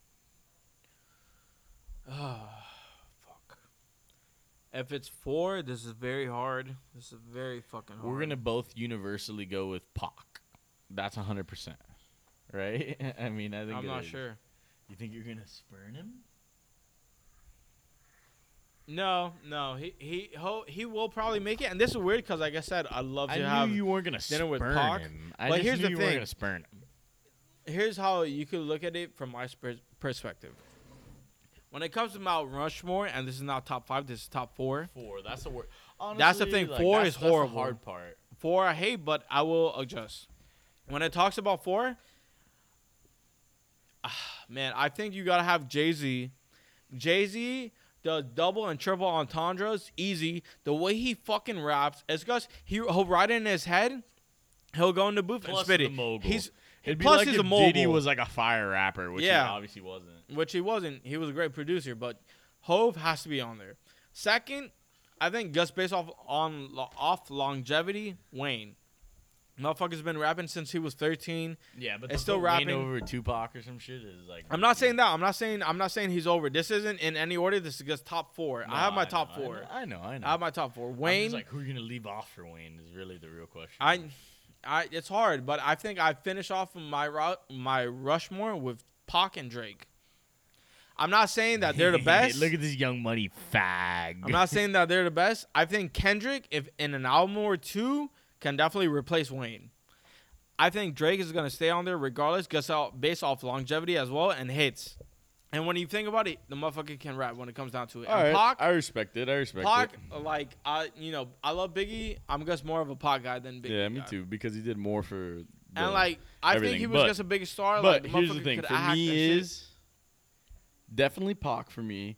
Speaker 2: <sighs> fuck. If it's four, this is very hard. This is very fucking hard.
Speaker 1: We're gonna both universally go with Pac. That's hundred percent, right? <laughs> I mean, I think
Speaker 2: I'm
Speaker 1: it
Speaker 2: not
Speaker 1: is.
Speaker 2: sure.
Speaker 4: You think you're gonna spurn him?
Speaker 2: No, no. He he ho, he will probably make it. And this is weird because, like I said, I love to
Speaker 1: I
Speaker 2: have.
Speaker 1: knew you weren't gonna
Speaker 2: dinner
Speaker 1: spurn
Speaker 2: with Pac,
Speaker 1: him. I
Speaker 2: but
Speaker 1: just
Speaker 2: here's
Speaker 1: knew
Speaker 2: the
Speaker 1: you weren't
Speaker 2: thing.
Speaker 1: gonna spurn him.
Speaker 2: here's how you could look at it from my sp- perspective. When it comes to Mount Rushmore, and this is not top five, this is top four.
Speaker 1: Four. That's the word.
Speaker 2: That's the thing, four
Speaker 1: that's,
Speaker 2: is
Speaker 1: that's the
Speaker 2: horrible.
Speaker 1: hard part.
Speaker 2: Four I hate, but I will adjust. When it talks about four, ah, man, I think you gotta have Jay Z. Jay Z does double and triple entendres easy. The way he fucking raps, it's because he he'll write it in his head. He'll go in the booth and
Speaker 1: Plus
Speaker 2: spit
Speaker 1: the
Speaker 2: it.
Speaker 1: mogul.
Speaker 2: He's
Speaker 1: It'd be
Speaker 2: plus
Speaker 1: like
Speaker 2: he's
Speaker 1: if
Speaker 2: a mogul.
Speaker 1: Diddy was like a fire rapper, which
Speaker 2: Yeah.
Speaker 1: he obviously wasn't.
Speaker 2: which he wasn't. He was a great producer, but Hove has to be on there. Second, I think just based off on off longevity, Wayne. Motherfucker's been rapping since he was 13.
Speaker 1: Yeah, but
Speaker 2: It's
Speaker 1: to
Speaker 2: still
Speaker 1: put Wayne
Speaker 2: rapping.
Speaker 1: over Tupac or some shit is like.
Speaker 2: I'm not saying that. I'm not saying I'm not saying he's over. This isn't in any order. This is just top four.
Speaker 1: No,
Speaker 2: I have my
Speaker 1: know,
Speaker 2: top
Speaker 1: I know,
Speaker 2: four.
Speaker 1: I know, I know.
Speaker 2: I have my top four.
Speaker 1: I'm just
Speaker 2: Wayne,
Speaker 1: like, who are you gonna leave off for Wayne is really the real question.
Speaker 2: I, I, it's hard, but I think I finish off my ru- my Rushmore with Pac and Drake. I'm not saying that they're the best.
Speaker 1: <laughs> Look at this young money fag.
Speaker 2: I'm not saying that they're the best. I think Kendrick, if in an album or two, can definitely replace Wayne. I think Drake is gonna stay on there regardless, just out based off longevity as well and hits. And when you think about it, the motherfucker can rap when it comes down to it. and Pac,
Speaker 1: I respect it. I respect
Speaker 2: Pac, like I, you know, I love Biggie. I'm just more of a Pac guy than Biggie.
Speaker 1: Yeah, me
Speaker 2: guy.
Speaker 1: too. Because he did more for.
Speaker 2: And like, I think he
Speaker 1: everything,
Speaker 2: was
Speaker 1: but-
Speaker 2: just a big star.
Speaker 1: but
Speaker 2: like,
Speaker 1: here's the
Speaker 2: motherfucker
Speaker 1: thing
Speaker 2: could
Speaker 1: for
Speaker 2: act and
Speaker 1: me
Speaker 2: shit.
Speaker 1: is definitely Pac for me.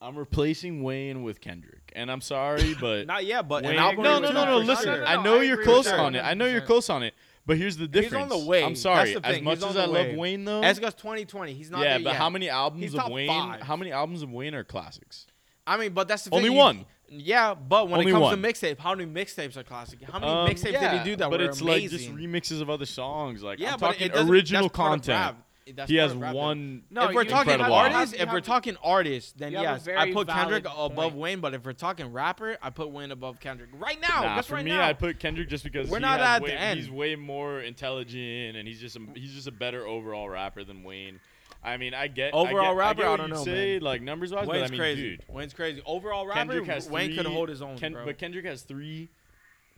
Speaker 1: I'm replacing Wayne with Kendrick, and I'm sorry, but
Speaker 2: not yet, but an
Speaker 1: Wayne-
Speaker 2: album
Speaker 1: no,
Speaker 2: or
Speaker 1: no,
Speaker 2: two
Speaker 1: no, no.
Speaker 2: for
Speaker 1: Listen,
Speaker 2: sure.
Speaker 1: I
Speaker 3: No,
Speaker 1: know
Speaker 3: I
Speaker 1: you're
Speaker 3: agree with
Speaker 1: close
Speaker 3: that.
Speaker 1: on it. I know you're
Speaker 3: 100%.
Speaker 1: close on it, but here's the
Speaker 2: He's
Speaker 1: difference.
Speaker 2: on the way.
Speaker 1: I'm
Speaker 2: That's
Speaker 1: sorry.
Speaker 2: the
Speaker 1: As
Speaker 2: thing.
Speaker 1: much
Speaker 2: He's on
Speaker 1: as
Speaker 2: the
Speaker 1: I love
Speaker 2: way.
Speaker 1: Wayne, though.
Speaker 2: That's because 2020. He's not
Speaker 1: yeah,
Speaker 2: there
Speaker 1: but
Speaker 2: yet.
Speaker 1: how many albums
Speaker 2: He's
Speaker 1: of
Speaker 2: top
Speaker 1: Wayne?
Speaker 2: five.
Speaker 1: How many albums of Wayne are classics?
Speaker 2: I mean, but that's the
Speaker 1: Only
Speaker 2: thing. you-
Speaker 1: one.
Speaker 2: Yeah, but when
Speaker 1: Only
Speaker 2: it comes
Speaker 1: one.
Speaker 2: to mixtape, how many mixtapes are classic? How many
Speaker 1: Um,
Speaker 2: mixtapes did
Speaker 1: yeah,
Speaker 2: he do that
Speaker 1: But
Speaker 2: were
Speaker 1: it's
Speaker 2: amazing?
Speaker 1: like just remixes of other songs. Like
Speaker 2: yeah,
Speaker 1: I'm
Speaker 2: but
Speaker 1: talking
Speaker 2: it doesn't-
Speaker 1: original
Speaker 2: that's part
Speaker 1: content.
Speaker 2: rap. That's
Speaker 1: He has
Speaker 2: part rap, though.
Speaker 1: one.
Speaker 3: No,
Speaker 2: if we're
Speaker 3: you-
Speaker 2: talking
Speaker 1: Incredible
Speaker 2: artists,
Speaker 3: album.
Speaker 2: if we're talking artists, then
Speaker 3: You have a
Speaker 2: yes, I
Speaker 3: very
Speaker 2: put Kendrick
Speaker 3: valid
Speaker 2: above
Speaker 3: point.
Speaker 2: Wayne. But if we're talking rapper, I put Wayne above Kendrick right now.
Speaker 1: Nah,
Speaker 2: just
Speaker 1: for
Speaker 2: right
Speaker 1: me,
Speaker 2: now.
Speaker 1: I'd put Kendrick just because
Speaker 2: We're
Speaker 1: he
Speaker 2: not
Speaker 1: has
Speaker 2: at
Speaker 1: way,
Speaker 2: the end.
Speaker 1: He's way more intelligent, and he's just a, he's just a better overall rapper than Wayne. I mean, I get I
Speaker 2: Overall
Speaker 1: get- I get,
Speaker 2: rapper, I
Speaker 1: what
Speaker 2: don't
Speaker 1: you'd
Speaker 2: know,
Speaker 1: say, like numbers wise,
Speaker 2: Wayne's
Speaker 1: but I mean,
Speaker 2: crazy.
Speaker 1: dude,
Speaker 2: Wayne's crazy. Overall rapper,
Speaker 1: Kendrick has
Speaker 2: Wayne
Speaker 1: three,
Speaker 2: could hold his own,
Speaker 1: Ken-
Speaker 2: bro.
Speaker 1: But Kendrick has three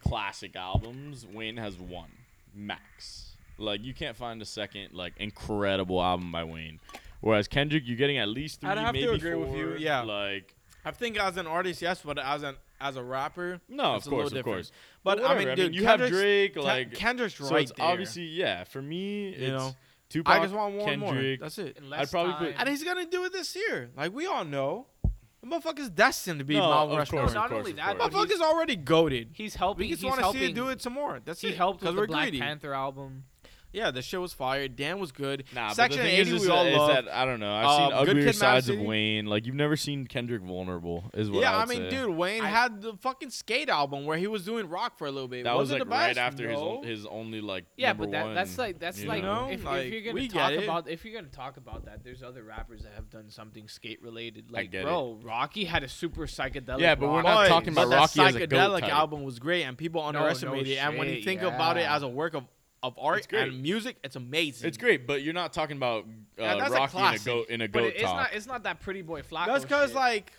Speaker 1: classic albums. Wayne has one max. Like you can't find a second like incredible album by Wayne. Whereas Kendrick, you're getting at least three,
Speaker 2: I'd have to
Speaker 1: maybe
Speaker 2: agree
Speaker 1: four.
Speaker 2: with you, yeah.
Speaker 1: Like
Speaker 2: I think as an artist, yes, but as an as a rapper,
Speaker 1: no,
Speaker 2: it's
Speaker 1: of
Speaker 2: a little
Speaker 1: course, of
Speaker 2: different.
Speaker 1: course.
Speaker 2: But I mean,
Speaker 1: whatever,
Speaker 2: dude,
Speaker 1: you have
Speaker 2: Kendrick's-
Speaker 1: Drake,
Speaker 2: Ke-
Speaker 1: like
Speaker 2: Kendrick's
Speaker 1: so
Speaker 2: right
Speaker 1: it's
Speaker 2: there.
Speaker 1: obviously yeah. For me, it's
Speaker 2: You know?
Speaker 1: Tupac,
Speaker 2: I just want one
Speaker 1: Kendrick.
Speaker 2: more. That's it.
Speaker 3: In less
Speaker 1: probably
Speaker 3: time.
Speaker 1: put-
Speaker 2: And he's gonna do it this year. Like we all know, the motherfucker's destined to be
Speaker 1: No,
Speaker 2: Mount
Speaker 1: of
Speaker 2: Rushmore.
Speaker 1: course,
Speaker 3: No, not
Speaker 1: of course,
Speaker 3: only
Speaker 1: of
Speaker 3: that,
Speaker 1: course.
Speaker 3: but
Speaker 2: Motherfucker's already goaded.
Speaker 3: He's helping.
Speaker 2: We just
Speaker 3: he's
Speaker 2: want to see
Speaker 3: helping.
Speaker 2: it do it some more. That's
Speaker 3: He
Speaker 2: it.
Speaker 3: helped with
Speaker 2: because
Speaker 3: the
Speaker 2: we're
Speaker 3: Black
Speaker 2: greedy.
Speaker 3: Panther album.
Speaker 2: Yeah, the shit was fire. Dan was good.
Speaker 1: Nah,
Speaker 2: Section
Speaker 1: but the thing
Speaker 2: 80
Speaker 1: is, is,
Speaker 2: we all
Speaker 1: that- is
Speaker 2: love.
Speaker 1: that I don't know. I've
Speaker 2: Um,
Speaker 1: seen
Speaker 2: Good
Speaker 1: uglier
Speaker 2: Kid, Mad
Speaker 1: sides of
Speaker 2: City.
Speaker 1: Wayne. Like you've never seen Kendrick vulnerable, is what.
Speaker 2: yeah,
Speaker 1: I,
Speaker 2: I,
Speaker 1: would
Speaker 2: mean,
Speaker 1: say.
Speaker 2: dude, Wayne
Speaker 1: I-
Speaker 2: had the fucking skate album where he was doing rock for a little bit.
Speaker 1: that was
Speaker 2: Wasn't
Speaker 1: like
Speaker 2: the best?
Speaker 1: right after his
Speaker 2: No.
Speaker 1: o- his only like.
Speaker 3: Yeah,
Speaker 1: number
Speaker 3: but that,
Speaker 1: one,
Speaker 3: that's like that's
Speaker 1: you
Speaker 3: like,
Speaker 1: know?
Speaker 2: No,
Speaker 3: if,
Speaker 2: like,
Speaker 3: if you're gonna
Speaker 2: we get
Speaker 3: talk
Speaker 2: it.
Speaker 3: about if you're gonna talk about that, there's other rappers that have done something skate related. Like
Speaker 1: get it.
Speaker 3: bro, Rocky had a super psychedelic.
Speaker 1: Yeah, but we're
Speaker 3: rock.
Speaker 1: not
Speaker 2: Boy,
Speaker 1: talking about
Speaker 2: but
Speaker 1: Rocky
Speaker 2: that
Speaker 1: as a goat
Speaker 2: psychedelic
Speaker 1: type.
Speaker 2: album was great, and people
Speaker 3: no
Speaker 2: underestimated it. And when you
Speaker 3: shit,
Speaker 2: think about it
Speaker 3: yeah.
Speaker 2: as a work of, of art
Speaker 1: great.
Speaker 2: and music, it's amazing.
Speaker 1: It's great, but you're not talking about
Speaker 2: Yeah,
Speaker 1: uh,
Speaker 2: that's a
Speaker 1: Rocky in a
Speaker 2: classic.
Speaker 1: goat in a
Speaker 3: But
Speaker 1: goat
Speaker 3: it, it's
Speaker 1: top.
Speaker 3: not it's not that pretty boy Flacco.
Speaker 2: That's because
Speaker 3: shit.
Speaker 2: like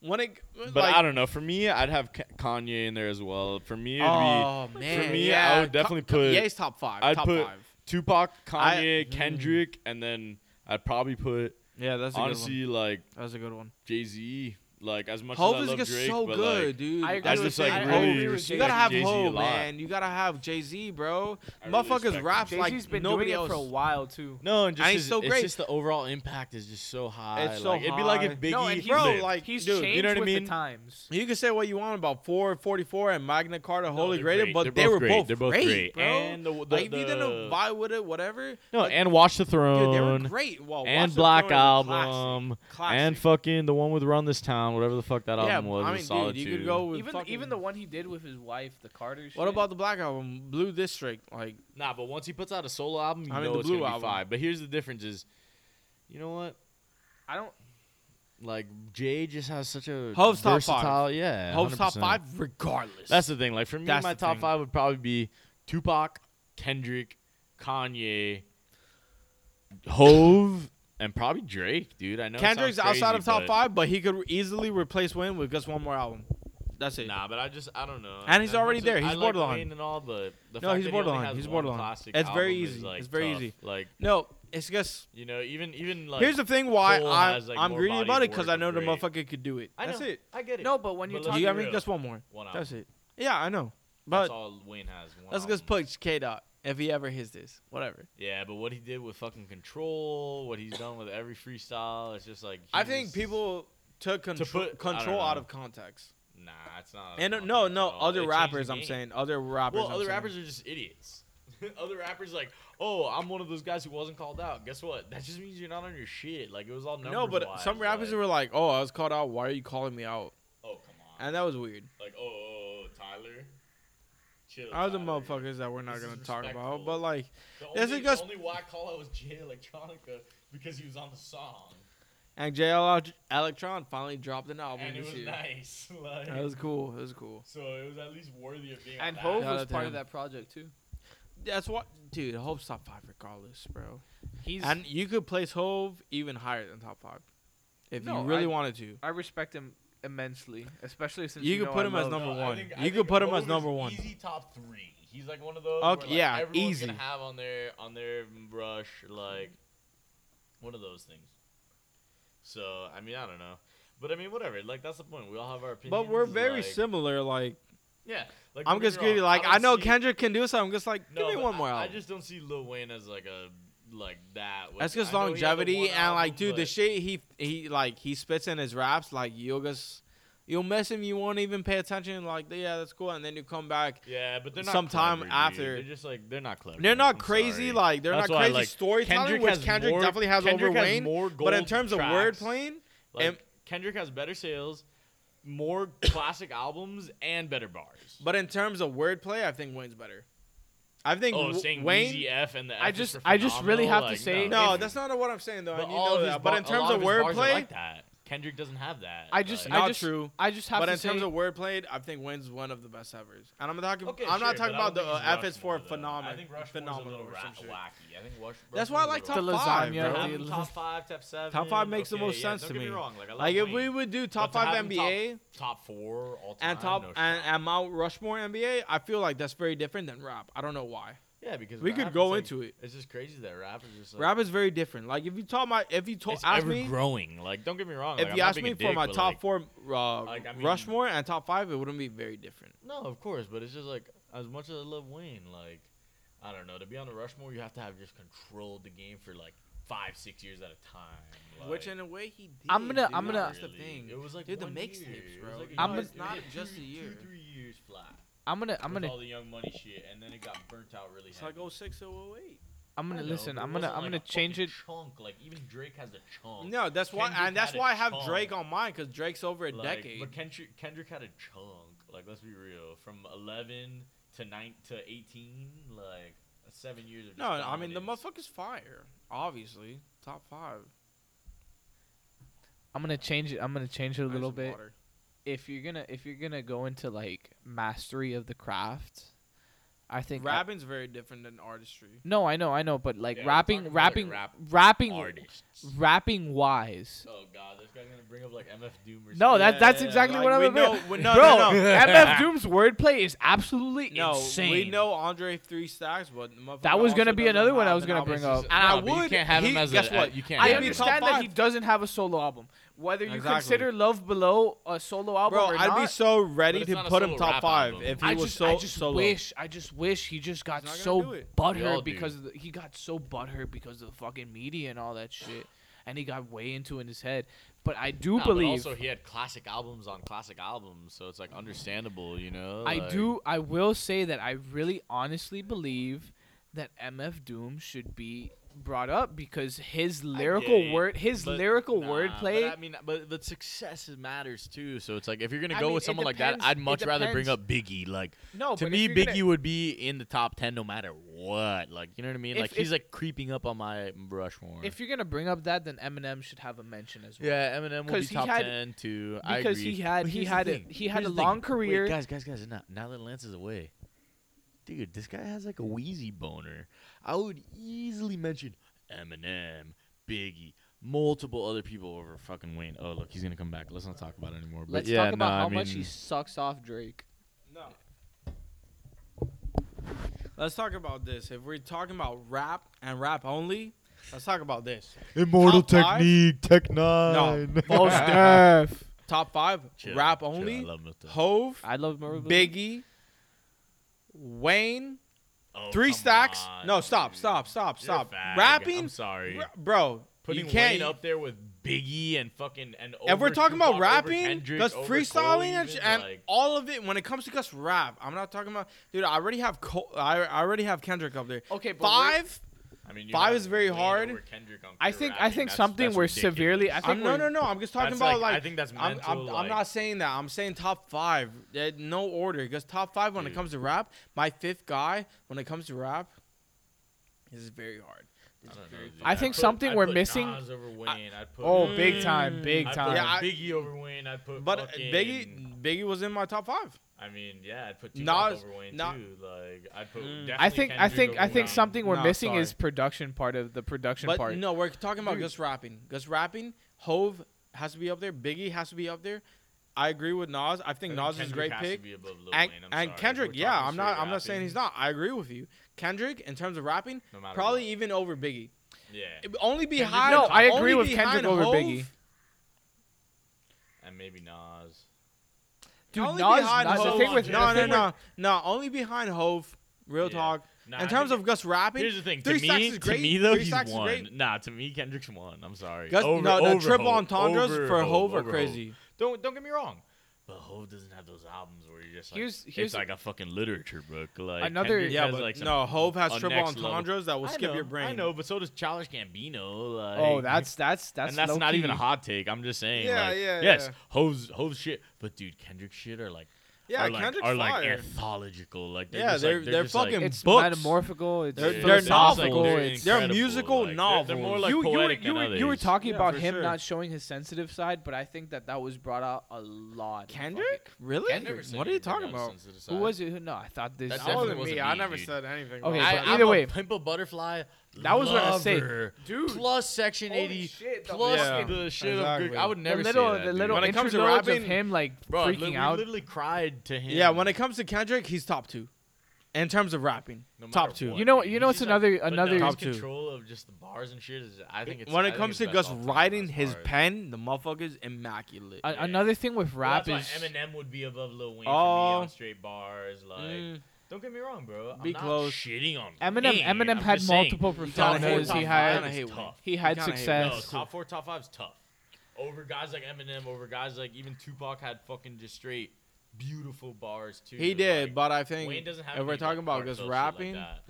Speaker 2: when it.
Speaker 1: But
Speaker 2: like,
Speaker 1: I don't know. For me, I'd have K- Kanye in there as well. For me, it'd be
Speaker 2: Oh man,
Speaker 1: me, I
Speaker 2: yeah.
Speaker 1: would definitely
Speaker 2: Co- Co-
Speaker 1: put-
Speaker 2: Ye's top five.
Speaker 1: I'd
Speaker 2: top
Speaker 1: put-
Speaker 2: five.
Speaker 1: Tupac,
Speaker 2: I-
Speaker 1: Kanye,
Speaker 2: Hmm.
Speaker 1: Kendrick, and then I'd probably put
Speaker 2: Yeah, that's
Speaker 1: honestly like
Speaker 2: That's a good one.
Speaker 1: Jay Z. Like as much
Speaker 2: Hope
Speaker 1: as I
Speaker 2: is
Speaker 1: love
Speaker 2: just
Speaker 1: Drake,
Speaker 2: so
Speaker 1: but,
Speaker 2: good,
Speaker 1: like,
Speaker 2: dude.
Speaker 3: I agree
Speaker 1: That's
Speaker 3: with
Speaker 1: just like
Speaker 3: I
Speaker 1: really
Speaker 3: agree with
Speaker 2: You
Speaker 3: Jay-Z.
Speaker 2: gotta have
Speaker 1: Jay-Z a
Speaker 2: Ho,
Speaker 1: lot.
Speaker 2: man. You gotta have Jay Z, bro.
Speaker 1: I really respect
Speaker 2: Motherfuckers
Speaker 1: him.
Speaker 2: raps
Speaker 3: Jay-Z's
Speaker 2: like
Speaker 3: been
Speaker 2: nobody
Speaker 3: doing
Speaker 2: else.
Speaker 3: it for a while too.
Speaker 1: No, and just
Speaker 2: And he's
Speaker 1: his-
Speaker 2: so great.
Speaker 1: It's just the overall impact is just so high.
Speaker 2: It's so
Speaker 1: like, It'd be like
Speaker 2: high.
Speaker 1: if Biggie,
Speaker 3: No, and he's-
Speaker 2: bro,
Speaker 1: lived.
Speaker 2: like
Speaker 3: He's
Speaker 2: dude,
Speaker 3: changed
Speaker 1: you know what I
Speaker 3: with
Speaker 1: mean?
Speaker 3: the times.
Speaker 2: You can say what you want about 444 and Magna Carta, Holy
Speaker 1: they're
Speaker 2: Grail,
Speaker 1: great.
Speaker 2: but
Speaker 1: They're
Speaker 2: they
Speaker 1: both
Speaker 2: were
Speaker 1: great.
Speaker 2: both
Speaker 1: They're both great.
Speaker 2: bro.
Speaker 1: And the- the-
Speaker 2: like, if you didn't
Speaker 1: the-
Speaker 2: vibe with it, whatever.
Speaker 1: no,
Speaker 2: like,
Speaker 1: and Watch the
Speaker 2: dude, they
Speaker 1: Throne,
Speaker 2: were great. Well, Watch
Speaker 1: and
Speaker 2: the
Speaker 1: Black
Speaker 2: Throne is a
Speaker 1: Album,
Speaker 2: classic. Classic.
Speaker 1: and fucking the one with Run This Town, whatever the fuck that
Speaker 2: yeah,
Speaker 1: album um, was.
Speaker 2: I
Speaker 1: it
Speaker 2: mean,
Speaker 1: was solid
Speaker 2: dude, you
Speaker 1: too.
Speaker 2: could go with
Speaker 3: Even
Speaker 2: fucking,
Speaker 3: even the one he did with his wife, the Carter.
Speaker 2: What
Speaker 3: shit.
Speaker 2: about the Black Album, Blue District? Like,
Speaker 1: Nah, but once he puts out a solo album, you
Speaker 2: I mean,
Speaker 1: know
Speaker 2: the
Speaker 1: it's
Speaker 2: Blue
Speaker 1: gonna
Speaker 2: album.
Speaker 1: be fine. But here's the difference: is you know what?
Speaker 3: I don't.
Speaker 1: Like Jay just has such a
Speaker 2: Hope's top
Speaker 1: versatile,
Speaker 2: five.
Speaker 1: yeah,
Speaker 2: Hope's top
Speaker 1: 100%.
Speaker 2: five, regardless.
Speaker 1: That's the thing. Like for me,
Speaker 2: That's
Speaker 1: my
Speaker 2: the
Speaker 1: top
Speaker 2: thing.
Speaker 1: five would probably be Tupac, Kendrick, Kanye, Hove, and probably Drake. Dude, I know it sounds
Speaker 2: Kendrick's outside
Speaker 1: crazy,
Speaker 2: of top
Speaker 1: but-
Speaker 2: five, but he could easily replace Wayne with just one more album. That's it.
Speaker 1: Nah, but I just I don't know.
Speaker 2: And he's
Speaker 1: As
Speaker 2: already
Speaker 1: much as
Speaker 2: there.
Speaker 1: I
Speaker 2: He's
Speaker 1: like
Speaker 2: borderline.
Speaker 1: Wayne and all, but the
Speaker 2: No,
Speaker 1: fact
Speaker 2: he's
Speaker 1: that he only
Speaker 2: borderline.
Speaker 1: has
Speaker 2: He's
Speaker 1: one
Speaker 2: borderline.
Speaker 1: classic
Speaker 2: It's very
Speaker 1: album is,
Speaker 2: easy.
Speaker 1: like,
Speaker 2: It's very
Speaker 1: tough.
Speaker 2: easy.
Speaker 1: Like
Speaker 2: No, it's just.
Speaker 1: you know, even even like
Speaker 2: here's the thing why
Speaker 1: Cole
Speaker 2: I,
Speaker 1: has, like,
Speaker 2: I'm
Speaker 1: more
Speaker 2: greedy about
Speaker 1: body
Speaker 2: it because
Speaker 1: work
Speaker 2: I know the
Speaker 1: rate.
Speaker 2: motherfucker could do it.
Speaker 1: I
Speaker 2: That's
Speaker 1: know.
Speaker 2: it.
Speaker 1: I get it.
Speaker 3: No, but when you're
Speaker 1: But let's
Speaker 2: You
Speaker 3: talking,
Speaker 1: be
Speaker 2: got me
Speaker 1: real.
Speaker 2: just one more.
Speaker 1: one album.
Speaker 2: That's it. Yeah, I know.
Speaker 1: That's
Speaker 2: But
Speaker 1: all Wayne has. One
Speaker 2: let's
Speaker 1: album.
Speaker 2: just push K Dot if he ever hits this. Whatever.
Speaker 1: Yeah, but what he did with fucking control, what he's done with every freestyle, it's just like
Speaker 2: I
Speaker 1: he's
Speaker 2: think
Speaker 1: just-
Speaker 2: people took
Speaker 1: To
Speaker 2: control,
Speaker 1: put- I don't
Speaker 2: control out
Speaker 1: know.
Speaker 2: of context.
Speaker 1: Nah, it's not.
Speaker 2: And uh,
Speaker 1: about
Speaker 2: no,
Speaker 1: that at
Speaker 2: no,
Speaker 1: all. It
Speaker 2: other
Speaker 1: changed the
Speaker 2: rappers. I'm
Speaker 1: game.
Speaker 2: saying other rappers.
Speaker 1: Well,
Speaker 2: I'm
Speaker 1: other
Speaker 2: saying.
Speaker 1: rappers are just idiots. <laughs> other rappers like, oh, I'm one of those guys who wasn't called out. Guess what? That just means you're not on your shit. Like it was all numbers.
Speaker 2: No, but
Speaker 1: wise,
Speaker 2: some rappers
Speaker 1: like,
Speaker 2: were like, "Oh, I was called out. Why are you calling me out?"
Speaker 1: Oh come on.
Speaker 2: And that was weird.
Speaker 1: Like oh, oh, oh, Tyler. Chill.
Speaker 2: Other
Speaker 1: Tyler.
Speaker 2: motherfuckers that we're not
Speaker 1: This
Speaker 2: gonna
Speaker 1: is
Speaker 2: talk about,
Speaker 1: respectful.
Speaker 2: but like,
Speaker 1: The
Speaker 2: This
Speaker 1: only,
Speaker 2: is just-
Speaker 1: the only why I call out was Jay Electronica because he was on the song
Speaker 2: and JL Electron finally dropped an album
Speaker 1: and it
Speaker 2: this
Speaker 1: was
Speaker 2: year.
Speaker 1: nice. <laughs> Like
Speaker 2: That was cool. It was cool.
Speaker 1: so, it was at least worthy of being.
Speaker 3: and
Speaker 1: on
Speaker 3: Hove
Speaker 1: that.
Speaker 2: Shout
Speaker 3: was
Speaker 2: out to
Speaker 3: part
Speaker 2: him.
Speaker 3: of that project too.
Speaker 2: That's what, dude. Hope's top five regardless, bro.
Speaker 3: He's
Speaker 2: And you could place Hove even higher than top five if
Speaker 3: No,
Speaker 2: you really
Speaker 3: I-
Speaker 2: wanted to.
Speaker 3: I respect him immensely, especially since
Speaker 2: You
Speaker 3: you
Speaker 2: could
Speaker 3: know
Speaker 2: put
Speaker 3: I
Speaker 2: him as
Speaker 3: love-
Speaker 2: number
Speaker 1: No, I
Speaker 2: one.
Speaker 1: think- I
Speaker 2: You could
Speaker 1: think
Speaker 2: put him as
Speaker 1: Hov is
Speaker 2: number one.
Speaker 1: Easy top three. He's like one of those. where,
Speaker 2: Okay,
Speaker 1: like,
Speaker 2: yeah,
Speaker 1: everyone's
Speaker 2: easy.
Speaker 1: Gonna have on their on their brush like one of those things. So I mean I don't know, but I mean whatever. Like that's the point. We all have our opinions.
Speaker 2: But we're very
Speaker 1: like,
Speaker 2: similar. Like
Speaker 1: Yeah. Like,
Speaker 2: I'm
Speaker 1: don't get
Speaker 2: just
Speaker 1: me wrong,
Speaker 2: greedy. Like I,
Speaker 1: don't
Speaker 2: know
Speaker 1: see-
Speaker 2: Kendrick can do something. I'm just like,
Speaker 1: No,
Speaker 2: give me
Speaker 1: but
Speaker 2: one more
Speaker 1: I,
Speaker 2: album.
Speaker 1: I just don't see Lil Wayne as like a like that. Like,
Speaker 2: That's just
Speaker 1: I know he had the
Speaker 2: longevity
Speaker 1: one
Speaker 2: and
Speaker 1: album,
Speaker 2: like, dude, the
Speaker 1: but-
Speaker 2: shit he he like he spits in his raps like you'll just you'll miss him. You won't even pay attention. Like yeah, that's cool. And then you come back.
Speaker 1: Yeah, but they're not
Speaker 2: sometime
Speaker 1: clever, dude.
Speaker 2: after-
Speaker 1: They're just like they're not clever.
Speaker 2: They're not
Speaker 1: I'm
Speaker 2: crazy.
Speaker 1: sorry.
Speaker 2: Like they're
Speaker 1: That's
Speaker 2: not
Speaker 1: why,
Speaker 2: crazy
Speaker 1: like,
Speaker 2: storytelling,
Speaker 1: Kendrick
Speaker 2: which
Speaker 1: has
Speaker 2: Kendrick
Speaker 1: more-
Speaker 2: definitely has
Speaker 1: Kendrick
Speaker 2: over Wayne.
Speaker 1: more
Speaker 2: but in
Speaker 1: gold
Speaker 2: terms of
Speaker 1: tracks.
Speaker 2: wordplaying,
Speaker 1: Like,
Speaker 2: And-
Speaker 1: Kendrick has better sales, more classic albums, and better bars.
Speaker 2: but in terms of wordplay, I think Wayne's better. I think
Speaker 1: oh,
Speaker 2: W-
Speaker 1: saying
Speaker 2: Wayne.
Speaker 1: Weezy F and the F
Speaker 3: I
Speaker 1: is
Speaker 3: just-
Speaker 1: for
Speaker 3: I just really
Speaker 1: phenomenal,
Speaker 3: have to
Speaker 1: like,
Speaker 3: say-
Speaker 2: no,
Speaker 1: if-
Speaker 2: that's not what I'm saying though.
Speaker 1: But
Speaker 2: and you
Speaker 1: all
Speaker 2: know
Speaker 1: of his
Speaker 2: that. But
Speaker 1: bar-
Speaker 2: in
Speaker 1: a
Speaker 2: terms
Speaker 1: lot
Speaker 2: of
Speaker 1: his bars are
Speaker 2: wordplay,
Speaker 1: like that. Kendrick doesn't have that.
Speaker 3: I just-
Speaker 1: Like,
Speaker 2: not
Speaker 3: I just-
Speaker 2: true.
Speaker 3: I just have
Speaker 2: But
Speaker 3: to
Speaker 2: in terms
Speaker 3: say-
Speaker 2: of wordplay, I think Wayne's one of the best ever. And I'm talking.
Speaker 1: Okay,
Speaker 2: I'm not
Speaker 1: sure,
Speaker 2: talking
Speaker 1: but I
Speaker 2: about the
Speaker 1: don't think
Speaker 2: uh,
Speaker 1: he's Rushmore,
Speaker 2: FS4
Speaker 1: though. I
Speaker 2: phenomenon.
Speaker 1: think Rushmore's a
Speaker 2: Phenomenal
Speaker 1: little
Speaker 2: or
Speaker 1: ra-
Speaker 2: some shit.
Speaker 1: wacky. I think Rush, Rushmore's
Speaker 2: That's why I
Speaker 1: a
Speaker 2: like
Speaker 1: little
Speaker 2: top
Speaker 3: The lasagna,
Speaker 2: five. bro.
Speaker 3: the-
Speaker 1: Top, top five, top seven.
Speaker 2: Top five makes the
Speaker 1: okay,
Speaker 2: most
Speaker 1: yeah,
Speaker 2: sense
Speaker 1: don't
Speaker 2: to
Speaker 1: get
Speaker 2: me.
Speaker 1: wrong, Like, I love
Speaker 2: Like if
Speaker 1: Wayne.
Speaker 2: we would do top
Speaker 1: But to
Speaker 2: five
Speaker 1: have him
Speaker 2: NBA
Speaker 1: top, top four all time,
Speaker 2: and top
Speaker 1: no
Speaker 2: and,
Speaker 1: shot.
Speaker 2: and Mount Rushmore NBA, I feel like that's very different than rap. I don't know why.
Speaker 1: yeah, because
Speaker 2: we could
Speaker 1: rap,
Speaker 2: go
Speaker 1: it's like-
Speaker 2: into it.
Speaker 1: It's just crazy that rap is just like,
Speaker 2: Rap is very different. Like if you told my if you told
Speaker 1: it's
Speaker 2: ask
Speaker 1: ever
Speaker 2: me
Speaker 1: growing. Like, don't get me wrong.
Speaker 2: if
Speaker 1: like, I'm
Speaker 2: you
Speaker 1: not
Speaker 2: asked
Speaker 1: being
Speaker 2: me
Speaker 1: a
Speaker 2: for
Speaker 1: dick,
Speaker 2: my
Speaker 1: but,
Speaker 2: top
Speaker 1: like,
Speaker 2: four uh,
Speaker 1: like, I mean-
Speaker 2: Rushmore and top five, it wouldn't be very different.
Speaker 1: No, of course, but it's just like as much as I love Wayne, like I don't know, to be on the Rushmore, you have to have just controlled the game for like five, six years at a time. Like,
Speaker 2: Which in a way he did.
Speaker 3: I'm gonna-
Speaker 2: dude.
Speaker 3: I'm gonna-
Speaker 2: That's the
Speaker 1: really.
Speaker 2: thing.
Speaker 1: It was like
Speaker 2: Dude, the
Speaker 1: one
Speaker 2: mixtapes,
Speaker 1: year. It
Speaker 2: bro.
Speaker 1: was, like, a
Speaker 3: I'm
Speaker 1: year.
Speaker 3: gonna-
Speaker 1: It
Speaker 2: not
Speaker 1: was
Speaker 2: just a year.
Speaker 1: Two, three years flat.
Speaker 3: I'm gonna I'm
Speaker 1: with
Speaker 3: gonna
Speaker 1: all the young money shit, and then it got burnt out really.
Speaker 2: It's like
Speaker 1: heavy.
Speaker 2: 06, 08.
Speaker 3: I'm gonna
Speaker 1: I know,
Speaker 3: listen.
Speaker 1: but it
Speaker 3: I'm gonna
Speaker 1: wasn't
Speaker 3: I'm
Speaker 1: like
Speaker 3: gonna
Speaker 1: a
Speaker 3: change
Speaker 1: fucking
Speaker 3: it.
Speaker 1: Chunk like even Drake has a chunk.
Speaker 2: No, that's why,
Speaker 1: Kendrick
Speaker 2: and that's
Speaker 1: had a
Speaker 2: why I have
Speaker 1: chunk.
Speaker 2: Drake on mine because Drake's over a
Speaker 1: Like,
Speaker 2: decade.
Speaker 1: But Kendrick, Kendrick had a chunk. Like let's be real, from eleven to nine to eighteen, like seven years of.
Speaker 2: No,
Speaker 1: just
Speaker 2: I mean the
Speaker 1: dominance.
Speaker 2: motherfucker's fire. Obviously, top five.
Speaker 3: I'm gonna change it. I'm gonna change it a
Speaker 2: Ice
Speaker 3: little
Speaker 2: and
Speaker 3: bit.
Speaker 2: water.
Speaker 3: If you're gonna if you're gonna go into like mastery of the craft, I think I-
Speaker 2: Rapping's very different than artistry.
Speaker 3: no, I know, I know, but like
Speaker 1: Yeah, we're
Speaker 3: rapping,
Speaker 1: talking about, like,
Speaker 3: rapping,
Speaker 1: rap
Speaker 3: rapping,
Speaker 1: Artists.
Speaker 3: rapping wise.
Speaker 1: Oh god, this guy's gonna bring up like MF Doom or
Speaker 3: No,
Speaker 1: something.
Speaker 3: Oh, that
Speaker 2: Yeah,
Speaker 3: that's
Speaker 2: yeah,
Speaker 3: exactly
Speaker 2: like,
Speaker 3: what I'm
Speaker 2: we
Speaker 3: about. <laughs>
Speaker 2: know- we- no,
Speaker 3: Bro,
Speaker 2: no, no.
Speaker 3: MF Doom's wordplay is absolutely
Speaker 1: <laughs>
Speaker 2: No,
Speaker 3: insane.
Speaker 2: we know Andre Three Stacks, but the motherfucker
Speaker 3: That was
Speaker 2: also
Speaker 3: gonna be
Speaker 2: doesn't
Speaker 3: another one I
Speaker 2: have
Speaker 3: was
Speaker 2: an
Speaker 3: gonna
Speaker 2: album.
Speaker 3: bring
Speaker 2: He's
Speaker 3: up.
Speaker 2: just-
Speaker 6: And I
Speaker 2: no, but
Speaker 6: would- he-
Speaker 2: guess what?
Speaker 6: you can't.
Speaker 2: Yeah,
Speaker 3: I
Speaker 2: it'd be top
Speaker 3: understand that he
Speaker 2: five.
Speaker 3: doesn't have a solo album. Whether you
Speaker 2: Exactly.
Speaker 3: consider Love Below a solo album
Speaker 2: Bro,
Speaker 3: or
Speaker 2: I'd
Speaker 3: not,
Speaker 2: be so ready
Speaker 1: But it's
Speaker 2: to
Speaker 1: not a
Speaker 2: put him
Speaker 1: solo
Speaker 2: top
Speaker 1: rap
Speaker 2: five
Speaker 1: album.
Speaker 2: if he
Speaker 3: I
Speaker 2: was
Speaker 3: just,
Speaker 2: so
Speaker 3: I just
Speaker 2: solo.
Speaker 3: wish, I just wish he just got
Speaker 2: He's not gonna
Speaker 3: so
Speaker 2: do it.
Speaker 6: We all
Speaker 3: butthurt
Speaker 6: do.
Speaker 3: because of the, he got so butthurt because of the fucking media and all that shit, and he got way into it in his head. But I do
Speaker 1: Nah, but
Speaker 3: believe,
Speaker 1: also he had classic albums on classic albums, so it's like understandable, you know.
Speaker 3: I
Speaker 1: like-
Speaker 3: do, I will say that I really honestly believe that MF Doom should be brought up because his lyrical
Speaker 1: it,
Speaker 3: word, his
Speaker 1: but
Speaker 3: lyrical
Speaker 1: nah,
Speaker 3: wordplay.
Speaker 1: But I mean, but but success matters too. So it's like if you're gonna
Speaker 3: I
Speaker 1: go
Speaker 3: mean,
Speaker 1: with
Speaker 3: it
Speaker 1: someone like
Speaker 3: depends-
Speaker 1: that, I'd
Speaker 3: it
Speaker 1: much rather bring
Speaker 3: depends.
Speaker 1: up Biggie. Like
Speaker 3: no,
Speaker 1: to
Speaker 3: but
Speaker 1: me,
Speaker 3: if
Speaker 1: Biggie
Speaker 3: you're gonna-
Speaker 1: would be in the top ten no matter what. Like you know what I mean?
Speaker 3: If-
Speaker 1: like
Speaker 3: if-
Speaker 1: he's like creeping up on my Rushmore.
Speaker 3: if you're gonna bring up that, then Eminem should have a mention as well.
Speaker 1: yeah, Eminem will be
Speaker 3: 'Cause he
Speaker 1: top
Speaker 3: had-
Speaker 1: ten too. I
Speaker 3: because
Speaker 1: agree.
Speaker 3: he had
Speaker 1: But
Speaker 3: he
Speaker 1: here's the
Speaker 3: had a,
Speaker 1: thing.
Speaker 3: he had
Speaker 1: Here's
Speaker 3: a
Speaker 1: the thing.
Speaker 3: long
Speaker 1: Wait,
Speaker 3: career.
Speaker 1: guys, guys, guys. Now, now that Lance is away, dude, this guy has like a wheezy boner. I would easily mention Eminem, Biggie, multiple other people over fucking Wayne. Oh look, he's gonna come back. Let's not talk about it anymore. But
Speaker 3: Let's
Speaker 1: yeah,
Speaker 3: talk about
Speaker 1: no,
Speaker 3: how
Speaker 1: I mean,
Speaker 3: much he sucks off Drake.
Speaker 2: No. Let's talk about this. If we're talking about rap and rap only, let's talk about this.
Speaker 7: Immortal
Speaker 2: Top five?
Speaker 7: Technique, Tech
Speaker 2: No.
Speaker 7: Nine.
Speaker 3: Oh, <laughs>
Speaker 7: <laughs>
Speaker 2: Most
Speaker 3: Def.
Speaker 2: Top five,
Speaker 1: Chill,
Speaker 2: rap
Speaker 1: chill, I
Speaker 2: only,
Speaker 1: love Mr.
Speaker 2: Hove,
Speaker 3: I love Marvel.
Speaker 2: Biggie, Wayne,
Speaker 1: Oh,
Speaker 2: Three
Speaker 1: come
Speaker 2: stacks.
Speaker 1: on,
Speaker 2: no, stop,
Speaker 1: dude.
Speaker 2: stop, stop,
Speaker 1: You're
Speaker 2: stop.
Speaker 1: a fag.
Speaker 2: Rapping,
Speaker 1: I'm sorry.
Speaker 2: r- bro.
Speaker 1: Putting
Speaker 2: you can't. e-
Speaker 1: Wayne up there with Biggie and fucking and
Speaker 2: if we're
Speaker 1: over
Speaker 2: talking about
Speaker 1: Tupac, over
Speaker 2: rapping,
Speaker 1: Kendrick,
Speaker 2: because
Speaker 1: over Cole
Speaker 2: freestyling and, sh-
Speaker 1: even,
Speaker 2: and
Speaker 1: like-
Speaker 2: all of it, when it comes to just rap, I'm not talking about, dude. I already have Cole, I, I already have Kendrick up there.
Speaker 3: Okay, but we're-
Speaker 2: Five,
Speaker 1: I mean, you
Speaker 2: Five
Speaker 1: have
Speaker 2: is very
Speaker 1: Wayne
Speaker 2: hard.
Speaker 1: over Kendrick on
Speaker 3: I
Speaker 1: pure
Speaker 3: think- I
Speaker 1: rapping.
Speaker 3: think
Speaker 1: That's-
Speaker 3: something
Speaker 1: that's
Speaker 3: we're severely- I
Speaker 1: ridiculous.
Speaker 3: think
Speaker 2: I'm, no,
Speaker 3: we're-
Speaker 2: no, no. I'm just talking
Speaker 1: That's
Speaker 2: about
Speaker 1: like-
Speaker 2: like
Speaker 1: I think that's
Speaker 2: I'm, I'm,
Speaker 1: mental,
Speaker 2: I'm
Speaker 1: like-
Speaker 2: not saying that. I'm saying top five. Uh, no order. Because top five when it
Speaker 1: Dude.
Speaker 2: comes to rap, my fifth guy when it comes to rap, this is very hard. This
Speaker 1: I
Speaker 2: is
Speaker 1: don't know,
Speaker 2: very
Speaker 1: dude.
Speaker 2: fucking-
Speaker 3: I
Speaker 1: I'd
Speaker 3: think
Speaker 1: put-
Speaker 3: something
Speaker 1: I'd
Speaker 3: we're
Speaker 1: put
Speaker 3: missing-
Speaker 1: Nas over Wayne. I'd put,
Speaker 3: Oh,
Speaker 1: I'd
Speaker 3: big time, big
Speaker 1: put
Speaker 3: time.
Speaker 2: Yeah, I-
Speaker 1: Biggie over Wayne. I'd put
Speaker 2: But uh,
Speaker 1: fucking,
Speaker 2: Biggie, Biggie was in my top five.
Speaker 1: I mean, yeah, I'd put Tupac
Speaker 2: Nas-
Speaker 1: over Wayne
Speaker 2: Na-
Speaker 1: too. Like, I'd put.
Speaker 2: Mm.
Speaker 1: definitely
Speaker 3: I think I
Speaker 1: Kendrick
Speaker 3: think I
Speaker 1: over
Speaker 3: think
Speaker 1: Wayne.
Speaker 3: something we're
Speaker 2: Nah,
Speaker 3: missing
Speaker 2: sorry.
Speaker 3: is production part of the production
Speaker 2: But
Speaker 3: part.
Speaker 2: no, we're talking about
Speaker 3: Dude.
Speaker 2: just rapping. Just rapping. Hove has to be up there. Biggie has to be up there. I agree with Nas. I think Nas is a
Speaker 1: Kendrick
Speaker 2: great
Speaker 1: has to
Speaker 2: pick.
Speaker 1: be above Lil
Speaker 2: And,
Speaker 1: Wayne, I'm
Speaker 2: and
Speaker 1: sorry.
Speaker 2: Kendrick,
Speaker 1: We're
Speaker 2: yeah,
Speaker 1: talking
Speaker 2: I'm not.
Speaker 1: straight
Speaker 2: I'm not saying
Speaker 1: rapping,
Speaker 2: he's not. I agree with you. Kendrick, in terms of rapping,
Speaker 1: no matter
Speaker 2: probably
Speaker 1: what.
Speaker 2: even over Biggie.
Speaker 1: Yeah,
Speaker 2: It- Only behind.
Speaker 3: No, I agree
Speaker 2: only
Speaker 3: with Kendrick
Speaker 2: behind
Speaker 3: over
Speaker 2: Hov,
Speaker 3: Biggie.
Speaker 1: and maybe Nas.
Speaker 3: Dude,
Speaker 2: only
Speaker 3: Nas,
Speaker 2: behind
Speaker 3: Nas, the
Speaker 2: Hov.
Speaker 3: thing with
Speaker 2: no,
Speaker 3: the
Speaker 2: no,
Speaker 3: thing with-
Speaker 2: no, no. Only behind Hove. Real
Speaker 1: Yeah.
Speaker 2: talk.
Speaker 1: Nah,
Speaker 2: in
Speaker 1: I
Speaker 2: terms
Speaker 1: think-
Speaker 2: of Gus rapping,
Speaker 1: Here's the thing.
Speaker 2: Three
Speaker 1: To
Speaker 2: Stacks
Speaker 1: me,
Speaker 2: is
Speaker 1: to
Speaker 2: great.
Speaker 1: me though,
Speaker 2: Three
Speaker 1: he's
Speaker 2: Stacks is
Speaker 1: one.
Speaker 2: great.
Speaker 1: Nah, to me, Kendrick's one. I'm sorry.
Speaker 2: Gus,
Speaker 1: Over-
Speaker 2: no, the
Speaker 1: over
Speaker 2: triple
Speaker 1: Hov,
Speaker 2: entendres
Speaker 1: over
Speaker 2: for
Speaker 1: Hov,
Speaker 2: Hove are
Speaker 1: over Hov.
Speaker 2: crazy.
Speaker 1: Don't don't get me wrong. But Hove doesn't have those albums where you're just like
Speaker 3: Here's-
Speaker 1: it's
Speaker 3: here's-
Speaker 1: like a fucking literature book. Like
Speaker 3: Another-
Speaker 1: Kendrick
Speaker 2: Yeah,
Speaker 1: has,
Speaker 2: but
Speaker 1: like, some-
Speaker 2: no, Hove has
Speaker 1: a
Speaker 2: triple
Speaker 1: next level-
Speaker 2: entendres that will
Speaker 1: I
Speaker 2: skip
Speaker 1: know,
Speaker 2: your brain.
Speaker 1: I know, but so does Childish Gambino. Like,
Speaker 3: Oh, that's that's that's
Speaker 1: and that's
Speaker 3: low
Speaker 1: not
Speaker 3: key.
Speaker 1: even a hot take. I'm just saying.
Speaker 2: Yeah,
Speaker 1: like,
Speaker 2: yeah,
Speaker 1: Yes,
Speaker 2: yeah.
Speaker 1: Hove's Hove's shit, but dude, Kendrick's shit are like
Speaker 2: Yeah,
Speaker 1: are like,
Speaker 2: Kendrick's
Speaker 1: are like
Speaker 2: fire.
Speaker 1: anthological. Like they're
Speaker 2: Yeah,
Speaker 1: just,
Speaker 2: they're-
Speaker 1: like, they're,
Speaker 2: they're
Speaker 1: just, like,
Speaker 2: fucking
Speaker 3: It's
Speaker 2: books.
Speaker 3: metamorphorical. It's
Speaker 2: They're-
Speaker 1: yeah,
Speaker 2: they're
Speaker 1: just,
Speaker 2: novel.
Speaker 3: philosophical,
Speaker 2: They're
Speaker 3: it's-
Speaker 2: They're
Speaker 1: incredible,
Speaker 2: musical
Speaker 1: like, they're- They're more
Speaker 2: novels.
Speaker 1: like
Speaker 3: you, you were,
Speaker 1: poetic
Speaker 3: you,
Speaker 1: than
Speaker 3: were,
Speaker 1: others.
Speaker 3: you were talking
Speaker 2: Yeah,
Speaker 3: about
Speaker 2: for
Speaker 3: him
Speaker 2: sure.
Speaker 3: not showing his sensitive side, but I think that that was brought out a lot. in
Speaker 2: Kendrick, really?
Speaker 1: I never said
Speaker 2: What are you
Speaker 1: anything
Speaker 2: talking
Speaker 1: about
Speaker 2: about?
Speaker 1: sensitive
Speaker 3: fucking- Who
Speaker 1: side.
Speaker 3: was it? Who, no, I thought this.
Speaker 1: That
Speaker 2: That
Speaker 1: definitely
Speaker 2: wasn't
Speaker 1: wasn't
Speaker 2: me.
Speaker 1: me,
Speaker 2: I
Speaker 1: dude.
Speaker 2: never said anything.
Speaker 3: Okay,
Speaker 2: about
Speaker 1: I,
Speaker 3: but
Speaker 2: it.
Speaker 1: I'm
Speaker 3: either
Speaker 1: a
Speaker 3: way-
Speaker 1: pimple butterfly.
Speaker 3: That was what I said.
Speaker 1: lover.
Speaker 3: Dude.
Speaker 1: Plus section
Speaker 3: Holy
Speaker 1: eighty.
Speaker 3: shit, the
Speaker 1: plus
Speaker 2: fucking-
Speaker 1: the shit
Speaker 2: Exactly.
Speaker 1: of Greek. I would never
Speaker 3: the little,
Speaker 1: say that.
Speaker 3: the
Speaker 1: dude.
Speaker 3: little
Speaker 2: When it comes to
Speaker 3: interludes of
Speaker 2: rapping-
Speaker 3: him like
Speaker 1: Bro, li-
Speaker 3: freaking
Speaker 1: we
Speaker 3: out.
Speaker 1: literally cried to him.
Speaker 2: Yeah, when it comes to Kendrick, he's top two in terms of rapping.
Speaker 1: No matter
Speaker 2: top two.
Speaker 1: what,
Speaker 3: You know-
Speaker 1: dude.
Speaker 3: you know
Speaker 1: He's
Speaker 3: what's
Speaker 1: just
Speaker 3: another-
Speaker 1: but no,
Speaker 3: another-
Speaker 1: his
Speaker 2: Top two.
Speaker 1: control of just the bars and shit is. I think it's.
Speaker 2: when
Speaker 1: I
Speaker 2: it
Speaker 1: think
Speaker 2: comes
Speaker 1: it's
Speaker 2: to
Speaker 1: best
Speaker 2: Gus
Speaker 1: all time,
Speaker 2: writing
Speaker 1: best
Speaker 2: his
Speaker 1: bars.
Speaker 2: pen, the motherfucker's immaculate.
Speaker 3: A-
Speaker 1: Yeah.
Speaker 3: Another thing with
Speaker 1: Well,
Speaker 3: rap
Speaker 1: that's
Speaker 3: is
Speaker 1: why Eminem would be above Lil Wayne for
Speaker 2: Oh.
Speaker 1: me on straight bars. Like,
Speaker 2: Mm.
Speaker 1: don't get me wrong, bro. I'm
Speaker 2: Be
Speaker 1: not
Speaker 2: close.
Speaker 1: shitting on
Speaker 3: Eminem.
Speaker 1: Wayne.
Speaker 3: Eminem
Speaker 1: I'm
Speaker 3: had
Speaker 1: just saying,
Speaker 3: multiple
Speaker 2: Top four,
Speaker 3: personas.
Speaker 2: top
Speaker 3: He
Speaker 2: five, I
Speaker 3: had
Speaker 2: hate
Speaker 1: tough.
Speaker 2: Wayne.
Speaker 3: he had
Speaker 2: kinda hate
Speaker 3: success.
Speaker 1: No, top four, top five's tough. Over guys like Eminem, over guys like even Tupac had fucking just straight beautiful bars too.
Speaker 2: He did,
Speaker 1: Like,
Speaker 2: but I think
Speaker 1: Wayne doesn't have
Speaker 2: if we're
Speaker 1: any,
Speaker 2: talking
Speaker 1: like,
Speaker 2: about just
Speaker 1: heartfelt shit like
Speaker 2: rapping,
Speaker 1: that.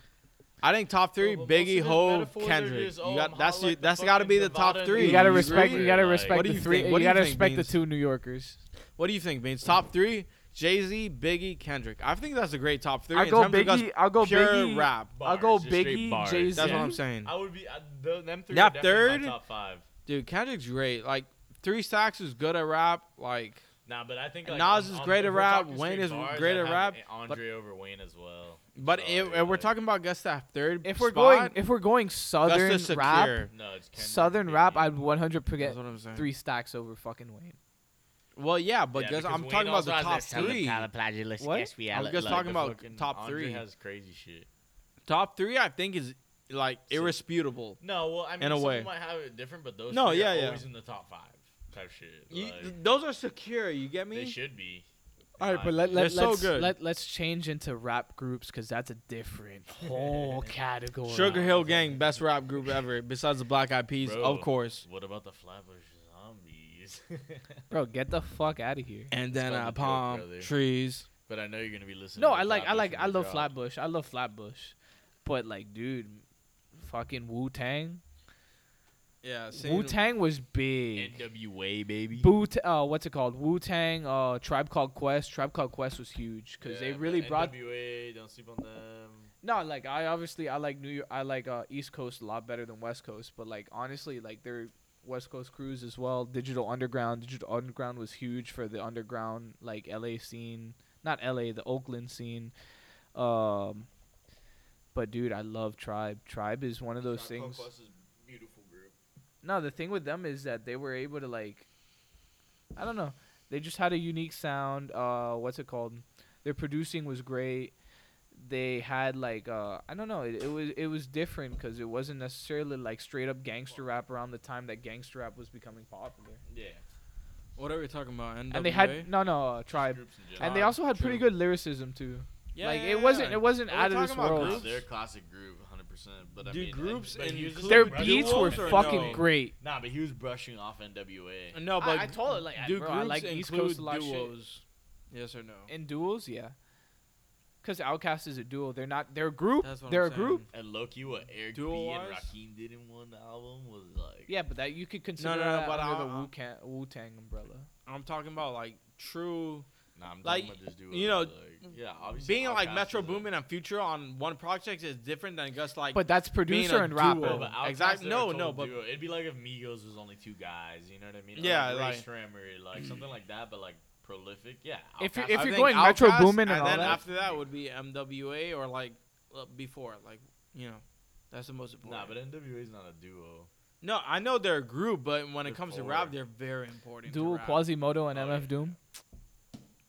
Speaker 2: I think top three:
Speaker 1: Well, but most
Speaker 2: Biggie,
Speaker 1: of his
Speaker 2: Hove,
Speaker 1: metaphors are
Speaker 2: Kendrick.
Speaker 1: just, oh,
Speaker 2: you got
Speaker 1: I'm
Speaker 2: that's
Speaker 1: hot like
Speaker 2: the,
Speaker 1: the
Speaker 2: that's got to
Speaker 1: fucking
Speaker 2: be the
Speaker 1: Nevada
Speaker 2: top
Speaker 1: and
Speaker 2: three.
Speaker 3: You gotta
Speaker 1: You
Speaker 3: respect.
Speaker 1: agree?
Speaker 3: You gotta
Speaker 1: Like-
Speaker 3: respect
Speaker 1: What
Speaker 2: do
Speaker 3: the
Speaker 2: you
Speaker 3: three.
Speaker 2: think-
Speaker 3: you
Speaker 2: what do you
Speaker 3: gotta
Speaker 2: think,
Speaker 3: respect
Speaker 2: Beans?
Speaker 3: the two New Yorkers.
Speaker 2: What do you think, Beans? Top three: Jay Z, Biggie, Kendrick. I think that's a great top three.
Speaker 3: I'll
Speaker 2: in
Speaker 3: go
Speaker 2: terms of just
Speaker 3: Biggie. I'll go
Speaker 2: pure
Speaker 3: Biggie.
Speaker 2: rap.
Speaker 3: I'll go
Speaker 1: Bars, just straight
Speaker 3: Biggie,
Speaker 1: bars.
Speaker 3: Jay Z.
Speaker 2: That's what I'm saying,
Speaker 1: I would be. I, the, them three.
Speaker 2: Yeah,
Speaker 1: are definitely
Speaker 2: third.
Speaker 1: My top five.
Speaker 2: dude. Kendrick's great. Like three stacks is good at rap. Like
Speaker 1: Nah, but I think
Speaker 2: And
Speaker 1: like,
Speaker 2: Nas
Speaker 1: on-
Speaker 2: is
Speaker 1: on-
Speaker 2: great
Speaker 1: if
Speaker 2: at
Speaker 1: we're
Speaker 2: rap,
Speaker 1: talking
Speaker 2: Wayne
Speaker 1: straight
Speaker 2: is
Speaker 1: bars,
Speaker 2: great
Speaker 1: I'd
Speaker 2: at
Speaker 1: have
Speaker 2: rap,
Speaker 1: Andre over Wayne as well.
Speaker 2: But
Speaker 1: Sorry,
Speaker 2: if, if we're
Speaker 1: like-
Speaker 2: talking about guess that third
Speaker 3: If we're going,
Speaker 2: spot,
Speaker 3: if we're going southern
Speaker 2: that's the
Speaker 3: rap,
Speaker 2: secure.
Speaker 1: No, it's Kendrick,
Speaker 3: southern
Speaker 1: Biggie.
Speaker 3: rap, I'd 100
Speaker 2: That's
Speaker 3: forget
Speaker 2: what I'm saying.
Speaker 3: three stacks over fucking Wayne.
Speaker 2: Well, yeah, but
Speaker 1: Yeah,
Speaker 2: guess,
Speaker 1: because
Speaker 2: I'm
Speaker 1: Wayne
Speaker 2: talking about
Speaker 1: also
Speaker 2: the
Speaker 1: has
Speaker 2: top
Speaker 1: that sound
Speaker 2: three.
Speaker 3: What?
Speaker 2: I'm
Speaker 1: Like,
Speaker 2: just talking
Speaker 1: the
Speaker 2: about
Speaker 1: fucking
Speaker 2: top
Speaker 1: Andre
Speaker 2: three.
Speaker 1: has crazy shit.
Speaker 2: Top three, I think, is like
Speaker 1: See.
Speaker 2: irresputable.
Speaker 1: No, well, I mean,
Speaker 2: In a
Speaker 1: some
Speaker 2: way.
Speaker 1: people might have it different, but those
Speaker 2: No,
Speaker 1: three
Speaker 2: yeah,
Speaker 1: are
Speaker 2: yeah.
Speaker 1: always in the top five type shit.
Speaker 2: You,
Speaker 1: Like,
Speaker 2: th- those are secure. You get
Speaker 1: they
Speaker 2: me?
Speaker 1: should be.
Speaker 3: All right,
Speaker 1: Nah,
Speaker 3: but let,
Speaker 2: They're
Speaker 3: let,
Speaker 2: so
Speaker 3: let's,
Speaker 2: good.
Speaker 3: let, let's change into rap groups because that's a different whole category.
Speaker 2: Sugar Hill Gang, best rap group ever, besides the Black Eyed Peas,
Speaker 1: Bro.
Speaker 2: of course.
Speaker 1: <laughs> What about the Flatbush Zombies?
Speaker 3: <laughs>
Speaker 1: <laughs>
Speaker 3: Bro, get the fuck out of here.
Speaker 2: And then
Speaker 1: called the
Speaker 2: uh,
Speaker 1: joke,
Speaker 2: palm
Speaker 1: brother.
Speaker 2: trees.
Speaker 1: but I know you're gonna be listening.
Speaker 3: No,
Speaker 1: to
Speaker 3: I like, I
Speaker 1: Flatbush
Speaker 3: like,
Speaker 1: when
Speaker 3: I
Speaker 1: they
Speaker 3: love
Speaker 1: drop.
Speaker 3: Flatbush. I love Flatbush, but like, dude, fucking Wu Tang.
Speaker 2: Yeah, same.
Speaker 3: Wu Tang was big.
Speaker 1: NWA baby.
Speaker 3: Wu, uh, what's it called? Wu Tang, uh, Tribe Called Quest. Tribe Called Quest was huge because they
Speaker 1: Yeah,
Speaker 3: really
Speaker 1: but
Speaker 3: brought.
Speaker 1: NWA. Don't sleep on them.
Speaker 3: No, like I obviously I like New York. I like uh, East Coast a lot better than West Coast, but like honestly, like their West Coast crews as well. Digital Underground, Digital Underground was huge for the underground like LA scene, not LA, the Oakland scene. Um, but dude, I love Tribe. Tribe is one of those
Speaker 1: Tribe Called
Speaker 3: things.
Speaker 1: Quest is a beautiful group.
Speaker 3: No, the thing with them is that they were able to like, I don't know, they just had a unique sound. Uh, what's it called? Their producing was great. They had like uh, I don't know, it, it was it was different because it wasn't necessarily like straight up gangster rap around the time that gangster rap was becoming popular.
Speaker 1: Yeah.
Speaker 2: What are we talking about? NWA?
Speaker 3: And they had no no uh, tribe,
Speaker 1: Groups in general.
Speaker 3: and they
Speaker 2: Tribe,
Speaker 3: also had pretty
Speaker 2: true.
Speaker 3: good lyricism too.
Speaker 2: Yeah,
Speaker 3: like
Speaker 2: yeah,
Speaker 3: it
Speaker 2: yeah,
Speaker 3: wasn't
Speaker 2: yeah.
Speaker 3: it wasn't
Speaker 2: Are we
Speaker 3: out of this
Speaker 2: talking about
Speaker 3: world.
Speaker 2: groups?
Speaker 1: They're a classic groove, 100. percent But I
Speaker 2: Dude,
Speaker 1: mean,
Speaker 2: groups
Speaker 1: and, but he was
Speaker 2: and
Speaker 1: just
Speaker 3: Their
Speaker 2: Group
Speaker 1: brushing
Speaker 3: beats
Speaker 1: off
Speaker 3: were
Speaker 2: duos or
Speaker 3: fucking
Speaker 2: no?
Speaker 3: great.
Speaker 1: Nah, but he was brushing off NWA.
Speaker 2: No,
Speaker 3: I-
Speaker 2: but
Speaker 3: I told it, like, I-
Speaker 2: do
Speaker 3: bro, I
Speaker 2: groups
Speaker 3: like East Coast
Speaker 2: include
Speaker 3: a lot of shit.
Speaker 2: duos? Yes or no?
Speaker 3: In duels, yeah. Because Outcast is a duo. They're not. They're a group.
Speaker 2: That's what I'm
Speaker 3: They're a
Speaker 2: saying.
Speaker 3: group.
Speaker 1: And Loki, what Eric
Speaker 2: Dual
Speaker 1: B and
Speaker 2: wise?
Speaker 1: Rakim did in one album was like.
Speaker 3: Yeah, but that you could consider
Speaker 2: no,
Speaker 3: that
Speaker 2: but
Speaker 3: under
Speaker 2: I'll-
Speaker 3: the Wu Tang umbrella.
Speaker 2: I'm talking about like true
Speaker 1: Nah, I'm talking
Speaker 2: Like,
Speaker 1: about this duo.
Speaker 2: you know,
Speaker 1: like, yeah, obviously
Speaker 2: being like
Speaker 1: Outkast
Speaker 2: Metro
Speaker 1: is a-
Speaker 2: Boomin and Future on one project is different than just like.
Speaker 3: But that's
Speaker 2: being
Speaker 3: producer
Speaker 2: a
Speaker 3: and rapper.
Speaker 2: duo.
Speaker 1: Bro, but Outkast,
Speaker 2: Exactly.
Speaker 1: they're
Speaker 2: No,
Speaker 1: a total
Speaker 2: no, but-
Speaker 1: duo. it'd be like if Migos was only two guys. You know what I mean? Or
Speaker 2: Yeah,
Speaker 1: like,
Speaker 2: like-
Speaker 1: Ray Strammer, like something like that, but like prolific. Yeah.
Speaker 3: If you're-
Speaker 1: Outkast-
Speaker 3: if
Speaker 2: I
Speaker 3: you're
Speaker 2: think
Speaker 3: going Metro
Speaker 2: Outkast,
Speaker 3: Boomin and
Speaker 2: and
Speaker 3: all
Speaker 2: then
Speaker 3: that.
Speaker 2: after that would be MWA or like uh, before, like you know, that's the most important.
Speaker 1: nah, but NWA is not a duo.
Speaker 2: no, I know they're a group, but when it
Speaker 1: They're
Speaker 2: comes to
Speaker 1: four.
Speaker 2: rap, they're very important. to
Speaker 3: Duel
Speaker 2: rap.
Speaker 3: Quasimodo and
Speaker 1: Oh,
Speaker 3: MF
Speaker 1: yeah.
Speaker 3: Doom.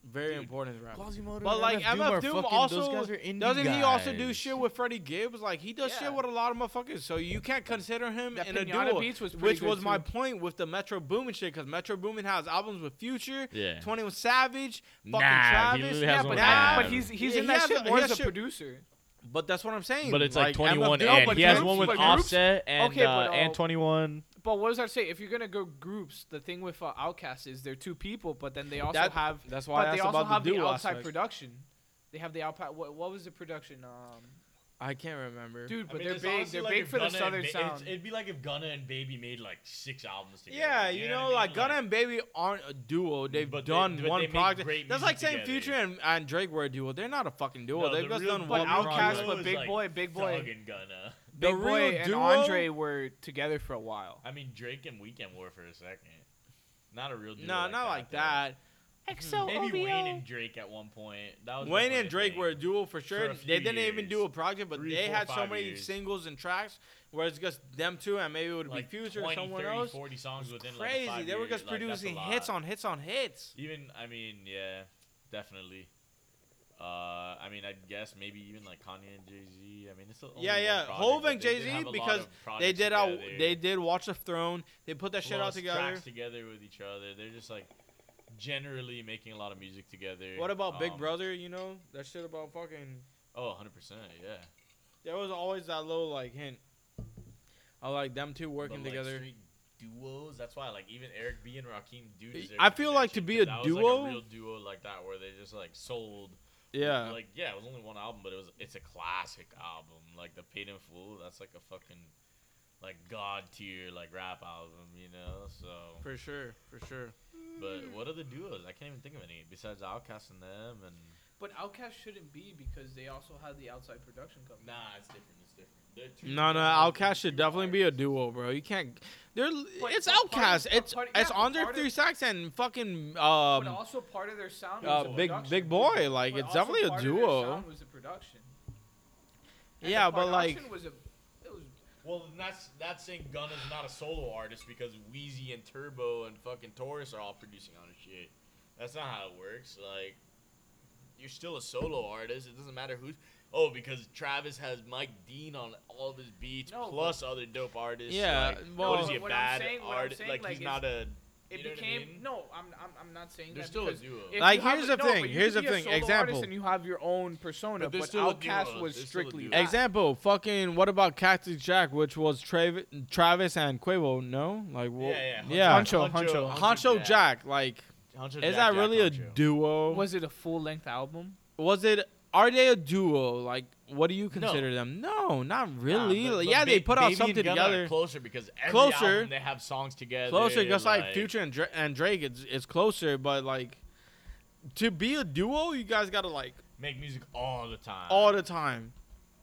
Speaker 2: very
Speaker 1: Dude.
Speaker 2: important to rap.
Speaker 1: Quasimodo
Speaker 2: But, and like, MF Doom MF are Doom fucking- also- those guys
Speaker 1: indie
Speaker 2: Doesn't he also do shit with Freddie Gibbs? Like he does
Speaker 1: Yeah.
Speaker 2: shit with a lot of motherfuckers, so you can't consider him
Speaker 3: That
Speaker 2: in a
Speaker 3: Pinata
Speaker 2: duo.
Speaker 3: Beats was pretty
Speaker 2: which
Speaker 3: good
Speaker 2: was my
Speaker 3: too.
Speaker 2: point with the Metro Boomin shit, because Metro Boomin has albums with Future,
Speaker 1: Yeah.
Speaker 2: Twenty One Savage,
Speaker 1: Nah,
Speaker 2: fucking
Speaker 1: he
Speaker 2: Travis.
Speaker 1: literally has Yeah, one
Speaker 3: but,
Speaker 1: but that-
Speaker 3: but he's he's
Speaker 2: Yeah,
Speaker 3: in
Speaker 2: he
Speaker 3: that
Speaker 2: has
Speaker 3: shit
Speaker 2: a-
Speaker 3: more
Speaker 2: he
Speaker 3: as
Speaker 2: has
Speaker 3: a
Speaker 2: shit-
Speaker 3: producer.
Speaker 2: But that's what I'm saying.
Speaker 8: But it's like,
Speaker 2: MF
Speaker 8: 21
Speaker 2: Doom,
Speaker 8: and
Speaker 2: but
Speaker 8: he has
Speaker 2: groups-
Speaker 8: one with
Speaker 2: but groups- oh.
Speaker 8: Offset and
Speaker 3: Okay,
Speaker 8: uh,
Speaker 3: but,
Speaker 8: and
Speaker 3: uh,
Speaker 8: 21.
Speaker 3: But what was I say? If you're gonna go groups, the thing with uh, Outcast is they're two people, but then they also
Speaker 2: That-
Speaker 3: have.
Speaker 2: That's why
Speaker 3: But
Speaker 2: I
Speaker 3: they
Speaker 2: asked
Speaker 3: also
Speaker 2: about
Speaker 3: have
Speaker 2: the,
Speaker 3: the,
Speaker 2: duo
Speaker 3: outside
Speaker 2: aspect.
Speaker 3: production. They have the output. What, what was the production? Um,
Speaker 2: I can't remember.
Speaker 3: dude, but they're big. They're big for the southern sound.
Speaker 1: It'd be like if Gunna and Baby made like six albums together.
Speaker 2: yeah, you know,
Speaker 1: what I
Speaker 2: like
Speaker 1: mean?
Speaker 2: Gunna and Baby aren't a duo. They've
Speaker 1: But they-
Speaker 2: done
Speaker 1: but they
Speaker 2: one
Speaker 1: make
Speaker 2: project.
Speaker 1: great
Speaker 2: That's
Speaker 1: music
Speaker 2: like saying
Speaker 1: together.
Speaker 2: Future and, and Drake were a duo. They're not a fucking duo.
Speaker 1: No,
Speaker 2: They've
Speaker 1: the
Speaker 2: just
Speaker 1: real
Speaker 2: done
Speaker 3: but
Speaker 2: one
Speaker 1: Outkast
Speaker 3: Outcast,
Speaker 2: project.
Speaker 1: was
Speaker 3: but Big
Speaker 1: like
Speaker 3: Boy, Big Boy,
Speaker 1: Thug and Gunna.
Speaker 2: The
Speaker 3: Big Boy,
Speaker 2: real
Speaker 3: and
Speaker 2: duo-
Speaker 3: Andre were together for a while.
Speaker 1: I mean, Drake and Weekend War for a second. Not a real duo.
Speaker 2: No,
Speaker 1: like
Speaker 2: not
Speaker 1: that,
Speaker 2: like
Speaker 1: though.
Speaker 2: that.
Speaker 3: XO
Speaker 1: Maybe Wayne and Drake at one point. That was
Speaker 2: Wayne
Speaker 1: definitely
Speaker 2: and
Speaker 1: a
Speaker 2: Drake
Speaker 1: thing.
Speaker 2: were a duo for sure.
Speaker 1: a
Speaker 2: they
Speaker 1: few
Speaker 2: didn't even
Speaker 1: years.
Speaker 2: do a project, but
Speaker 1: Three,
Speaker 2: they
Speaker 1: four,
Speaker 2: had so
Speaker 1: five
Speaker 2: many
Speaker 1: years.
Speaker 2: singles and tracks where it's just them two, and maybe it would
Speaker 1: like
Speaker 2: be Future or
Speaker 1: 20,
Speaker 2: someone
Speaker 1: 30,
Speaker 2: else.
Speaker 1: 40 songs within
Speaker 2: Crazy.
Speaker 1: Like a
Speaker 2: they were
Speaker 1: five-year- like,
Speaker 2: just
Speaker 1: that's a
Speaker 2: producing hits
Speaker 1: lot.
Speaker 2: on hits on hits.
Speaker 1: Even I mean, yeah, definitely. Uh, I mean, I guess maybe even like Kanye and Jay Z. I mean, it's a
Speaker 2: Yeah, yeah, Hove and Jay-Z because They did out. They did Watch the Throne. They put that shit out together.
Speaker 1: Tracks together with each other. They're just like generally making a lot of music together.
Speaker 2: What about Big
Speaker 1: Um,
Speaker 2: Brother? You know that shit about fucking.
Speaker 1: Oh, 100 percent. Yeah.
Speaker 2: There was always that little like hint. I like them two
Speaker 1: But,
Speaker 2: working
Speaker 1: like,
Speaker 2: together.
Speaker 1: street duos. That's why, like, even Eric B and Rakim do. deserve
Speaker 2: I feel like to
Speaker 1: mention,
Speaker 2: be
Speaker 1: 'cause
Speaker 2: a
Speaker 1: that was,
Speaker 2: duo-
Speaker 1: like, a real duo like that, where they just like sold.
Speaker 2: Yeah.
Speaker 1: Like, yeah, it was only one album, but it was it's a classic album. Like the Paid in Full, that's like a fucking like god tier like rap album, you know. So,
Speaker 2: for sure, for sure.
Speaker 1: but what are the duos? I can't even think of any besides Outkast and them and.
Speaker 4: But Outkast shouldn't be because they also had the outside production company.
Speaker 1: Nah, it's different. It's different. They're two
Speaker 2: No, no,
Speaker 1: different
Speaker 2: Outkast
Speaker 1: albums,
Speaker 2: should
Speaker 1: two
Speaker 2: definitely be a
Speaker 1: artists.
Speaker 2: duo, bro. You can't. They're
Speaker 4: But-
Speaker 2: it's
Speaker 4: but part of-
Speaker 2: Outkast.
Speaker 4: but
Speaker 2: It's
Speaker 4: part-
Speaker 2: it's
Speaker 4: yeah, but
Speaker 2: under
Speaker 4: part
Speaker 2: three
Speaker 4: of-
Speaker 2: sacks and fucking
Speaker 4: but
Speaker 2: um
Speaker 4: also part of their sound
Speaker 2: uh,
Speaker 4: was the
Speaker 2: big
Speaker 4: production.
Speaker 2: big boy. Like
Speaker 4: But
Speaker 2: it's
Speaker 4: also
Speaker 2: definitely a
Speaker 4: part of their
Speaker 2: duo.
Speaker 4: sound was the production. And the
Speaker 2: Yeah, but like
Speaker 4: production was a- it was-
Speaker 1: Well, then that's that's saying Gunna's not a solo artist because Wheezy and Turbo and fucking Taurus are all producing on his shit. That's not how it works. Like, you're still a solo artist. It doesn't matter who's. Oh, because Travis has Mike Dean on all of his beats,
Speaker 4: No,
Speaker 1: plus other dope artists.
Speaker 2: Yeah,
Speaker 1: like,
Speaker 2: well-
Speaker 1: what is he a
Speaker 4: But what I'm
Speaker 1: bad
Speaker 4: saying- what I'm
Speaker 1: artist?
Speaker 4: saying,
Speaker 1: Like,
Speaker 4: like,
Speaker 1: he's
Speaker 4: is-
Speaker 1: not a.
Speaker 4: it
Speaker 1: you know what I
Speaker 4: became
Speaker 1: mean?
Speaker 4: no. I'm, I'm I'm not saying
Speaker 1: They're
Speaker 4: that
Speaker 1: still a
Speaker 4: because
Speaker 1: duo.
Speaker 4: if
Speaker 2: Like,
Speaker 4: you have
Speaker 2: here's
Speaker 4: a-
Speaker 2: the
Speaker 4: no,
Speaker 2: thing,
Speaker 4: but you
Speaker 2: here's
Speaker 4: could
Speaker 2: the
Speaker 4: be a
Speaker 2: thing,
Speaker 4: solo artist
Speaker 2: example.
Speaker 4: And you have your own persona,
Speaker 1: But
Speaker 4: but,
Speaker 1: they're still a
Speaker 4: Outkast
Speaker 1: duo,
Speaker 4: was
Speaker 1: they're still a
Speaker 4: strictly
Speaker 1: duo.
Speaker 4: that.
Speaker 2: example fucking what about Cactus Jack, which was Travis Travis and Quavo? No, like well,
Speaker 1: Yeah, yeah.
Speaker 2: yeah.
Speaker 3: Honcho, Honcho.
Speaker 2: Honcho Jack. Like
Speaker 1: Honcho
Speaker 2: is
Speaker 1: Jack,
Speaker 2: that
Speaker 1: Jack
Speaker 2: really a
Speaker 1: Honcho.
Speaker 2: duo? Was
Speaker 3: Was it a full length album?
Speaker 2: was it? Are they a duo? Like what do you consider them? No, not really.
Speaker 1: Nah, but-
Speaker 2: Like,
Speaker 1: but
Speaker 2: yeah, they
Speaker 1: Ba-
Speaker 2: put out
Speaker 1: Baby and
Speaker 2: something
Speaker 1: Gunna are
Speaker 2: together.
Speaker 1: Closer because every
Speaker 2: Closer.
Speaker 1: album they have songs together.
Speaker 2: closer, just like, Future and, Dra- and Drake. It's it's closer, but like to be a duo, you guys gotta like
Speaker 1: Make music all the time.
Speaker 2: all the time.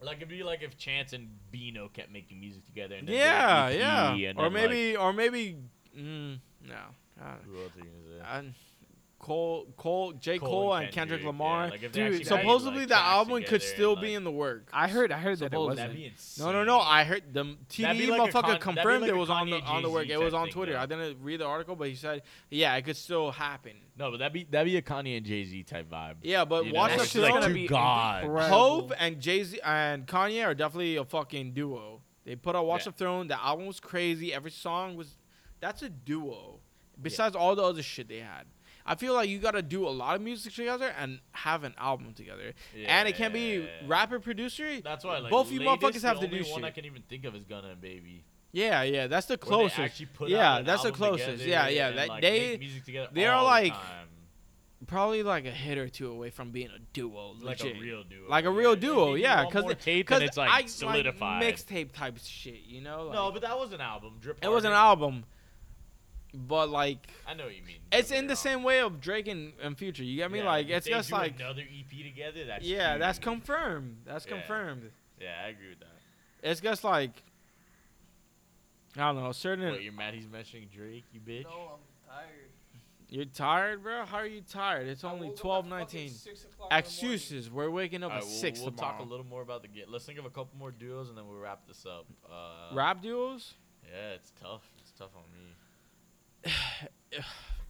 Speaker 1: like it'd be like if Chance and Bino kept making music together. And then did an
Speaker 2: yeah,
Speaker 1: EP,
Speaker 2: yeah.
Speaker 1: and
Speaker 2: Or
Speaker 1: then, like,
Speaker 2: maybe, or maybe, mm, no. I don't-
Speaker 1: who else are you gonna say?
Speaker 2: I- Cole, Cole, J. Cole, and Kendrick,
Speaker 1: yeah,
Speaker 2: Lamar.
Speaker 1: like, if they
Speaker 3: Dude,
Speaker 1: actually made, like,
Speaker 2: Supposedly, the
Speaker 1: tracks
Speaker 2: album could
Speaker 1: together and,
Speaker 2: still be
Speaker 1: like-
Speaker 2: in the work.
Speaker 3: I heard. I heard that it
Speaker 1: Supposedly.
Speaker 3: wasn't.
Speaker 1: Oh, That'd be
Speaker 2: No, no, no. I heard the
Speaker 1: That'd
Speaker 2: TDE
Speaker 1: be like a
Speaker 2: motherfucker
Speaker 1: Con- that'd be
Speaker 2: confirmed
Speaker 1: like
Speaker 2: it
Speaker 1: a
Speaker 2: was on the
Speaker 1: Kanye
Speaker 2: on the work.
Speaker 1: Jay-Z
Speaker 2: It was
Speaker 1: type
Speaker 2: on
Speaker 1: thing,
Speaker 2: Twitter.
Speaker 1: though.
Speaker 2: I didn't read the article, but he said, yeah, it could still happen.
Speaker 1: No, but that'd be that'd be a Kanye and Jay Z type vibe.
Speaker 2: Yeah, but
Speaker 1: You know,
Speaker 2: watch
Speaker 1: that's
Speaker 2: the
Speaker 1: just, like
Speaker 2: film.
Speaker 3: gonna
Speaker 1: two
Speaker 3: be
Speaker 1: gods.
Speaker 3: incredible.
Speaker 2: Hove and Jay Z and Kanye are definitely a fucking duo. They put out Watch
Speaker 1: Yeah.
Speaker 2: the Throne. The album was crazy. Every song was. That's a duo. Besides all the other shit they had, I feel like you gotta do a lot of music together and have an album together. and it can't be
Speaker 1: Yeah.
Speaker 2: rapper producer.
Speaker 1: That's why like
Speaker 2: Both you
Speaker 1: latest,
Speaker 2: motherfuckers have
Speaker 1: the
Speaker 2: to do
Speaker 1: only one
Speaker 2: shit.
Speaker 1: I can even think of is Gunna and Baby.
Speaker 2: Yeah, yeah. That's the
Speaker 1: Where they
Speaker 2: closest.
Speaker 1: actually put
Speaker 2: Yeah,
Speaker 1: out an
Speaker 2: that's the
Speaker 1: album
Speaker 2: closest.
Speaker 1: together
Speaker 2: Yeah, yeah,
Speaker 1: and,
Speaker 2: that-
Speaker 1: like,
Speaker 2: they-
Speaker 1: make music together
Speaker 2: they are,
Speaker 1: all the
Speaker 2: like,
Speaker 1: time.
Speaker 2: Probably like a hit or two away from being a duo.
Speaker 1: like
Speaker 2: legit.
Speaker 1: a real duo.
Speaker 2: Like a real
Speaker 1: If
Speaker 2: duo,
Speaker 1: you do
Speaker 2: yeah,
Speaker 1: one
Speaker 2: 'cause
Speaker 1: more
Speaker 2: the-
Speaker 1: tape
Speaker 2: Cause
Speaker 1: and it's
Speaker 2: I
Speaker 1: like solidified.
Speaker 2: Like mixtape type shit, you know. Like,
Speaker 1: no, but that was an album. Drip.
Speaker 2: it was an
Speaker 1: Harder.
Speaker 2: album, but like
Speaker 1: I know what you mean.
Speaker 2: it's
Speaker 1: Don't get
Speaker 2: in
Speaker 1: me
Speaker 2: the
Speaker 1: wrong.
Speaker 2: same way of Drake and, and Future. You get me?
Speaker 1: Yeah,
Speaker 2: like
Speaker 1: if
Speaker 2: it's
Speaker 1: they
Speaker 2: just
Speaker 1: do
Speaker 2: like
Speaker 1: another EP together. That's
Speaker 2: yeah, that's
Speaker 1: huge.
Speaker 2: confirmed. That's
Speaker 1: Yeah.
Speaker 2: confirmed.
Speaker 1: Yeah, I agree with that.
Speaker 2: It's just like I don't know. Certain
Speaker 1: Wait, you're mad he's mentioning Drake, you bitch.
Speaker 4: No, I'm tired.
Speaker 2: you're tired, bro. How are you tired? It's only twelve nineteen. Excuses. We're waking
Speaker 1: All
Speaker 2: up
Speaker 1: right,
Speaker 2: at
Speaker 1: we'll,
Speaker 2: six
Speaker 1: we'll
Speaker 2: tomorrow.
Speaker 1: talk a little more about the game. Let's think of a couple more duos and then we'll wrap this up. Uh,
Speaker 2: Rap duels.
Speaker 1: Yeah, it's tough. It's tough on me.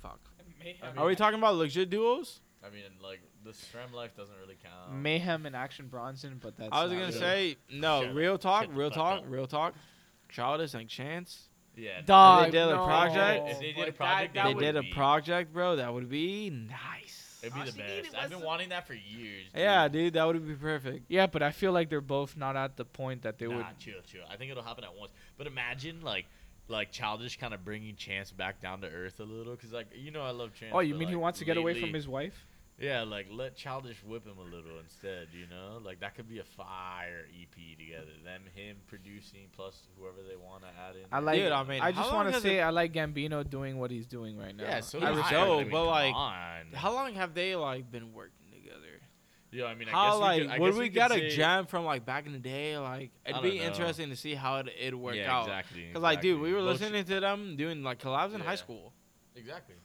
Speaker 2: Fuck.
Speaker 4: Mayhem.
Speaker 2: Are we talking about legit duels?
Speaker 1: I mean, like the SRAM life doesn't really
Speaker 2: Oh.
Speaker 1: count.
Speaker 3: Mayhem and Action Bronson, but that's.
Speaker 2: I was
Speaker 3: not
Speaker 2: gonna
Speaker 3: really-
Speaker 2: say no.
Speaker 1: Shut up.
Speaker 2: real talk.
Speaker 1: Shut the
Speaker 2: Real
Speaker 1: fuck
Speaker 2: talk.
Speaker 1: up.
Speaker 2: Real talk. Childish and Chance.
Speaker 1: Yeah.
Speaker 3: Dog.
Speaker 2: They did a
Speaker 3: no.
Speaker 2: project.
Speaker 1: If they did
Speaker 4: but
Speaker 1: a project,
Speaker 4: that-
Speaker 1: it
Speaker 2: They
Speaker 4: that
Speaker 1: would
Speaker 2: did a
Speaker 1: be-
Speaker 2: project, bro. That would be nice.
Speaker 1: It'd be
Speaker 4: All
Speaker 1: the
Speaker 4: she needed
Speaker 1: best. I've
Speaker 4: was
Speaker 1: been
Speaker 4: the-
Speaker 1: wanting that for years. Dude.
Speaker 2: Yeah, dude, that would be perfect.
Speaker 3: Yeah, but I feel like they're both not at the point that they
Speaker 1: nah,
Speaker 3: would.
Speaker 1: chill, chill. I think it'll happen at once. But imagine like, like childish kind of bringing Chance back down to earth a little, cause like you know I love Chance.
Speaker 3: Oh, you
Speaker 1: but,
Speaker 3: mean he
Speaker 1: like,
Speaker 3: wants to get away
Speaker 1: lately-
Speaker 3: from his wife?
Speaker 1: Yeah, like let Childish whip him a little instead, you know? Like that could be a fire EP together. Them, him producing, plus whoever they want to add in.
Speaker 3: I
Speaker 1: there.
Speaker 3: like.
Speaker 2: Dude, I mean,
Speaker 3: I
Speaker 2: how
Speaker 3: just
Speaker 2: long
Speaker 3: want to
Speaker 2: has
Speaker 3: say
Speaker 2: it-
Speaker 3: I like Gambino doing what he's doing right now.
Speaker 1: Yeah, so
Speaker 2: I
Speaker 1: do
Speaker 2: would
Speaker 1: I,
Speaker 2: so,
Speaker 1: I mean,
Speaker 2: but,
Speaker 1: come
Speaker 2: like,
Speaker 1: on.
Speaker 2: How long have they like been working together?
Speaker 1: yeah, I mean, I
Speaker 2: how
Speaker 1: guess
Speaker 2: like
Speaker 1: we could, I
Speaker 2: would
Speaker 1: guess
Speaker 2: we
Speaker 1: could
Speaker 2: got a
Speaker 1: say,
Speaker 2: jam from like back in the day? Like it'd
Speaker 1: I
Speaker 2: be
Speaker 1: don't know.
Speaker 2: interesting to see how it it work
Speaker 1: yeah,
Speaker 2: out.
Speaker 1: Exactly.
Speaker 2: Cause like, dude,
Speaker 1: exactly.
Speaker 2: we were
Speaker 1: Both-
Speaker 2: listening to them doing like collabs in high
Speaker 1: Yeah.
Speaker 2: school.
Speaker 1: Exactly.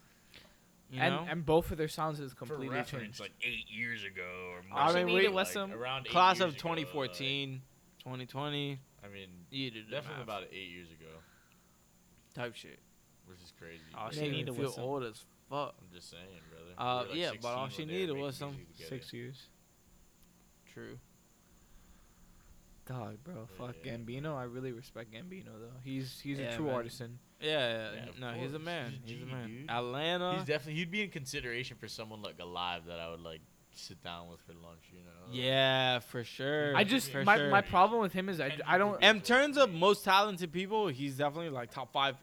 Speaker 2: You
Speaker 3: and
Speaker 2: know?
Speaker 3: and both of their sounds is
Speaker 1: For
Speaker 3: completely
Speaker 1: reference,
Speaker 3: changed.
Speaker 1: like eight years ago or more.
Speaker 2: I mean,
Speaker 1: something,
Speaker 2: we-
Speaker 1: like,
Speaker 3: Listen,
Speaker 1: around eight
Speaker 2: Class
Speaker 1: years
Speaker 2: of
Speaker 1: ago,
Speaker 2: 2014, 2020,
Speaker 1: like, I mean,
Speaker 2: you did the
Speaker 1: definitely
Speaker 2: math
Speaker 1: about eight years ago,
Speaker 2: type shit.
Speaker 1: which is crazy.
Speaker 2: Oh,
Speaker 1: but
Speaker 2: she
Speaker 3: Maybe
Speaker 2: need
Speaker 3: the
Speaker 2: to feel
Speaker 3: whistle.
Speaker 2: old as fuck.
Speaker 1: I'm just saying, brother.
Speaker 2: Uh,
Speaker 1: We were, like,
Speaker 2: yeah, but all
Speaker 1: 16
Speaker 2: she
Speaker 1: when they were
Speaker 2: needed
Speaker 1: making
Speaker 2: was some
Speaker 1: music together.
Speaker 3: Six years.
Speaker 2: True.
Speaker 3: Dog, bro,
Speaker 1: But
Speaker 3: fuck
Speaker 1: yeah.
Speaker 3: Gambino. I really respect Gambino though. He's he's
Speaker 2: Yeah,
Speaker 3: a true
Speaker 2: man.
Speaker 3: artisan.
Speaker 2: Yeah, yeah,
Speaker 1: Yeah, of
Speaker 2: no, he's a
Speaker 1: course.
Speaker 2: man.
Speaker 1: He's a
Speaker 2: He's a
Speaker 1: G,
Speaker 2: man.
Speaker 1: dude.
Speaker 2: Atlanta.
Speaker 1: He's definitely he'd be in consideration for someone like alive that I would like sit down with for lunch, you know.
Speaker 2: Yeah, for sure.
Speaker 3: I just
Speaker 2: for
Speaker 3: my,
Speaker 2: sure.
Speaker 3: my problem with him is I,
Speaker 1: And
Speaker 3: I
Speaker 1: he
Speaker 3: don't
Speaker 1: could
Speaker 2: In terms of most talented people, he's definitely like top five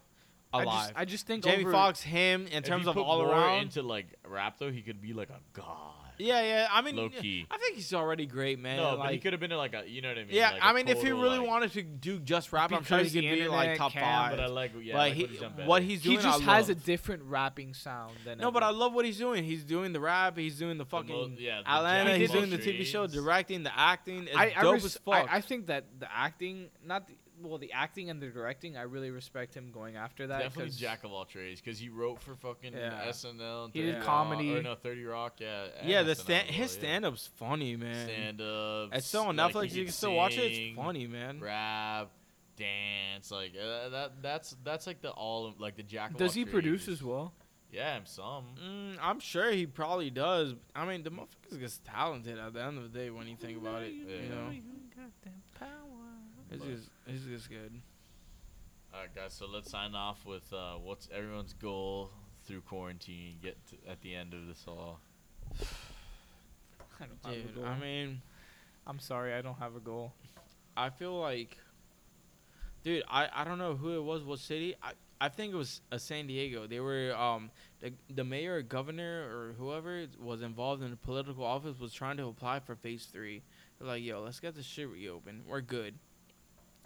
Speaker 3: I
Speaker 2: alive.
Speaker 3: just, I just think
Speaker 2: Jamie
Speaker 3: over-
Speaker 2: Foxx, him in
Speaker 1: If
Speaker 2: terms
Speaker 1: you
Speaker 2: of
Speaker 1: put
Speaker 2: all
Speaker 1: Bohr
Speaker 2: around.
Speaker 1: into like rap though, he could be like a god.
Speaker 2: yeah, yeah. I mean,
Speaker 1: Low key.
Speaker 2: I think he's already great, man.
Speaker 1: no,
Speaker 2: like,
Speaker 1: but he could have been like a you know what I mean.
Speaker 2: yeah,
Speaker 1: like a
Speaker 2: I mean, if he
Speaker 1: total,
Speaker 2: really
Speaker 1: like-
Speaker 2: wanted to do just rap, I'm sure he
Speaker 3: Because
Speaker 2: could
Speaker 3: the
Speaker 2: be like
Speaker 3: internet,
Speaker 2: top
Speaker 3: Cam,
Speaker 2: five.
Speaker 1: But I like yeah,
Speaker 2: but
Speaker 1: like
Speaker 2: he,
Speaker 1: what he's done better.
Speaker 2: what he's
Speaker 3: he
Speaker 2: doing,
Speaker 3: just
Speaker 2: I
Speaker 3: has
Speaker 2: love.
Speaker 3: a different rapping sound than
Speaker 2: No, but I
Speaker 3: everyone.
Speaker 2: love what he's doing. He's doing the rap. He's doing the
Speaker 1: The mo-
Speaker 2: fucking
Speaker 1: yeah, the
Speaker 2: Atlanta.
Speaker 1: Jack
Speaker 2: He's
Speaker 1: of all
Speaker 2: doing the TV show,
Speaker 1: trades.
Speaker 2: directing, the acting. It's
Speaker 3: I, I,
Speaker 2: dope
Speaker 3: res-
Speaker 2: as
Speaker 3: I-
Speaker 2: fuck.
Speaker 3: I think that the acting, not the, well, the acting and the directing, I really respect him going after that.
Speaker 1: Definitely
Speaker 3: 'cause
Speaker 1: jack of all trades because he wrote for fucking
Speaker 3: Yeah.
Speaker 1: SNL. And
Speaker 3: He
Speaker 1: 30
Speaker 3: did
Speaker 1: Rock-
Speaker 3: comedy.
Speaker 1: or no, Thirty Rock. Yeah, and
Speaker 2: yeah, the
Speaker 1: SNL,
Speaker 2: stand, his
Speaker 1: yeah.
Speaker 2: stand up's funny, man.
Speaker 1: stand up.
Speaker 2: It's still on Netflix. you can still watch it. It's funny, man.
Speaker 1: Rap, dance, like uh, that. That's that's like the all of- like the jack. of
Speaker 3: Does
Speaker 1: all
Speaker 3: he produce
Speaker 1: trades.
Speaker 3: as well?
Speaker 1: Yeah, I'm some.
Speaker 2: Mm, I'm sure he probably does. I mean, the motherfucker's just talented at the end of the day when you think about it.
Speaker 1: Yeah.
Speaker 2: You know, it's just, it's just good.
Speaker 1: All right, guys. So let's sign off with uh, what's everyone's goal through quarantine. Get to, at the end of this all.
Speaker 3: I don't have a
Speaker 2: Dude,
Speaker 3: goal.
Speaker 2: I mean,
Speaker 3: I'm sorry, I don't have a goal.
Speaker 2: I feel like, dude, I, I don't know who it was, what city. I, I think it was uh, San Diego. They were um the, the mayor or governor or whoever was involved in the political office was trying to apply for phase three. They're like, yo, let's get this shit reopened. We're good.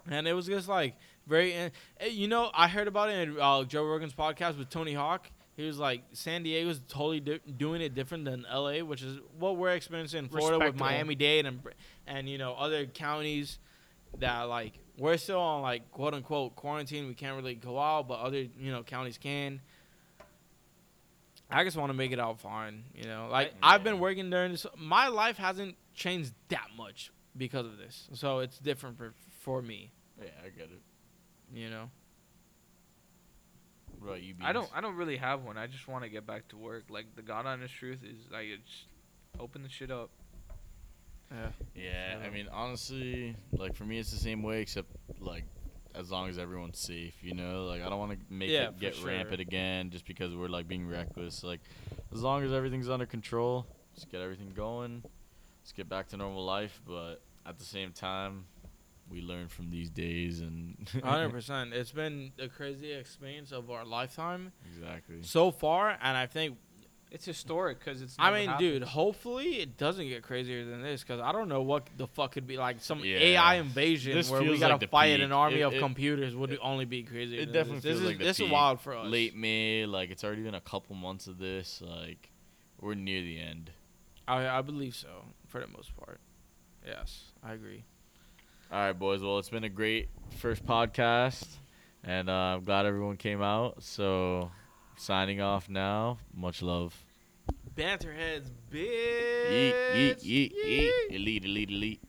Speaker 2: And it was just like very, in- eh, you know, I heard about it in uh, Joe Rogan's podcast with Tony Hawk. He was like, San Diego's totally di- doing it different than LA, which is what we're experiencing in Florida with
Speaker 3: Respectable.
Speaker 2: Miami Dade and Br- and you know other counties that like we're still on like quote unquote quarantine. We can't really go out, but other you know counties can. I just want to make it out fine, you know. Like I,
Speaker 1: I-
Speaker 2: have been
Speaker 1: Yeah.
Speaker 2: working during this. My life hasn't changed that much because of this, so it's different for for me,
Speaker 1: Yeah, I get it.
Speaker 2: you know.
Speaker 1: What about you?
Speaker 3: I don't.
Speaker 1: Beans?
Speaker 3: I don't really have one. I just want to get back to work. Like the god honest truth is, like, just open the shit up.
Speaker 1: Yeah, I
Speaker 2: So-
Speaker 1: mean, honestly, like for me, it's the same way, except like as long as everyone's safe, you know. Like I don't want to make
Speaker 2: Yeah, for
Speaker 1: it get
Speaker 2: sure.
Speaker 1: rampant again, just because we're like being reckless. Like as long as everything's under control, just get everything going, just get back to normal life. But at the same time, we learn from these days and <laughs>
Speaker 2: Hundred percent. It's been the craziest experience of our lifetime
Speaker 1: Mm. exactly.
Speaker 2: so far, and I think
Speaker 3: It's historic because it's.
Speaker 2: I
Speaker 3: never
Speaker 2: mean,
Speaker 3: happened.
Speaker 2: dude, hopefully it doesn't get crazier than this because I don't know what the fuck could be like some
Speaker 1: Yeah.
Speaker 2: AI invasion
Speaker 1: This
Speaker 2: where we
Speaker 1: feels
Speaker 2: gotta
Speaker 1: like the
Speaker 2: fight
Speaker 1: peak.
Speaker 2: an army
Speaker 1: It-
Speaker 2: of
Speaker 1: it-
Speaker 2: computers would
Speaker 1: it-
Speaker 2: only be crazier.
Speaker 1: it
Speaker 2: than
Speaker 1: definitely
Speaker 2: this. This
Speaker 1: feels
Speaker 2: is
Speaker 1: like the
Speaker 2: this is
Speaker 1: peak.
Speaker 2: wild for us.
Speaker 1: Late May, like it's already been a couple months of this. Like we're near the end.
Speaker 2: I, I believe so for the most part. Yes, I agree.
Speaker 1: All right, boys. Well, it's been a great first podcast, and uh, I'm glad everyone came out. So, signing off now. Much love.
Speaker 2: Banter heads, bitch.
Speaker 1: Yeet, yeet, yeet, yeet. Elite, elite, elite.